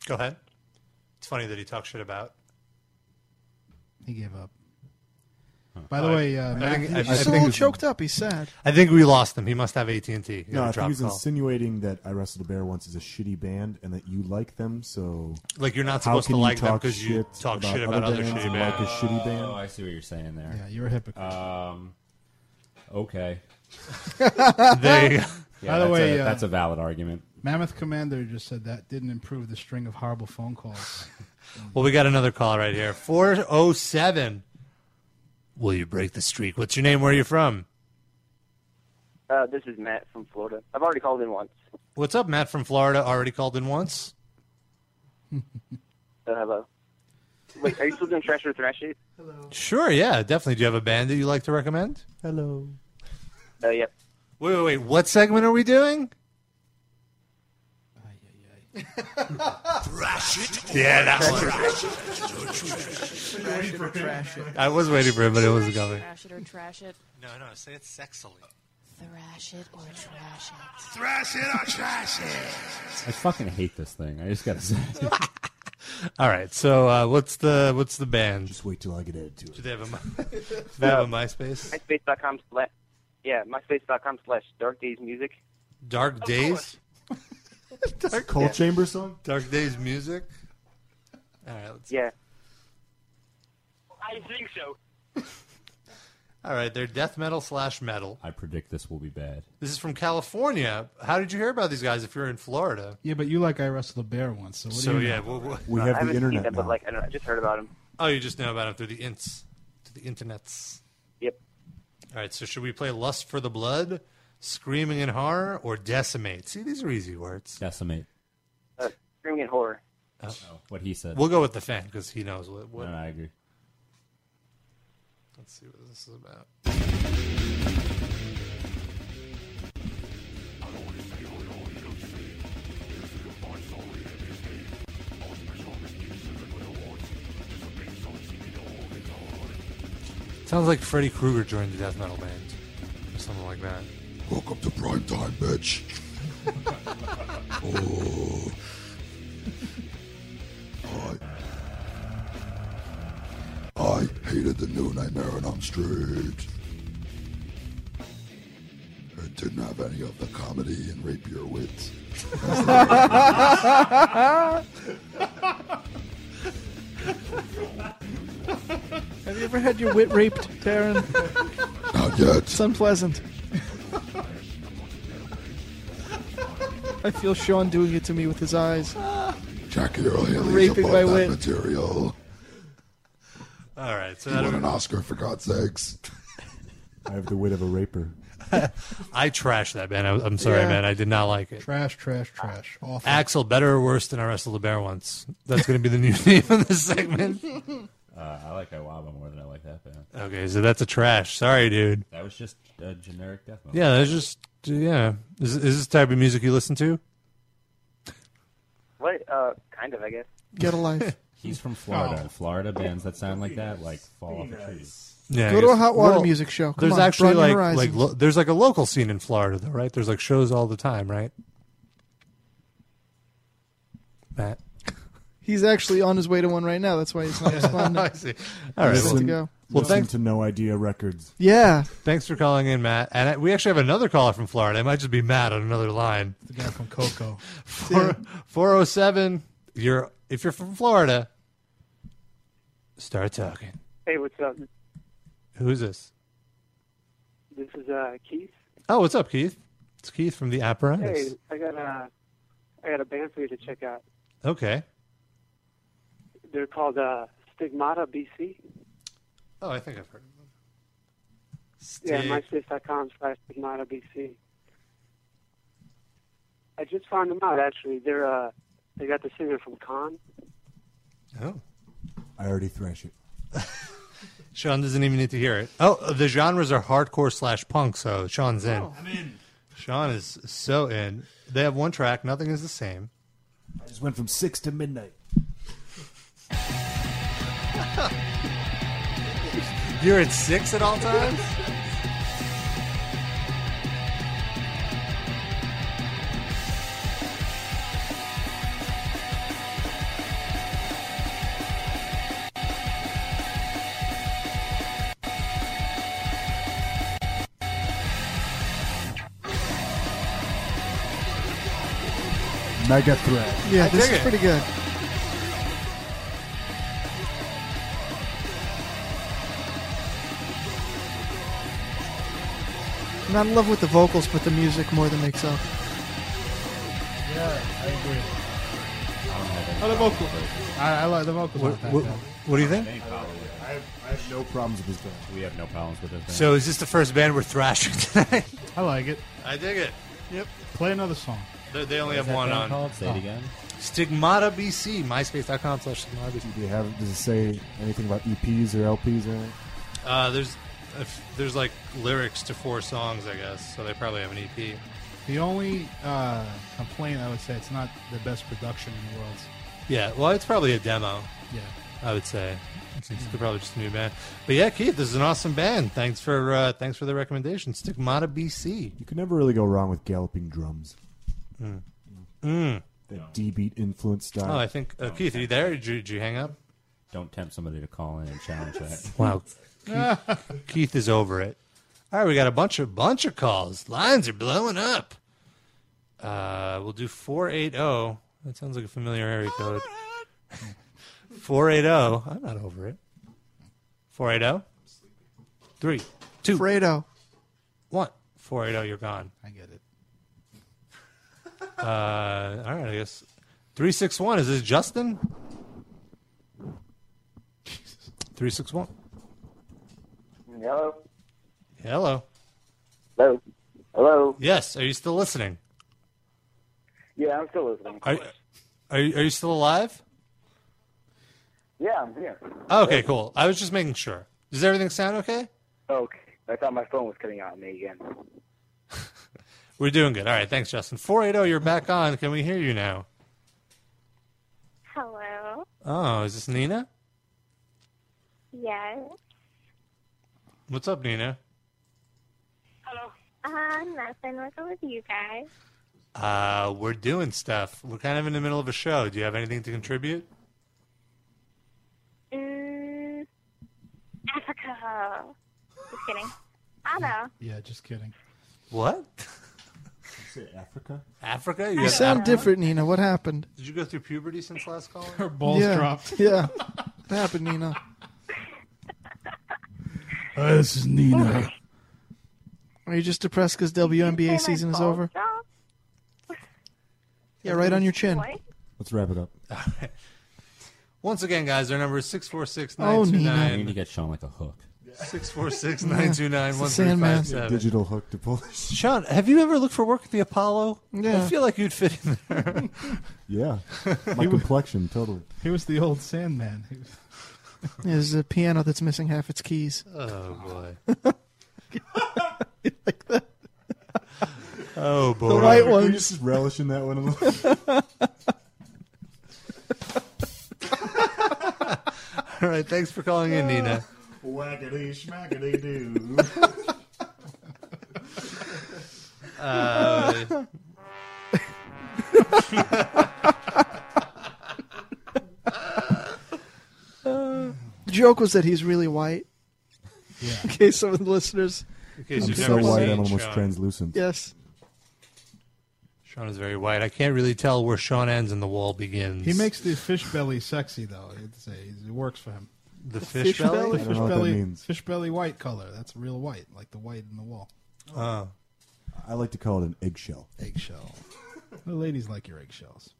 Go ahead. It's funny that he talks shit about.
He gave up. By the way, uh, Matt,
think-
he's
I
just a
think
little
it's-
choked up. He's sad.
I think we lost him. He must have AT and T.
No, I think he's insinuating that I Wrestled a Bear Once is a shitty band and that you like them, so.
Like, you're not
how
supposed to
can you
like them
talk
'cause you talk shit about other
bands
shitty
and Like a shitty band.
Oh, I see what you're saying there.
Yeah, you're a hypocrite.
Um, okay.
There you go.
Yeah,
By the
that's
way,
a,
uh,
that's a valid argument.
Mammoth Commander just said that didn't improve the string of horrible phone calls.
Well, we got another call right here. Four oh seven. Will you break the streak? What's your name? Where are you from?
Uh, this is Matt from Florida. I've already called in once.
What's up, Matt from Florida? Already called in once.
Uh, hello. Wait, are you still doing Trash or Thrash It?
Sure, yeah, definitely. Do you have a band that you like to recommend?
Hello.
Uh, yep.
Wait, wait, wait. What segment are we doing?
Thrash it.
Yeah, that one.
Thrash it.
Ready for trash it.
I was waiting for it, but it wasn't coming.
Thrash it or trash it.
No, no, say it sexily.
Thrash it or trash it.
Thrash it or trash it.
I fucking hate this thing. I just gotta say.
All right, so uh, what's the what's the band? Just wait till I get added to it. Do they have a, mi- do they have a
Uh,
MySpace?
MySpace.com slash. Yeah, MySpace.com slash Dark Days Music.
Dark Days. Dark
Cold Chamber song?
Dark Days music. All right, let's,
Yeah.
I think so.
all right. They're death metal slash metal.
I predict this will be bad.
This is from California. How did you hear about these guys? If you're in Florida,
yeah, but you like I wrestled a bear once, so what
so
do you
yeah,
know?
well, well-
I haven't seen them, but like I, don't know, I just heard about them.
Oh, you just know about them through the ints, through the internets.
Yep.
All right, so should we play Lust for the Blood, Screaming in Horror, or Decimate? See, these are easy words.
Decimate.
Uh, screaming in horror.
What he said.
We'll go with the fan because he knows what. what
No, no, I agree.
Let's see what this is about. Sounds like Freddy Krueger joined the death metal band, or something like that.
Welcome to prime time, bitch. oh. I, I hated the new Nightmare on Elm Street. It didn't have any of the comedy and rapier wits.
Have you ever had your wit raped, Darren?
Not yet.
It's unpleasant. I feel Sean doing it to me with his eyes.
Jackie Earl Haley's
Raping
above
my
that
wit.
material.
All right, so
He won an
that
Oscar for God's sakes.
I have the wit of a raper.
I trashed that band. I, I'm sorry,
Yeah.
man. I did not like it.
Trash, trash, trash. Awful.
Axel, better or worse than I wrestled a bear once? That's going to be the new name of this segment.
Uh, I like Iwaba more than I like that band.
Okay, so that's a trash. Sorry, dude.
That was just a generic death metal.
Yeah, that's just yeah. Is, is this the type of music you listen to?
What? Uh, kind of, I guess. Oh.
Get a life.
He's from Florida. Florida bands that sound like that like fall off a tree.
Yeah, I
Go to
guess-
a hot water
well,
music show. Come
there's
on,
actually
broaden your
like
horizons.
like lo- there's like a local scene in Florida though, right? There's like shows all the time, right? Matt.
He's actually on his way to one right now. That's why he's not responding.
I see. All right,
He needs
well-
to go.
Well,
Listen
thanks-
to No Idea Records.
Yeah.
Thanks for calling in, Matt. And I, we actually have another caller from Florida. It might just be Matt on another line.
The guy from Coco.
Four, 407 You're if you're from Florida, start talking.
Hey, what's up?
Who's this?
This is uh, Keith.
Oh, what's up, Keith? It's Keith from the Apparatus.
Hey, I got a, I got a band for you to check out.
Okay.
They're called uh, Stigmata BC.
Oh, I think I've heard.
Yeah, myspace.com slash Stigmata BC. I just found them out actually. They're uh, they got the singer from Con.
I already thrash it.
Sean doesn't even need to hear it. Oh, the genres are hardcore slash punk, so Sean's Oh, in.
I'm in.
Sean is so in. They have one track. Nothing is the same. I just went from six to midnight. You're at six at all times.
Mega threat.
Yeah,
I
this
dig
is
it.
pretty good. I'm not in love with the vocals, but the music more than makes up.
Yeah, I agree.
Oh,
the vocal. I, I like the vocals. aren't that
What,
bad.
what do you think?
I have, I have no problems with this band.
We have no problems with this band.
So is this the first band we're thrashing tonight?
I like it.
I dig it.
Yep. Play another song.
They, they only have
What is that
one
band
on.
called? Say it
Oh.
again.
Stigmata BC, myspace.com slash stigmata BC.
Do you have? Does it say anything about EPs or LPs or anything?
Uh, there's if, there's like lyrics to four songs, I guess. So they probably have an E EP.
The only uh, complaint I would say it's not the best production in the world.
Yeah, well, it's probably a demo.
Yeah.
I would say it's, it's probably just a new band. But yeah, Keith, this is an awesome band. Thanks for uh, thanks for the recommendation. Stigmata BC.
You can never really go wrong with galloping drums.
Mm. Mm.
That D beat influence style.
Oh, I think uh, Keith, are you there? Did you, did you hang up?
Don't tempt somebody to call in and challenge that.
Wow. Keith, Keith is over it. All right, we got a bunch of bunch of calls. Lines are blowing up. Uh, we'll do four eight zero. That sounds like a familiar area code. Four eight zero. I'm not over it. Four eight zero. Three, two,
Fredo.
one. Four eight zero. You're gone. oh. I get it. Uh, all right. I guess three six one. Is this Justin? Three six one.
Hello.
Hello.
Hello. Hello.
Yes. Are you still listening?
Yeah, I'm still listening.
Are, are, you, are you still alive? Oh,
Yeah, I'm here.
Okay, cool. I was just making sure. Does everything sound okay?
Okay. I thought my phone was cutting out on me again.
We're doing good. All right. Thanks, Justin. 480, you're back on. Can we hear you now?
Hello.
Oh, is this Nina?
Yes.
What's up, Nina?
Uh, nothing. What's up with you guys?
Uh, we're doing stuff. We're kind of in the middle of a show. Do you have anything to contribute?
Mm, Africa. Just kidding. I don't know.
Yeah, just kidding.
What?
Africa?
Africa?
You
got
sound
Africa?
different, Nina. What happened?
Did you go through puberty since last call?
Her balls
yeah.
dropped.
Yeah. What happened, Nina? Oh,
Hi, this is Nina.
Are you just depressed because WNBA season is over? Yeah, right on your chin.
Let's wrap it up.
Once again, guys, our number is 646
Oh,
We need to
929
get Sean like a hook.
646 929 1357.
Digital hook to push.
Sean, have you ever looked for work at the Apollo?
Yeah.
I feel like you'd fit in there.
Yeah. My complexion, totally.
He was the old Sandman. He was-
Yeah, There's a piano that's missing half its keys.
Uh.
Oh
boy.
Oh boy.
The white
Can we
ones.
just relish in that one a little?
All right, thanks for calling in, Nina.
Wackity schmackity doo.
Uh,
the joke was that he's really white. Yeah. In case some of the listeners.
In
I'm so white, I'm almost translucent.
Yes.
Sean is very white. I can't really tell where Sean ends and the wall begins.
He makes the fish belly sexy, though. I'd say it works for him.
The The fish fish belly? belly?
The
I
fish
don't know what that
belly,
means.
fish belly white color. That's real white, like the white in the wall.
Oh.
I like to call it an eggshell.
Eggshell. the ladies like your eggshells.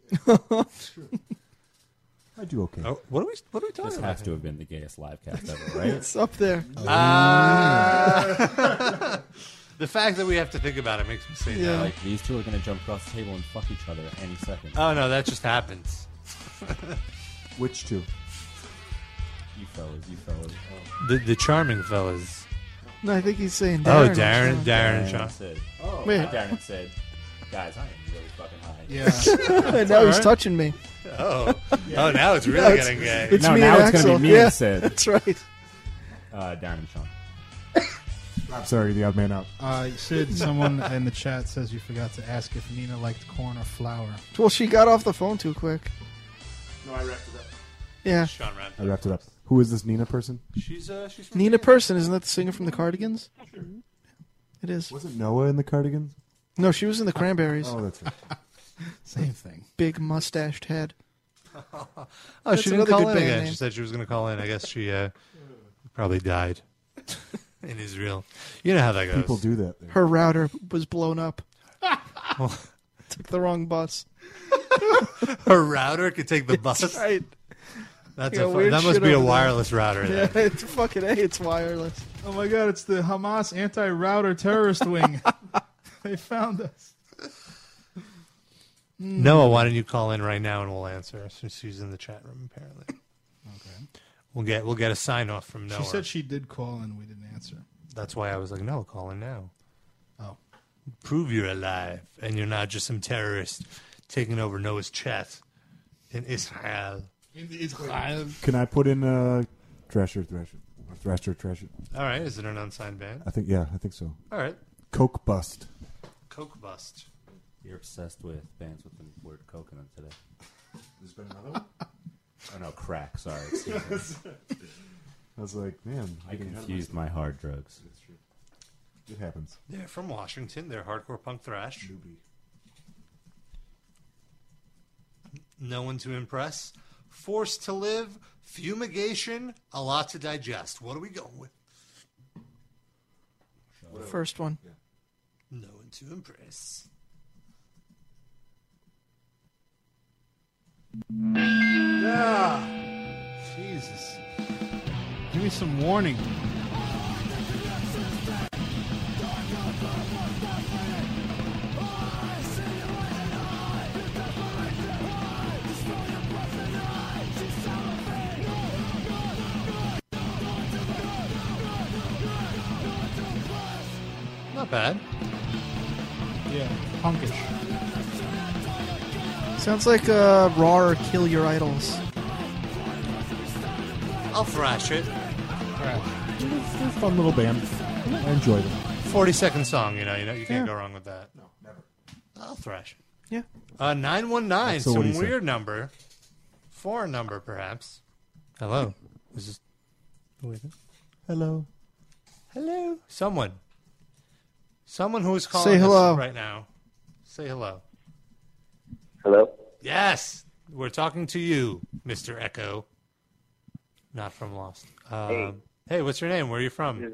I do okay.
Oh, what are we? What are we talking
This
about
has
here?
to have been the gayest live cast ever, right?
It's up there.
Oh.
Uh, the fact that we have to think about it makes me say that.
Like these two are gonna jump across the table and fuck each other any second.
oh no, that just happens.
Which two?
You fellas, you fellas. Oh.
The the charming fellas.
No, I think he's saying
Oh,
Darren. or
Darren,
something.
Darren, and Sean.
said.
Oh.
Wait.
Wait.
Darren said, "Guys, I am really fucking high."
Yeah. now he's touching me.
Oh. Oh, now it's really
Now
getting gay.
It's
No,
me
now
and
it's gonna be
Axel.
me and Sid.
yeah, That's right.
Uh, Darren and Sean.
I'm sorry, the odd man out.
Uh, Sid, someone in the chat says you forgot to ask if Nina liked corn or flour.
Well, she got off the phone too quick.
No, I wrapped it up.
Yeah.
Sean wrapped.
I wrapped it up. Who is this Nina person?
She's uh, she's from
Nina Person, isn't that the singer from the Cardigans? It is.
Noah in the Cardigans.
No, she was in the Cranberries.
Oh, that's right.
Same thing.
Big mustached head.
Oh,
That's
she didn't
another
call
good
in
band
again.
name.
She said she was going to call in. I guess she uh, probably died in Israel. You know how that goes.
People do that.
Her router was blown up. Took the wrong bus.
Her router could take the bus.
That's right.
That's
Yeah,
a fu-
weird
that must
shit
be a
over there.
wireless router.
Yeah,
Then.
it's fucking a. It's wireless.
Oh my god, it's the Hamas anti-router terrorist wing. they found us. Hmm.
Noah, why don't you call in right now and we'll answer since she's in the chat room apparently.
Okay.
We'll get we'll get a sign off from Noah.
She said she did call and we didn't answer.
That's why I was like, no, call in now.
Oh.
Prove you're alive and you're not just some terrorist taking over Noah's chat in Israel.
In Israel.
Can I put in uh, Thrasher, Thrasher, or Thrasher, Thrasher?
All right, is it an unsigned band?
I think yeah, I think so.
All right.
Coke bust.
Coke Bust.
You're obsessed with bands with the word coke in them today.
There's been another one.
Oh no, crack. Sorry. excuse me.
I was like, man,
I confused my hard drugs.
It happens.
They're from Washington. They're hardcore punk thrash. No one to impress. Forced to live. Fumigation. A lot to digest. What are we going with?
First one.
No one to impress.
Jesus. Give me some warning.
Not bad.
Yeah, punkish.
Sounds like uh, Raw or Kill Your Idols.
I'll thrash it.
They're a fun little band. I enjoy them.
Forty-second song. You know. You know. You can't
Yeah.
go wrong with that. No, never. I'll thrash it.
Yeah.
Uh, nine one nine.
So what do
Some
you say?
weird number. Foreign number, perhaps. Hello. Is this?
Hello.
Hello. Someone. Someone who is calling
Say
us
hello.
right now. Say hello.
Hello?
Yes, we're talking to you, Mr. Echo. Not from Lost. Um, hey.
Hey.
what's your name? Where are you from?
This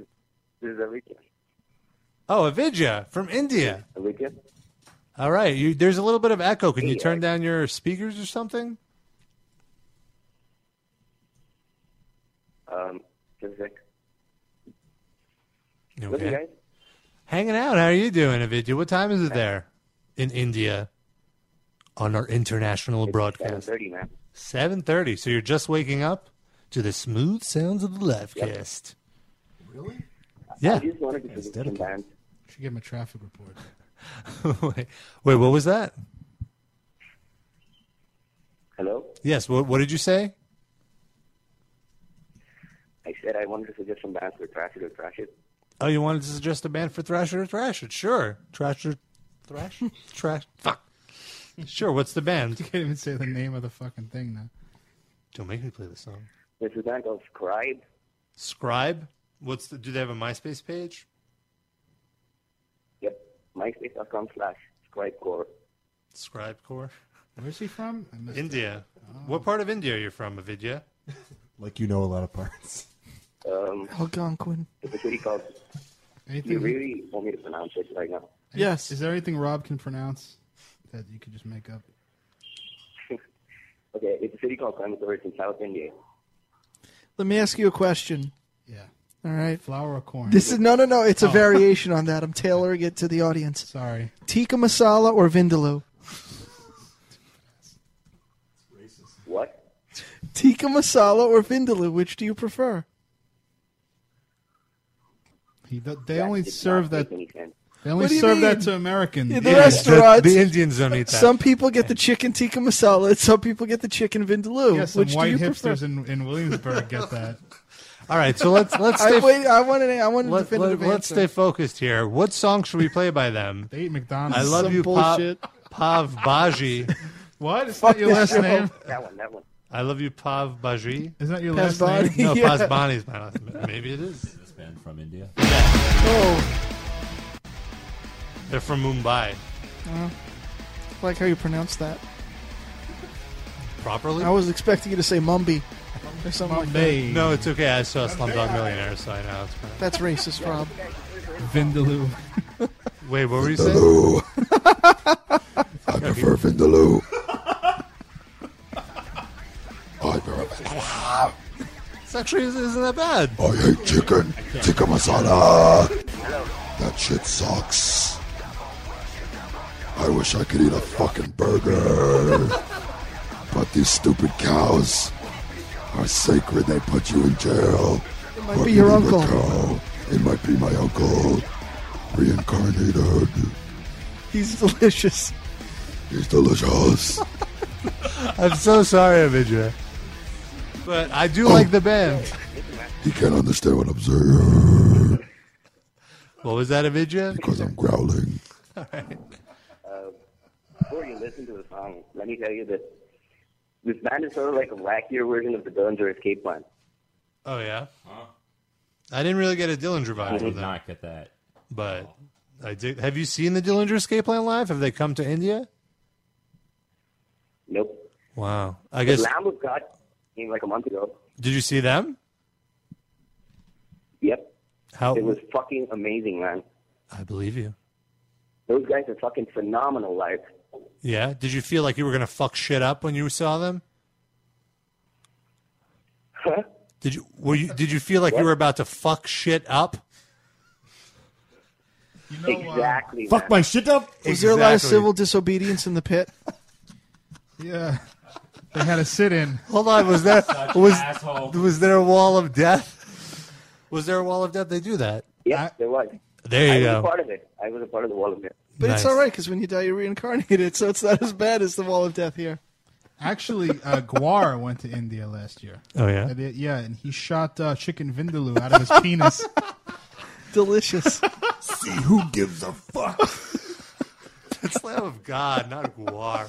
is Avika.
Oh, Avidya from India.
Avika?
All right, you, there's a little bit of echo. Can you
Hey,
turn down your speakers or something?
Um, just a sec.
You
What's up,
okay?
guys?
Hanging out. How are you doing, Avidya? What time is it there in India on our international broadcast?
7.30, man.
Seven thirty. So you're just waking up to the smooth sounds of the live
Yep.
cast.
Really?
Yeah.
I just wanted to visit some bands.
Should give him a traffic report.
wait, wait, what was that?
Hello?
Yes. What, what did you say?
I said I wanted to suggest some bands for Trash It or Trash It.
Oh, you wanted to suggest a band for Thrasher or Thrash it? Sure. Thrasher, Thrash, Trash. Fuck. Sure. What's the band?
You can't even say the name of the fucking thing now.
Don't make me play the song.
There's a band called Scribe.
Scribe. What's the? Do they have a MySpace page?
Yep. MySpace.com slash Scribe Core.
Scribe Corps.
Where's he from?
India. What part of India are you from, Avidya?
Like you know a lot of parts.
Um,
Algonquin.
it's a city called.
Anything?
You really want me to pronounce it right now?
Yes.
Is there anything Rob can pronounce that you could just make up?
Okay, it's a city called Coimbatore. It's in South India.
Let me ask you a question.
Yeah.
All right.
Flour or corn?
This is no, no, no. It's a
Oh.
variation on that. I'm tailoring it to the audience.
Sorry.
Tikka masala or vindaloo?
What?
Tikka masala or vindaloo? Which do you prefer?
He, th- they only serve that. They only
What do you
serve that
mean?
to Americans.
In the restaurants, Some
Some
people get the chicken tikka masala, and some people get the chicken vindaloo.
yeah, some
Which do
white
you
hipsters
prefer?
in, in Williamsburg get that.
All right, so let's let's
I,
stay,
wait, I want an, I want a
let,
definitive
us
answer.
stay focused here. What song should we play by them?
They eat McDonald's.
I love
Some
you,
bullshit.
Pav, Pav Baji.
What? It's
Fuck
not your
this
last
show.
name.
That one. That one.
I love you, Pav Baji.
Is that your
last
Pasbani?
name?
No,
Yeah.
Pasbani is my last name. Maybe it is.
This band from India.
Oh,
They're from Mumbai.
uh, like how you pronounce that.
Properly?
I was expecting you to say mumby or something like that.
No, it's okay. I saw Slumdog Millionaire, so I know it's fine.
That's racist, Rob.
Vindaloo.
Wait, what were you
Vindaloo.
saying?
I prefer Vindaloo. I prefer
It's actually isn't that bad.
I hate chicken. Tikka masala. That shit sucks. I wish I could eat a fucking burger. but these stupid cows are sacred. They put you in jail.
It
Or
might be your
eating a
uncle.
cow. It might be my uncle. Reincarnated.
He's delicious.
He's delicious.
I'm so sorry, Avidya. But I do like the band.
Oh. He can't understand what I'm saying.
What was that, Avidya?
Because I'm growling.
All right.
Uh, before you listen to the song, let me tell you that this band is sort of like a wackier version of the Dillinger Escape Plan.
Oh yeah. I didn't really get a Dillinger vibe.
I did
from them,
not get that.
But I did. Have you seen the Dillinger Escape Plan live? Have they come to India?
Nope.
Wow. I guess.
Lamb of God came like a month ago.
Did you see them?
Yep.
How?
It was fucking amazing, man.
I believe you.
Those guys are fucking phenomenal live.
Yeah. Did you feel like you were gonna fuck shit up when you saw them?
Huh?
Did you? Were you? Did you feel like you were about to fuck shit up?
exactly. man.
up.
Was there a lot of
Exactly.
civil disobedience in the pit?
Yeah. They had a sit in.
Hold on, was there
Such
was
asshole.
was there a wall of death? Was there a wall of death? They do that.
Yeah, there was.
There you
I was
go.
a part of it. I was a part of the wall of it.
But it's all right because when you die, you're reincarnated, so it's not as bad as the wall of death here.
Actually, uh, Guar went to India last year.
Oh, yeah?
And it- yeah, and he shot uh, chicken vindaloo out of his penis.
Delicious.
See who gives a fuck.
It's Lamb of God, not Guar.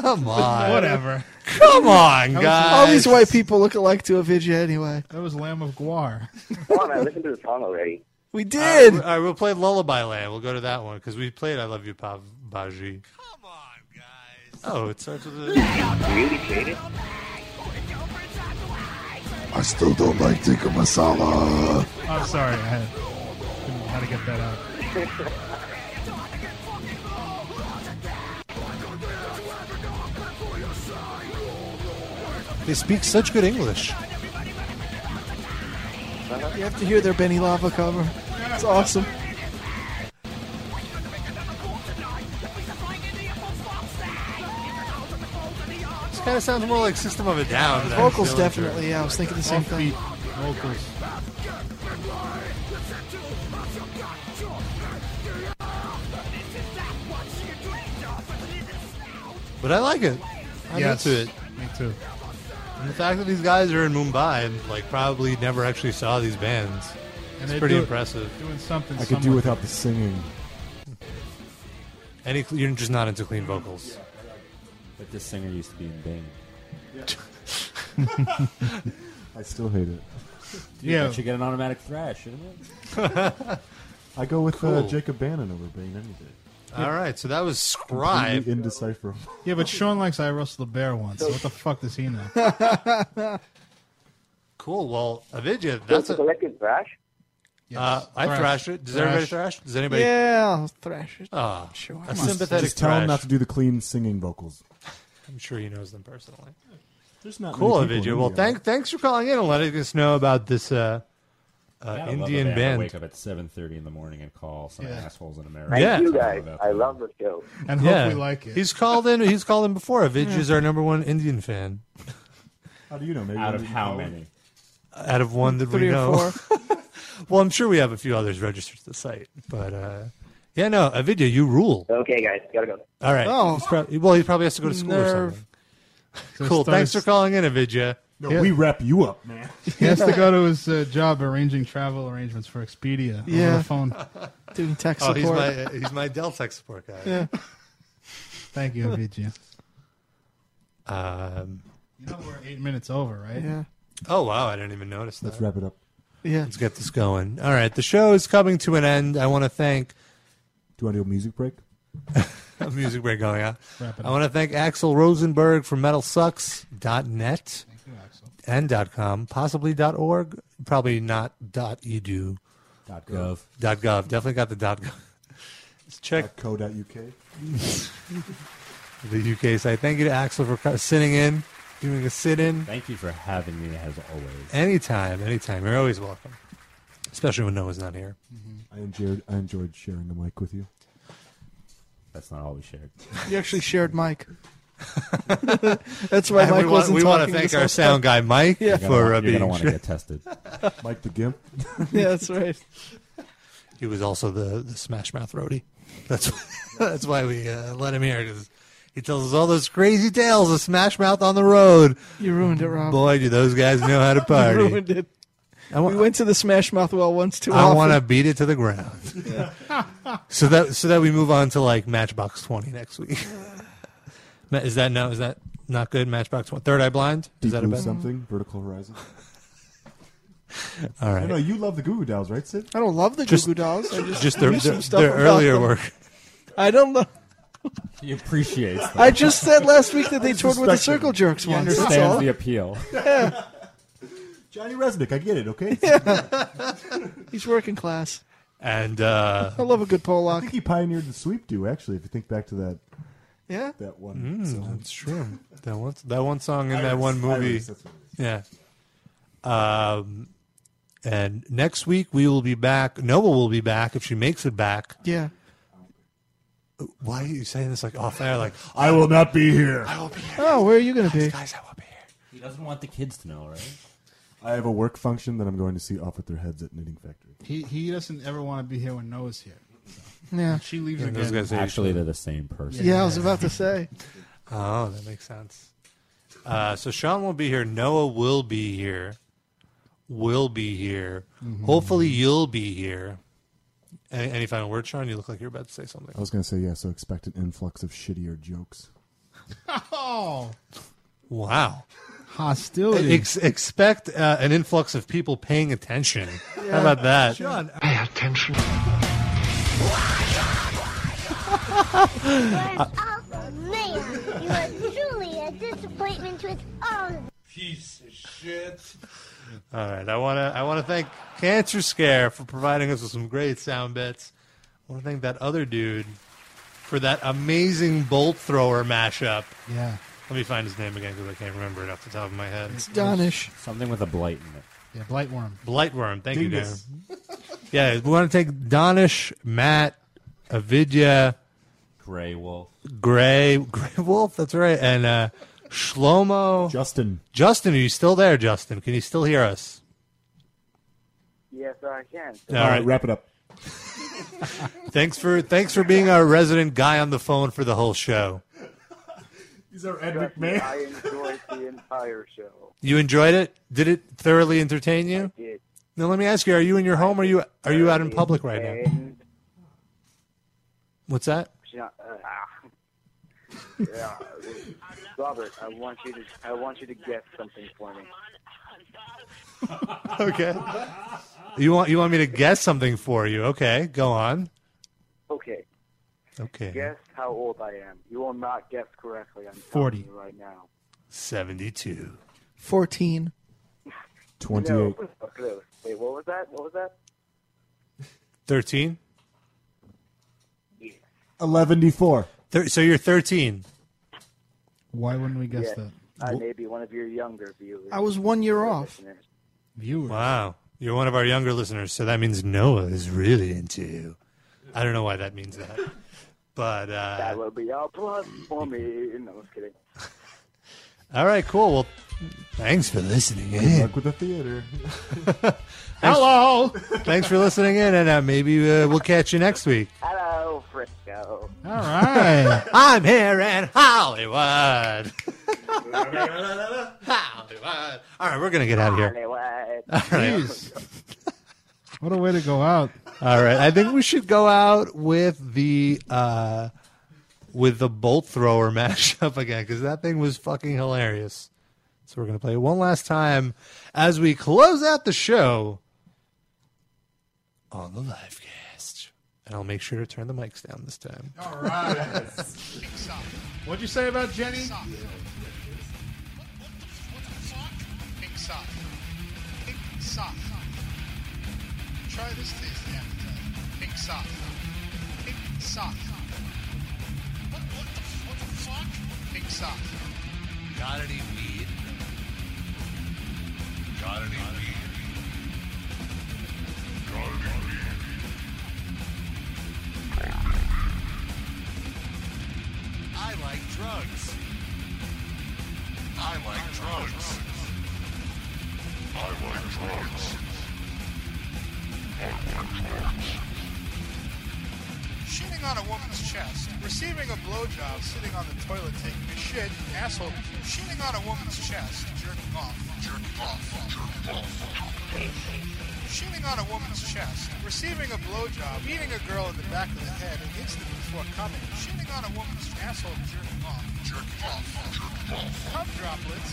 Come on.
Whatever.
Come on,
That was-
guys.
All these white people look alike to Avidya anyway.
That was Lamb of Guar.
Come on, I listened to the song already.
We
did. all right, we'll play Lullaby Land. We'll go to that one because we played I Love You, Pav Baji. Come on, guys. Oh, it starts with a.
Really played it?
I still don't like tikka masala.
I'm sorry, I had, didn't know how to get that out.
They speak such good English.
You have to hear their Benny Lava cover. It's awesome.
This kind of sounds more like System of a Down. than
Vocals
Dillinger.
definitely. Yeah, I was thinking the same thing.
Vocals.
But I like it. I'm
Yes,
into it.
Me too.
And the fact that these guys are in Mumbai and like probably never actually saw these bands,
And
it's
they
pretty
do-
impressive.
Doing something.
I could do
somewhat-
without the singing.
Any, you're just not into clean vocals.
But this singer used to be in Bane.
I still hate it.
Dude,
Yeah.
yeah. That should get an automatic thrash, shouldn't it?
I go with uh,
Cool.
Jacob Bannon over Bane any day.
All right, so that was Scribe.
Indecipherable.
Yeah, but Sean likes I wrestled a bear once. So what the fuck does he know?
Cool. Well, Avidya,
So
that's
it's a
a.
collective thrash.
Uh, I
Thrash.
thrashed it. Does
Thrash.
everybody thrash? Does anybody?
Yeah, I'll thrash it.
Ah,
Sure, why
A
not?
sympathetic
Just tell him
thrash.
not to do the clean singing vocals.
I'm sure he knows them personally.
There's not
cool,
many people
Avidya.
in
Well,
India.
thank, thanks for calling in and letting us know about this uh, uh,
God, I love
Indian
that I
band.
Wake up at seven thirty in the morning and call some
Yeah.
assholes in America.
Thank Yeah. you,
Tell them
guys.
about
I
them.
love the show.
And hope we like it.
He's called in. He's called in before. Avidya is
Yeah.
our number one Indian fan.
How do you know? Maybe
Out
you
of
didn't
how
call
many?
it?
uh, Out of one that
Three
we
or
know. well, I'm sure we have a few others registered to the site, but uh, yeah, no, Avidya, you rule.
Okay, guys, gotta go.
All right.
Oh.
He's prob- well, he probably has to go to school or
Nerve.
something.
So
cool.
it
Thanks for
starts-
calling in, Avidya.
No, we wrap you up, man.
He has to go to his uh, job arranging travel arrangements for Expedia over the phone.
Doing tech
oh, he's
support.
my he's my Dell tech support guy.
Yeah.
Thank you, Avidya.
Um,
You know we're eight minutes over, right? Uh,
Yeah.
Oh wow, I didn't even notice that.
Let's wrap it up.
Yeah.
Let's get this going. All right, the show is coming to an end. I want to thank.
Do you want to do a music break?
a music break going on.
Wrap it
I want to thank Axel Rosenberg from MetalSucks.net and dot .com, possibly dot .org, probably not dot .edu.
Dot gov.
Dot .gov. Definitely got the dot .gov. Let's
Uh,
check
Co.uk.
the UK site. Thank you to Axel for co- sitting in, doing a sit-in.
Thank you for having me as always.
Anytime, anytime. You're always welcome, especially when Noah's not here.
Mm-hmm. I enjoyed I enjoyed sharing the mic with you.
That's not all we shared.
You actually shared Mike. That's why
And we
Mike
want-
wasn't
we wanna
talking.
thank
this
our
whole
sound
time.
guy, Mike,
Yeah.
for, uh, being-
tested.
Mike the Gimp.
yeah, that's right.
He was also the, the Smash Mouth roadie. That's that's why we uh, let him here because he tells us all those crazy tales of Smash Mouth on the road.
You ruined it, Rob.
Boy, do those guys know how to
You
party!
ruined it. we went to the Smash Mouth well once too
I
often.
want to beat it to the ground. So that so that we move on to like Matchbox Twenty next week. Ma- is that no? Is that not good? Matchbox One, Third Eye Blind. Is
Deep
that a
Blue
bet?
something? Vertical Horizon.
All right.
No, no, you love the Goo Goo Dolls, right, Sid?
I don't love the
Just-
Goo Goo Dolls. I just,
just their-
knew some
their-
stuff
their
about
earlier
them.
work.
I don't know.
He appreciates that.
I just said last week that they toured with the
respected.
Circle Jerks
He
once. that's
understands
all.
the appeal.
Yeah.
Johnny Resnick, I get it, okay?
He's working class.
And uh,
I love a good
I
Pollock.
think he pioneered the sweep do, actually, if you think back to that
Yeah.
that one.
Mm,
song.
That's true. That one, that one song in that
Iris,
one movie.
Iris, that's what
yeah. Um, and next week we will be back. Noah will be back if she makes it back.
Yeah.
Why are you saying this like off air? Like
I will not be here.
I will be here.
Oh, where are you going to be?
Guys, I will be
He doesn't want the kids to know, right?
I have a work function that I'm going to see off with their heads at Knitting Factory.
He he doesn't ever want to be here when Noah's here.
Yeah.
She leaves
Yeah,
again.
those guys hate
Actually, they're the same person.
Yeah, I was about to say.
Oh, that makes sense. Uh, so Sean will be here. Noah will be here. Will be here. Hopefully, you'll be here. Any, any final words, Sean? You look like you're about to say something.
I was going to say, yeah, so expect an influx of shittier jokes.
Oh,
Wow.
hostility.
Ex- expect uh, an influx of people paying attention. How about that?
Sean,
pay attention.
You're an awful oh, man. You are truly a disappointment to us all.
Piece of shit.
All right, I want to I want to thank Cancer Scare for providing us with some great sound bits. I want to thank that other dude for that amazing bolt thrower mashup.
Yeah.
Let me find his name again because I can't remember it off the top of my head.
Donish.
Something with a blight in it.
Yeah, Blightworm.
Blightworm. Thank
Dingus.
you, Dan. yeah, we want to take Donish, Matt, Avidya,
Gray wolf.
Gray, Gray Wolf. That's right, and uh, Shlomo.
Justin.
Justin, are you still there? Justin, can you still hear us?
Yes, I can.
All right.
wrap it up.
Thanks for thanks for being our resident guy on the phone for the whole show.
These are
Trust me, I enjoyed the entire show.
You enjoyed it? Did it thoroughly entertain you?
did.
Now let me ask you: Are you in your home? Or are you are you out in public right now?
And
What's that?
Yeah, uh, ah. yeah. Robert, I want you to I want you to get something for me.
Okay. You want you want me to guess something for you? Okay, go on.
Okay.
Okay.
Guess how old I am. You will not guess correctly. I'm telling
40.
you right now.
72.
14.
Twenty-eight,
No, close. Wait, what was that? What was that?
thirteen,
eleven four.
Thir- so you're 13.
Why wouldn't we guess
yeah.
that?
I may be one of your younger viewers.
I was one year off.
Viewers.
Wow. You're one of our younger listeners, so that means Noah is really into you. I don't know why that means that. But uh,
That will be all plus for me. No, I was kidding.
all right, cool. Well, thanks for listening
Good
in.
luck with the theater.
Hello. thanks for listening in, and uh, maybe uh, we'll catch you next week.
Hello, Frisco. All
right. I'm here in Hollywood. Hollywood. All right, we're gonna get out of here. All right.
What a way to go out.
All right. I think we should go out with the uh, with the bolt thrower mashup again because that thing was fucking hilarious. So we're gonna play it one last time as we close out the show on the live cast. And I'll make sure to turn the mics down this time.
All right. What'd you say about Jenny?
Pink sock. Pink sock. Try this taste after. Pink sock. Pink sock. What, what, the, what the fuck? Pink sock.
Got any weed?
Got any weed?
I like drugs.
I like drugs. I like drugs. Shitting on a woman's chest, receiving a blowjob, sitting on the toilet taking a shit, asshole. Shitting on a woman's chest, jerking off, jerking off, jerking off. Shitting on a woman's chest, receiving a blowjob, beating a girl in the back of the head and instantly before coming. Shitting on a woman's asshole, jerking off, jerking off, jerking off. Cum droplets,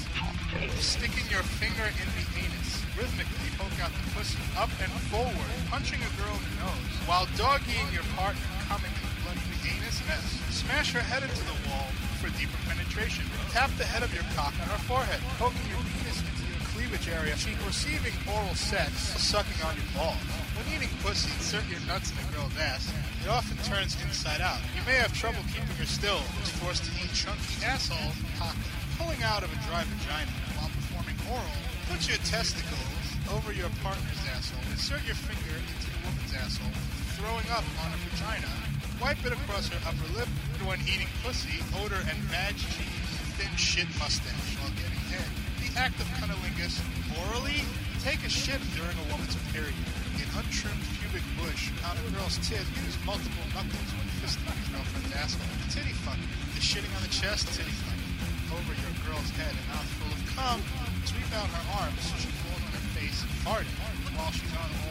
sticking your finger in the anus, rhythmically poke out the pussy, up and forward, punching a girl in the nose, while doggying your partner, coming in the bloody anus mess. Smash her head into the wall for deeper penetration. Tap the head of your cock on her forehead, poking your penis into your cleavage area, cheek receiving oral sex, sucking on your balls. When eating pussy, insert your nuts in a girl's ass. It often turns inside out. You may have trouble keeping her still, is forced to eat chunky asshole cock. Pulling out of a dry vagina while performing oral, put your testicles over your partner's asshole, insert your finger into the woman's asshole, throwing up on her vagina, wipe it across her upper lip, and when eating pussy, odor and badge cheese, thin shit mustache while getting head. The act of cunnilingus orally, take a shit during a woman's period. An untrimmed pubic bush on a girl's tit, use multiple knuckles when fisting your girlfriend's asshole. Titty fucking. The shitting on the chest, titty fucking. Over your girl's head, a mouthful of cum, sweep out her arms, she falls on her face, farting while she's on oral